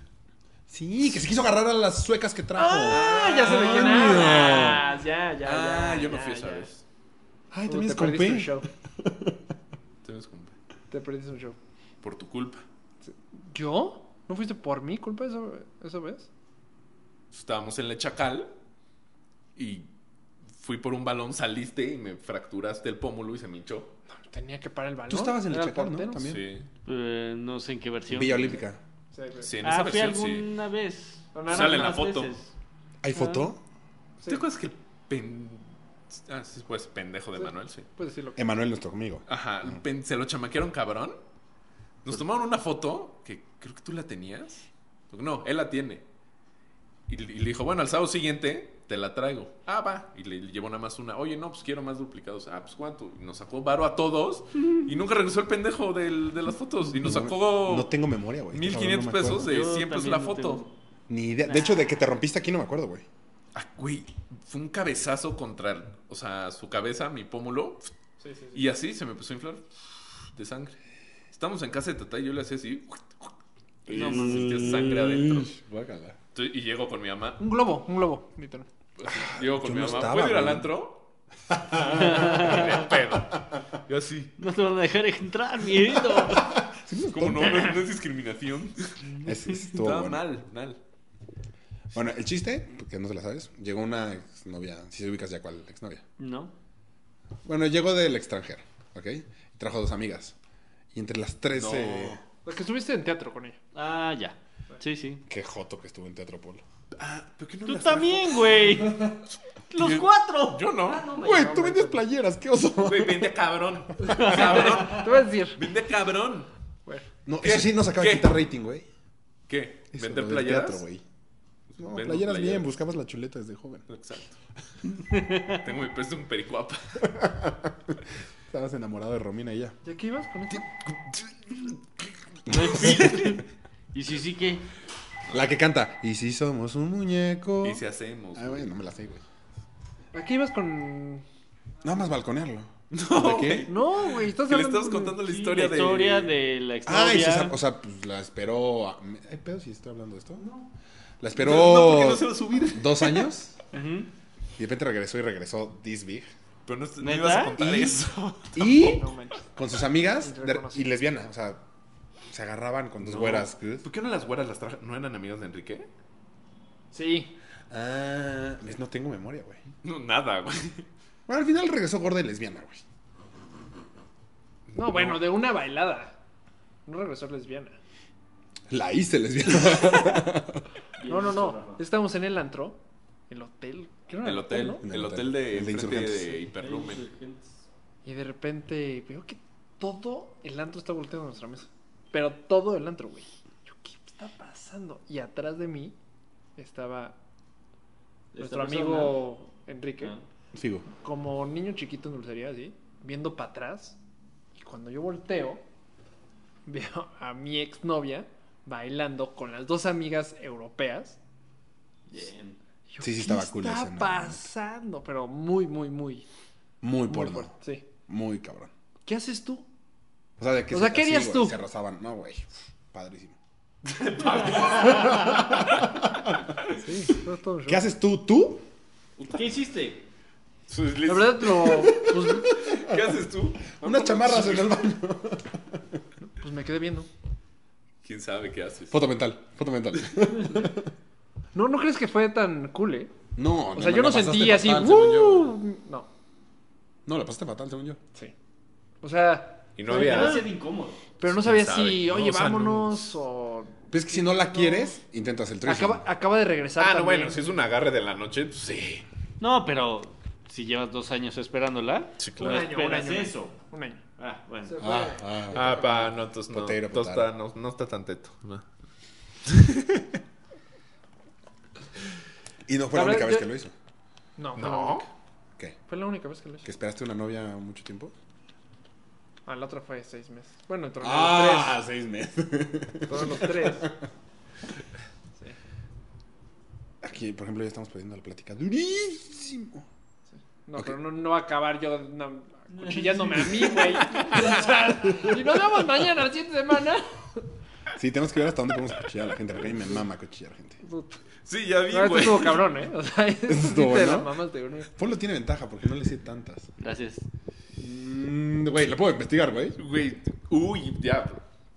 Speaker 4: Sí, que se quiso agarrar a las suecas que trajo.
Speaker 3: Ah, ya se me quién hablas. Ya, ya, ya.
Speaker 5: Ah, yo no
Speaker 3: ya,
Speaker 5: fui
Speaker 3: ya.
Speaker 5: esa vez.
Speaker 4: Ay,
Speaker 3: Uh,
Speaker 4: también
Speaker 3: te
Speaker 4: es con
Speaker 3: perdiste un
Speaker 4: P.
Speaker 3: show.
Speaker 5: Te ves como-
Speaker 3: Te perdiste un show.
Speaker 5: Por tu culpa.
Speaker 3: ¿Yo? ¿No fuiste por mi culpa esa, esa vez?
Speaker 5: Estábamos en el Chacal y fui por un balón, saliste y me fracturaste el pómulo y se me hinchó.
Speaker 3: Tenía que parar el balón.
Speaker 4: Tú estabas en el
Speaker 3: Era
Speaker 4: Chacal, ¿no?
Speaker 3: portero.
Speaker 4: También.
Speaker 5: Sí.
Speaker 2: Eh, no sé en qué versión.
Speaker 4: Villa Olímpica.
Speaker 3: Sí, güey.
Speaker 5: Sí, en esa
Speaker 2: Ah, fui
Speaker 5: versión sí.
Speaker 2: alguna vez.
Speaker 3: No, no, no,
Speaker 5: Sale
Speaker 3: no,
Speaker 5: la
Speaker 2: Más
Speaker 5: foto.
Speaker 2: veces.
Speaker 4: ¿Hay foto?
Speaker 3: Sí.
Speaker 5: ¿Te acuerdas que el pen... Ah, sí, pues, pendejo de
Speaker 3: Sí.
Speaker 5: Manuel, sí.
Speaker 3: Puedes decirlo.
Speaker 4: Emanuel, nuestro amigo.
Speaker 5: Ajá, el pen- se lo chamaquearon cabrón. Nos tomaron una foto que creo que tú la tenías. No, él la tiene. Y, le- y le dijo, bueno, al sábado siguiente te la traigo. Ah, va. Y le, le llevó nada más una. Oye, no, pues quiero más duplicados. Ah, pues cuánto. Y nos sacó varo a todos. Y nunca regresó el pendejo del- de las fotos. Y nos
Speaker 4: No,
Speaker 5: sacó
Speaker 4: No tengo memoria, güey.
Speaker 5: 1500
Speaker 4: Cabrón, no me
Speaker 5: pesos
Speaker 4: acuerdo.
Speaker 5: de
Speaker 2: Yo
Speaker 5: 100 pesos
Speaker 2: también
Speaker 5: la
Speaker 2: no
Speaker 5: foto.
Speaker 2: tengo-
Speaker 4: Ni idea. De hecho, de que te rompiste aquí no me acuerdo, güey.
Speaker 5: Ah, güey, fue un cabezazo contra, o sea, su cabeza, mi pómulo. Y así se me empezó a inflar de sangre. Estamos en casa de Tatá y yo le hacía así. Y
Speaker 2: No,
Speaker 5: se sentía pues, sangre adentro.
Speaker 4: Guácala.
Speaker 5: Entonces, Y llego con mi mamá.
Speaker 3: Un globo, un globo, literal.
Speaker 5: Llego con
Speaker 4: Yo
Speaker 5: mi
Speaker 4: no
Speaker 5: mamá.
Speaker 4: estaba,
Speaker 5: ¿Puedo ir al
Speaker 4: güey.
Speaker 5: antro? De pedo. Yo así.
Speaker 2: No te van a dejar entrar, miedito.
Speaker 5: Como no, no, es- no es discriminación.
Speaker 4: Es, estuvo
Speaker 5: Estaba
Speaker 4: bueno.
Speaker 5: mal, mal.
Speaker 4: Bueno, el chiste, porque no te la sabes, llegó una exnovia, si te ubicas ya cuál exnovia.
Speaker 2: No.
Speaker 4: Bueno, llegó del extranjero, ¿ok? Y trajo dos amigas. Y entre las tres,
Speaker 5: No.
Speaker 4: eh,
Speaker 3: Lo que estuviste en teatro con ella.
Speaker 2: Ah, ya. Sí, sí.
Speaker 4: qué joto que estuvo en Teatro Polo.
Speaker 5: Ah, ¿pero qué no
Speaker 2: Tú
Speaker 5: las trajo?
Speaker 2: también, güey. Los cuatro.
Speaker 5: Yo no.
Speaker 2: Ah, no me-
Speaker 4: Güey, tú vendes playeras, qué oso.
Speaker 5: Güey, vende cabrón. Cabrón.
Speaker 3: Te voy a decir.
Speaker 5: Vende cabrón.
Speaker 3: Bueno,
Speaker 4: No, eso sí nos acaba de
Speaker 5: ¿Qué?
Speaker 4: quitar rating, güey.
Speaker 5: ¿Qué?
Speaker 4: Eso,
Speaker 5: ¿Vender
Speaker 4: lo del
Speaker 5: playeras?
Speaker 4: teatro, güey. No,
Speaker 5: Vendo
Speaker 4: playeras, bien,
Speaker 5: playeras.
Speaker 4: buscabas la chuleta desde joven.
Speaker 5: Exacto. Tengo mi precio un pericuapa.
Speaker 4: Estabas enamorado de Romina y ya.
Speaker 3: ¿ya qué ibas con esto?
Speaker 2: y sí, sí que.
Speaker 4: La que canta, y si somos un muñeco.
Speaker 5: Y si hacemos.
Speaker 4: Ay, güey, no me la sé, güey.
Speaker 3: ¿A qué ibas con...?
Speaker 4: Nada más balconearlo.
Speaker 5: No,
Speaker 4: ¿De
Speaker 5: güey.
Speaker 4: qué?
Speaker 3: No, güey, estás
Speaker 5: Que le
Speaker 3: hablando
Speaker 5: estamos
Speaker 3: con-
Speaker 5: contando la
Speaker 2: Sí,
Speaker 5: historia,
Speaker 2: la historia de,
Speaker 5: de...
Speaker 2: la
Speaker 4: Ah, y
Speaker 2: exnovia.
Speaker 4: se sa- o sea, pues la esperó. a- ¿Hay pedo si estoy hablando de esto? No. La esperó
Speaker 5: No, porque no se va a subir.
Speaker 4: dos años
Speaker 2: Ujú.
Speaker 4: y de repente regresó y regresó this big.
Speaker 5: Pero no, no
Speaker 2: ¿Neta?
Speaker 5: ibas a contar
Speaker 4: Y-
Speaker 5: eso.
Speaker 4: Y
Speaker 3: No manches.
Speaker 4: con sus amigas
Speaker 3: Entre
Speaker 4: de-
Speaker 3: reconocidos.
Speaker 4: y lesbiana, o sea, se agarraban con tus
Speaker 5: No.
Speaker 4: güeras.
Speaker 5: ¿Por qué no las güeras las traje? ¿No eran amigas de Enrique?
Speaker 3: Sí.
Speaker 4: Ah, ves, no tengo memoria, güey.
Speaker 5: No, nada, güey.
Speaker 4: Bueno, al final regresó gorda y lesbiana, güey.
Speaker 3: No, bueno, de una bailada. No regresó lesbiana.
Speaker 4: La hice lesbiana.
Speaker 3: No, no, no. Estábamos en el antro. El hotel. ¿Qué era
Speaker 5: El hotel,
Speaker 3: no?
Speaker 4: En
Speaker 5: el
Speaker 4: el
Speaker 5: hotel
Speaker 4: hotel.
Speaker 5: de,
Speaker 4: El de
Speaker 5: enfrente
Speaker 4: Insurgentes.
Speaker 5: de Hiperlumen.
Speaker 3: Y de repente veo que todo el antro está volteando a nuestra mesa. Pero todo el antro, güey. Yo, ¿qué está pasando? Y atrás de mí estaba nuestro amigo Enrique.
Speaker 2: Ah.
Speaker 4: Figo.
Speaker 3: Como niño chiquito en dulcería, así. Viendo para atrás. Y cuando yo volteo, veo a mi exnovia bailando con las dos amigas europeas.
Speaker 2: Bien.
Speaker 3: Yo,
Speaker 4: Sí, sí
Speaker 3: ¿qué
Speaker 4: estaba cool la
Speaker 3: está
Speaker 4: escena, la neta.
Speaker 3: pasando? Pero muy, muy, muy.
Speaker 4: Muy
Speaker 3: muy
Speaker 4: porno.
Speaker 3: fuerte, Sí.
Speaker 4: Muy cabrón.
Speaker 3: ¿Qué haces tú?
Speaker 4: O sea, de que
Speaker 3: O sea, ¿qué
Speaker 4: así,
Speaker 3: harías
Speaker 4: güey,
Speaker 3: tú?
Speaker 4: Se arrasaban. No, güey. Padrísimo.
Speaker 3: Sí, todo, todo
Speaker 4: ¿Qué haces tú? ¿Tú?
Speaker 2: ¿Qué hiciste?
Speaker 3: La verdad, lo, pues,
Speaker 5: ¿Qué haces tú?
Speaker 4: Unas chamarras en el baño.
Speaker 3: pues me quedé viendo.
Speaker 5: ¿Quién sabe qué haces?
Speaker 4: Foto mental. Foto mental.
Speaker 3: No, no crees que fue tan cool, ¿eh?
Speaker 4: No,
Speaker 3: O sea,
Speaker 4: me
Speaker 3: yo
Speaker 4: la
Speaker 3: no sentí
Speaker 4: pasaste
Speaker 3: así,
Speaker 4: fatal, según yo.
Speaker 3: "Woo". No,
Speaker 4: No, la pasaste fatal, según yo.
Speaker 3: sí. O sea,
Speaker 5: Y no
Speaker 2: Debe
Speaker 5: había...
Speaker 2: ser incómodo.
Speaker 3: pero no sabía
Speaker 5: ¿Quién sabe?
Speaker 3: si,
Speaker 5: No,
Speaker 3: oye,
Speaker 5: o sea, no-
Speaker 3: vámonos o...
Speaker 4: Pero es que si no la quieres, intentas el threesome.
Speaker 3: Acaba, acaba de regresar
Speaker 5: Ah, no,
Speaker 3: también.
Speaker 5: bueno, si es un agarre de la noche, pues sí.
Speaker 2: No, pero si llevas dos años esperándola,
Speaker 5: Sí,
Speaker 2: no
Speaker 3: claro. Un año, un
Speaker 2: esperas
Speaker 3: año.
Speaker 2: eso.
Speaker 3: Un año.
Speaker 2: Ah, bueno.
Speaker 4: Ah, ah.
Speaker 5: Ah, pa, no, entonces no.
Speaker 4: Potero,
Speaker 5: Entonces
Speaker 4: potaro.
Speaker 5: está- no, no está tan teto. no.
Speaker 4: Y no fue la
Speaker 3: La
Speaker 4: única
Speaker 3: verdad,
Speaker 4: vez
Speaker 3: yo-
Speaker 4: que lo hizo.
Speaker 3: No, fue, La
Speaker 5: No.
Speaker 3: única.
Speaker 4: ¿Qué?
Speaker 3: fue la única vez que lo hice.
Speaker 4: ¿Que esperaste una novia mucho tiempo?
Speaker 3: Ah, la otra fue seis meses. Bueno, entre los
Speaker 4: Ah, seis meses.
Speaker 3: tres. Fueron los tres.
Speaker 4: Aquí, por ejemplo, ya estamos perdiendo la plática. Durísimo.
Speaker 3: No,
Speaker 4: Ok.
Speaker 3: pero no, no va a acabar yo no, cuchillándome a mí, güey. O sea, y nos vemos mañana, la siguiente semana.
Speaker 4: Sí, tenemos que ver hasta dónde podemos cuchillar a la gente. Porque a mí me mama cuchillar gente.
Speaker 3: Puta.
Speaker 5: Sí, ya vi,
Speaker 3: No, esto
Speaker 5: güey.
Speaker 3: estuvo cabrón, ¿eh? O sea, es
Speaker 4: estuvo
Speaker 3: de
Speaker 4: bueno.
Speaker 3: las mamás de uno.
Speaker 4: Polo tiene ventaja porque no le hice tantas.
Speaker 2: Gracias.
Speaker 4: Mm, Güey, la puedo investigar, güey.
Speaker 5: Güey, uy, ya.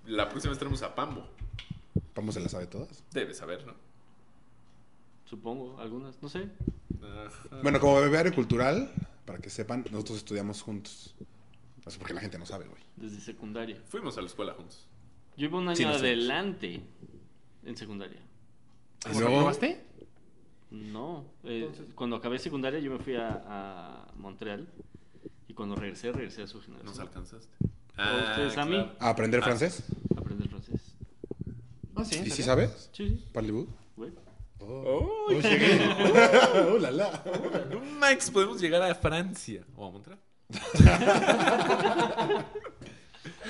Speaker 5: La próxima vez tenemos a Pambo.
Speaker 4: Vamos, se la sabe todas.
Speaker 5: Debes saber, ¿no?
Speaker 2: Supongo, algunas, no sé.
Speaker 5: Ajá.
Speaker 4: Bueno, como bebeario cultural, para que sepan, nosotros estudiamos juntos. No sé por qué la gente no sabe, güey.
Speaker 2: Desde secundaria.
Speaker 5: Fuimos a la escuela juntos.
Speaker 2: Yo iba un año
Speaker 4: Sí, no sé.
Speaker 2: adelante en secundaria.
Speaker 4: Y
Speaker 3: ¿Lo
Speaker 4: luego-
Speaker 3: probaste?
Speaker 2: No. eh, cuando acabé secundaria yo me fui a, a Montreal y cuando regresé, regresé a su
Speaker 5: Nos
Speaker 2: generación.
Speaker 5: alcanzaste.
Speaker 4: Ah,
Speaker 2: ustedes a mí?
Speaker 4: ¿A aprender
Speaker 5: Ah.
Speaker 4: francés?
Speaker 2: Aprender francés.
Speaker 3: Ah, sí.
Speaker 4: ¿Y
Speaker 3: ¿en
Speaker 4: si
Speaker 3: serio?
Speaker 4: sabes?
Speaker 2: Sí, sí,
Speaker 4: ¿Parlez-vous?
Speaker 2: güey.
Speaker 4: Oh,
Speaker 5: Uy.
Speaker 4: llegué. oh, la, la.
Speaker 5: No, Max, podemos llegar a Francia. ¿O a Montreal?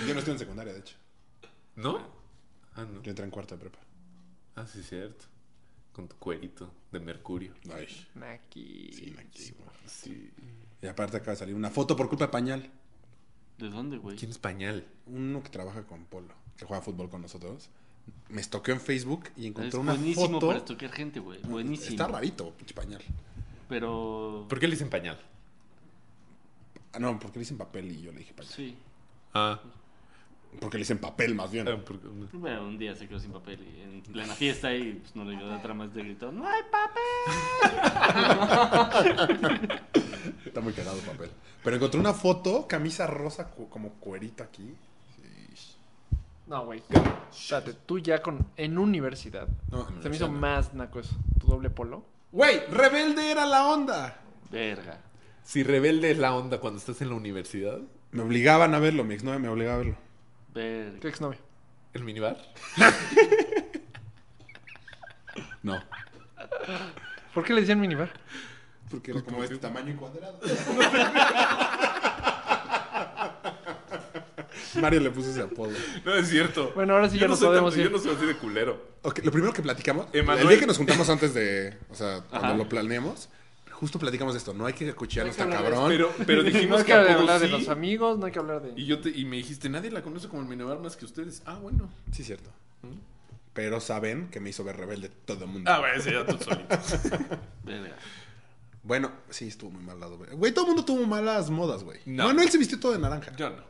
Speaker 4: Yo no estoy en secundaria, de hecho.
Speaker 5: ¿No? Ah, no.
Speaker 4: Yo entré en cuarto de prepa.
Speaker 5: Ah, sí, cierto. Con tu cuerito de mercurio.
Speaker 4: Ay,
Speaker 3: Naki.
Speaker 4: sí, aquí, güey.
Speaker 5: Sí.
Speaker 4: Y aparte acaba de salir una foto por culpa de Pañal.
Speaker 2: ¿De dónde, güey?
Speaker 5: ¿Quién es pañal?
Speaker 4: Uno que trabaja con Polo, que juega fútbol con nosotros. Me estoqueó en Facebook y
Speaker 2: Es
Speaker 4: encontró una
Speaker 2: buenísimo
Speaker 4: foto.
Speaker 2: para estoquear gente, güey. Buenísimo.
Speaker 4: Está rarito, pinche Pañal.
Speaker 2: Pero.
Speaker 5: ¿Por qué le dicen pañal?
Speaker 4: Ah, no, porque le dicen papel y yo le dije pañal.
Speaker 2: Sí.
Speaker 5: Ah,
Speaker 4: Porque le dicen papel más bien.
Speaker 5: ah, porque-
Speaker 2: Bueno, un día se quedó sin papel y en plena fiesta y pues, no le dio otra más de gritó: ¡No hay papel!
Speaker 4: Está muy cagado el papel. Pero encontré una foto, camisa rosa cu- como cuerita aquí.
Speaker 3: No, güey. Espérate, tú ya con. En universidad.
Speaker 4: No, en
Speaker 3: Se me hizo
Speaker 4: universidad no.
Speaker 3: más naco eso. Tu doble polo.
Speaker 4: Güey, rebelde era la onda.
Speaker 2: Verga.
Speaker 5: Si rebelde es la onda cuando estás en la universidad,
Speaker 4: Me obligaban a verlo, mi exnovia me obligaba a verlo.
Speaker 2: Verga.
Speaker 3: Tu exnovio.
Speaker 5: el minibar.
Speaker 4: No.
Speaker 3: ¿Por qué le decían minibar?
Speaker 4: Porque era como de este tamaño y cuadrado. Mario le puso ese apodo.
Speaker 5: No es cierto.
Speaker 3: Bueno, ahora sí
Speaker 5: Yo
Speaker 3: ya
Speaker 5: no
Speaker 3: nos
Speaker 5: soy tan-
Speaker 3: podemos ir.
Speaker 5: Yo no soy así de culero.
Speaker 4: Ok, lo primero que platicamos,
Speaker 5: Emanuel.
Speaker 4: el día que nos juntamos antes de, o sea, cuando
Speaker 2: Ajá.
Speaker 4: lo planeamos, justo platicamos de esto, no hay que
Speaker 3: No
Speaker 4: escucharnos
Speaker 5: Ah,
Speaker 3: hay que
Speaker 4: tan
Speaker 3: hablar de
Speaker 4: cabrón.
Speaker 5: Pero, pero
Speaker 3: no
Speaker 5: dijimos
Speaker 3: hay
Speaker 5: que
Speaker 3: que
Speaker 5: apodos
Speaker 3: hablar de
Speaker 5: sí.
Speaker 3: los amigos, no hay que hablar de.
Speaker 5: Y, yo te- y me dijiste, nadie la conoce como el minibar más que ustedes. Ah, bueno.
Speaker 4: Sí, cierto. Pero saben que me hizo ver rebelde todo el mundo.
Speaker 5: Ah, bueno, ese ya tú solito.
Speaker 2: Verga.
Speaker 4: Bueno, sí, estuvo muy mal lado. Güey, Güey, todo el mundo tuvo malas modas, güey.
Speaker 5: No.
Speaker 4: Manuel se vistió todo de naranja.
Speaker 5: Yo no.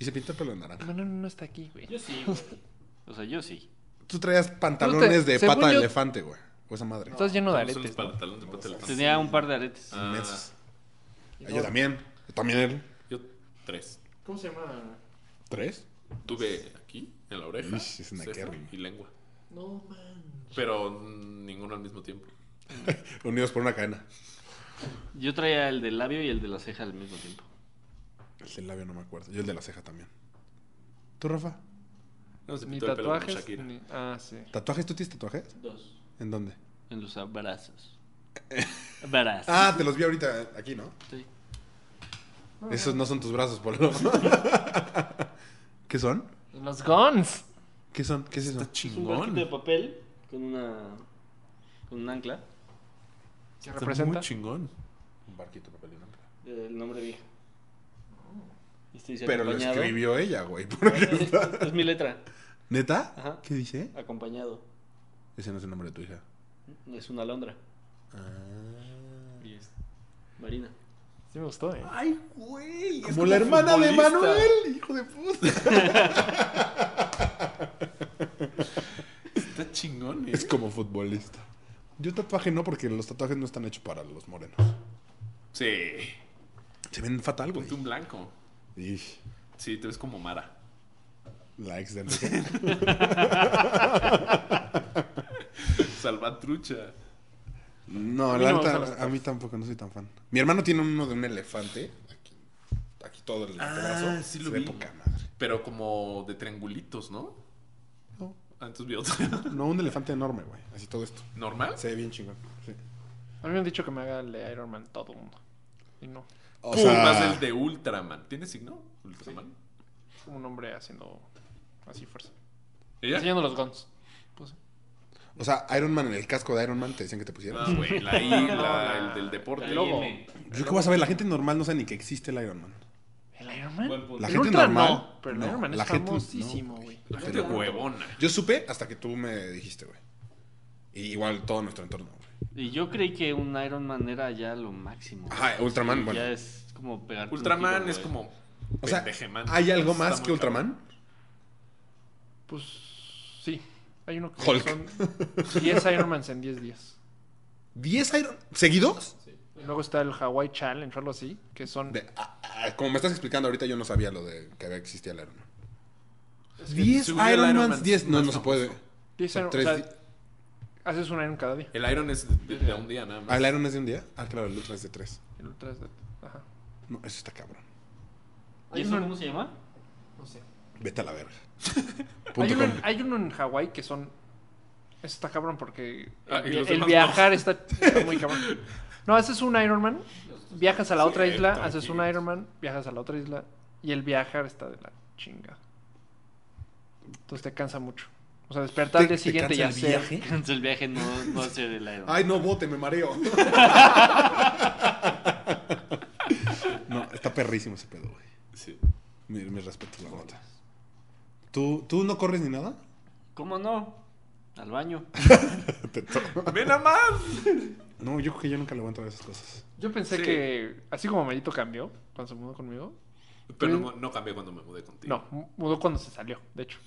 Speaker 4: Y se pintó el pelo de naranja.
Speaker 3: Bueno, no está aquí, güey.
Speaker 2: Yo sí, güey. O sea, yo sí.
Speaker 4: Tú traías pantalones de
Speaker 3: según
Speaker 4: pata de
Speaker 3: yo-
Speaker 4: elefante, güey. O esa madre.
Speaker 3: Estás lleno de
Speaker 5: No son los
Speaker 3: aretes. ¿no?
Speaker 5: pantalones de pata elefante.
Speaker 2: Tenía un par de aretes.
Speaker 5: Ah.
Speaker 4: Inmensos. Ah, Yo también. También él.
Speaker 5: Yo tres.
Speaker 3: ¿Cómo se llama?
Speaker 4: ¿Tres?
Speaker 5: Tuve aquí, en la oreja,
Speaker 4: Ish, es una
Speaker 5: ceja
Speaker 4: kerry.
Speaker 5: y lengua.
Speaker 3: No, man.
Speaker 5: Pero mm, ninguno al mismo tiempo.
Speaker 4: Unidos por una cadena.
Speaker 2: Yo traía el del labio y el de la ceja al mismo tiempo.
Speaker 4: El del labio no me acuerdo. Yo el de la ceja también. ¿Tú, Rafa?
Speaker 5: No, se
Speaker 3: Ni
Speaker 5: pintó el pelo como
Speaker 3: tatuajes.
Speaker 5: Shakira.
Speaker 3: ni- Ah, sí.
Speaker 4: ¿Tatuajes? ¿Tú tienes tatuajes?
Speaker 2: Dos.
Speaker 4: ¿En dónde?
Speaker 2: En los abrazos. Abrazos.
Speaker 4: Ah, te los vi ahorita aquí, ¿no?
Speaker 2: Sí.
Speaker 5: Ah.
Speaker 4: Esos no son tus brazos, Polo. ¿Qué son?
Speaker 3: Los Guns.
Speaker 4: ¿Qué son? ¿Qué es eso?
Speaker 2: Es un barquito de papel con una. con un ancla.
Speaker 3: ¿Qué
Speaker 5: Está
Speaker 3: representa?
Speaker 5: muy chingón.
Speaker 4: Un barquito de papel y una hoja.
Speaker 2: eh, El nombre viejo. Este dice
Speaker 4: Pero lo
Speaker 2: acompañado.
Speaker 4: escribió ella, güey.
Speaker 2: Es, es mi letra.
Speaker 4: ¿Neta?
Speaker 2: Ajá.
Speaker 4: ¿Qué dice?
Speaker 2: Acompañado.
Speaker 4: Ese no es el nombre de tu hija.
Speaker 2: Es una alondra.
Speaker 4: Ah.
Speaker 2: Y es Marina.
Speaker 3: Sí me gustó, eh.
Speaker 4: Ay, güey. Como,
Speaker 5: como
Speaker 4: la hermana de
Speaker 5: futbolista.
Speaker 4: Manuel, hijo de puta.
Speaker 5: Está chingón, eh.
Speaker 4: Es como futbolista. Yo tatuaje no, porque los tatuajes no están hechos para los morenos.
Speaker 5: Sí.
Speaker 4: Se ven fatal, güey.
Speaker 5: Ponte un blanco.
Speaker 4: Ish,
Speaker 5: Sí, te ves como Mara.
Speaker 4: La ex de Enrique.
Speaker 5: Salvatrucha.
Speaker 4: No,
Speaker 3: A mí
Speaker 4: la
Speaker 3: no me
Speaker 4: neta,
Speaker 3: gustan los
Speaker 4: a mí tampoco, no soy tan fan. Mi hermano tiene uno de un elefante. Aquí, aquí todo el
Speaker 5: Ah,
Speaker 4: antebrazo.
Speaker 5: sí lo
Speaker 4: Se ve
Speaker 5: vi.
Speaker 4: poca madre.
Speaker 5: Pero como de triangulitos, ¿no?
Speaker 4: No.
Speaker 5: Ah, Entonces vi otro.
Speaker 4: No, un elefante enorme, güey. Así todo esto.
Speaker 5: ¿Normal?
Speaker 4: Se ve bien chingón. Sí.
Speaker 3: A mí me han dicho que me haga el de Iron Man todo el mundo. Y no.
Speaker 4: O
Speaker 5: Tú
Speaker 4: sea,
Speaker 5: más el de Ultraman. ¿Tiene signo? Ultraman.
Speaker 3: Es como un hombre haciendo así fuerza.
Speaker 5: ¿Ella?
Speaker 3: Enseñando los Guns. Pues, sí.
Speaker 4: o sea, Iron Man, en el casco de Iron Man te decían que te pusieras.
Speaker 5: No, Ah, güey. La I, la-
Speaker 3: No, la-
Speaker 5: el del deporte.
Speaker 2: La
Speaker 3: lobo.
Speaker 2: IM.
Speaker 4: Yo qué voy a saber, la gente normal no sabe ni que existe el Iron Man.
Speaker 3: ¿El Iron Man?
Speaker 5: Buen punto.
Speaker 4: La
Speaker 3: El
Speaker 4: gente
Speaker 3: Ultra
Speaker 4: normal.
Speaker 3: no, pero el
Speaker 4: no,
Speaker 3: Iron Man
Speaker 4: la
Speaker 3: es
Speaker 4: gente- no,
Speaker 3: famosísimo,
Speaker 4: güey.
Speaker 3: güey.
Speaker 5: La gente huevona.
Speaker 4: Yo supe hasta que tú me dijiste, güey. Y igual todo nuestro entorno, güey.
Speaker 2: Y yo creí que un Iron Man era ya lo máximo.
Speaker 4: Ajá, Ultraman,
Speaker 2: Y
Speaker 4: bueno.
Speaker 2: Ya es como pegar.
Speaker 5: Ultraman es como.
Speaker 4: O sea,
Speaker 5: pendejeman.
Speaker 4: ¿hay algo
Speaker 5: Ah, Está
Speaker 4: más
Speaker 5: muy
Speaker 4: que Ultraman?
Speaker 3: Pues sí. Hay uno que
Speaker 4: Hulk.
Speaker 3: son 10 Iron Mans en 10 días.
Speaker 4: ¿10 Iron ¿Seguidos?
Speaker 3: Y Luego está el Hawaii Challenge o algo así, que son...
Speaker 4: De- ah, ah, como me estás explicando ahorita, yo no sabía lo de que había existía el Iron Man.
Speaker 5: Es que
Speaker 4: 10
Speaker 5: según yo, el
Speaker 4: Iron
Speaker 5: Iron
Speaker 4: Mans,
Speaker 5: Man
Speaker 4: 10. No,
Speaker 5: es
Speaker 4: no se
Speaker 5: famoso.
Speaker 4: puede.
Speaker 3: diez
Speaker 4: Son
Speaker 3: Iron- o
Speaker 4: tres
Speaker 3: sea,
Speaker 4: di-
Speaker 3: haces un Iron cada día.
Speaker 5: El Iron es de, de un día nada
Speaker 4: Ah,
Speaker 5: más.
Speaker 4: ¿el Iron es de un día? Ah, claro, el Ultra es de 3.
Speaker 3: El Ultra es de- Ajá.
Speaker 4: No, eso está cabrón.
Speaker 2: ¿Y eso cómo se llama?
Speaker 3: No sé.
Speaker 4: Vete a la verga.
Speaker 3: Hay
Speaker 4: Punto
Speaker 3: uno,
Speaker 4: com.
Speaker 3: en, hay uno en Hawái que son... Eso está cabrón porque
Speaker 5: Ah, y
Speaker 3: el,
Speaker 5: los
Speaker 3: el
Speaker 5: demás
Speaker 3: viajar está, está muy cabrón. No, haces un Iron Man, viajas a la otra
Speaker 5: Sí,
Speaker 3: isla,
Speaker 5: tranquilos.
Speaker 3: haces un Iron Man, viajas a la otra isla y el viajar está de la chinga. Entonces te cansa mucho. O sea, despertar al
Speaker 4: ¿Te-
Speaker 3: día
Speaker 4: te
Speaker 3: siguiente y
Speaker 4: cansa el
Speaker 3: hacer.
Speaker 4: viaje?
Speaker 2: Entonces el viaje no, no hace el aire.
Speaker 4: Ay, no bote, me mareo. no, está perrísimo ese pedo, güey.
Speaker 5: Sí.
Speaker 4: Me, me respeto la nota. ¿Tú, ¿Tú no corres ni nada?
Speaker 2: ¿Cómo no? Al baño.
Speaker 4: Te to-
Speaker 5: ¡Ven a más!
Speaker 4: no, yo creo que yo nunca le voy a entrar a esas cosas.
Speaker 3: Yo pensé
Speaker 5: Sí.
Speaker 3: que, así como Melito cambió cuando se mudó conmigo,
Speaker 5: Pero no, no cambié cuando me mudé contigo.
Speaker 3: no, mu- mudó cuando se salió, de hecho.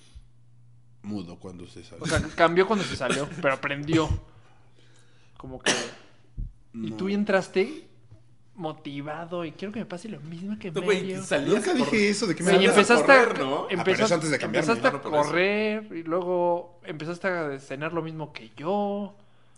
Speaker 4: Mudo cuando se sale.
Speaker 3: O sea, cambió cuando se salió, pero aprendió. Como que. Y
Speaker 4: No.
Speaker 3: tú entraste motivado y quiero que me pase lo mismo que
Speaker 5: No,
Speaker 3: me
Speaker 5: güey,
Speaker 3: Medio.
Speaker 5: salías
Speaker 4: Nunca
Speaker 5: por-
Speaker 4: dije eso, ¿de qué me
Speaker 3: Sí, y
Speaker 4: hablas?
Speaker 3: empezaste
Speaker 5: a correr,
Speaker 3: a,
Speaker 5: ¿no? Ah,
Speaker 4: pero
Speaker 3: empezaste-
Speaker 4: eso antes de cambiarme,
Speaker 3: empezaste a
Speaker 5: no, no por eso.
Speaker 3: correr y luego empezaste a cenar lo mismo que yo.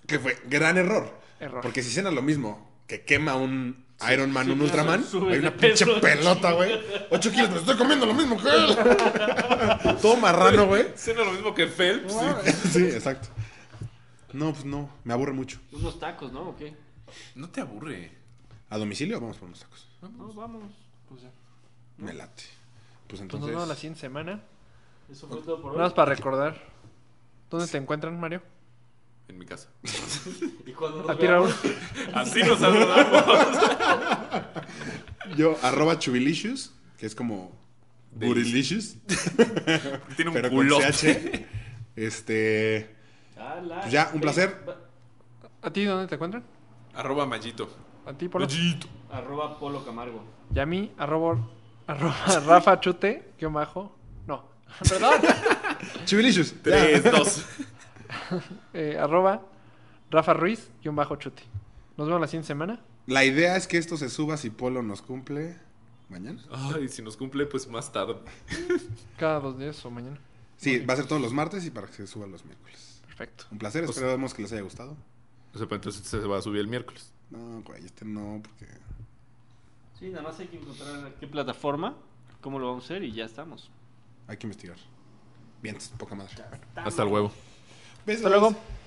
Speaker 4: Que fue gran error.
Speaker 3: Error.
Speaker 4: Porque si cenas lo mismo que quema un Iron Man, un
Speaker 2: claro,
Speaker 4: Ultraman,
Speaker 2: sube
Speaker 4: hay
Speaker 2: de
Speaker 4: una pinche
Speaker 2: peso.
Speaker 4: pelota, güey. Ocho kilos, me estoy comiendo lo mismo que él. Todo marrano, güey.
Speaker 5: Cena lo mismo que Phelps.
Speaker 4: sí, exacto. No, pues no, me aburre mucho.
Speaker 2: Unos tacos, ¿no? ¿O qué?
Speaker 5: No te aburre.
Speaker 4: ¿A domicilio vamos por unos tacos?
Speaker 2: No, vamos.
Speaker 3: Pues ya.
Speaker 4: Me late. Pues
Speaker 3: Pues
Speaker 4: entonces.
Speaker 3: nos vemos la siguiente semana.
Speaker 2: Eso fue todo por
Speaker 3: Nada más
Speaker 2: hoy.
Speaker 3: para recordar. ¿Dónde te encuentran, Mario?
Speaker 5: En mi casa.
Speaker 2: Y cuando nos
Speaker 3: A ti, Raúl.
Speaker 2: veamos-
Speaker 5: Así nos saludamos.
Speaker 4: Yo, arroba chubilicious, que es como.
Speaker 5: De-
Speaker 4: Burilicious.
Speaker 5: Tiene un
Speaker 4: Pero con
Speaker 5: culo.
Speaker 4: CH. Este.
Speaker 2: Ah, la-
Speaker 4: Pues ya, un placer.
Speaker 2: Va-
Speaker 3: ¿A ti dónde te encuentran?
Speaker 5: Arroba Mallito.
Speaker 3: A ti, Polo.
Speaker 5: Mallito.
Speaker 2: Arroba Polo Camargo.
Speaker 3: Y a mí, arroba, arroba Rafa Chute, guión bajo. No, perdón.
Speaker 4: Chubilicious.
Speaker 5: Tres, dos.
Speaker 3: Eh, arroba Rafa Ruiz, guión bajo Chute. Nos vemos la siguiente semana.
Speaker 4: La idea es que esto se suba si Polo nos cumple. ¿Mañana?
Speaker 5: Ay, si nos cumple, pues más tarde.
Speaker 3: Cada dos días o mañana.
Speaker 4: Sí, va a ser todos los martes y para que se suba los miércoles.
Speaker 3: Perfecto.
Speaker 4: Un placer,
Speaker 5: Pues
Speaker 4: esperamos que les haya gustado.
Speaker 5: O sea, pero entonces se va a subir el miércoles.
Speaker 4: No, güey, este no, porque.
Speaker 2: Sí, nada más hay que encontrar qué plataforma, cómo lo vamos a hacer y ya estamos.
Speaker 4: Hay que investigar. Bien, poca madre.
Speaker 5: Hasta el huevo.
Speaker 4: Besos.
Speaker 3: Hasta luego.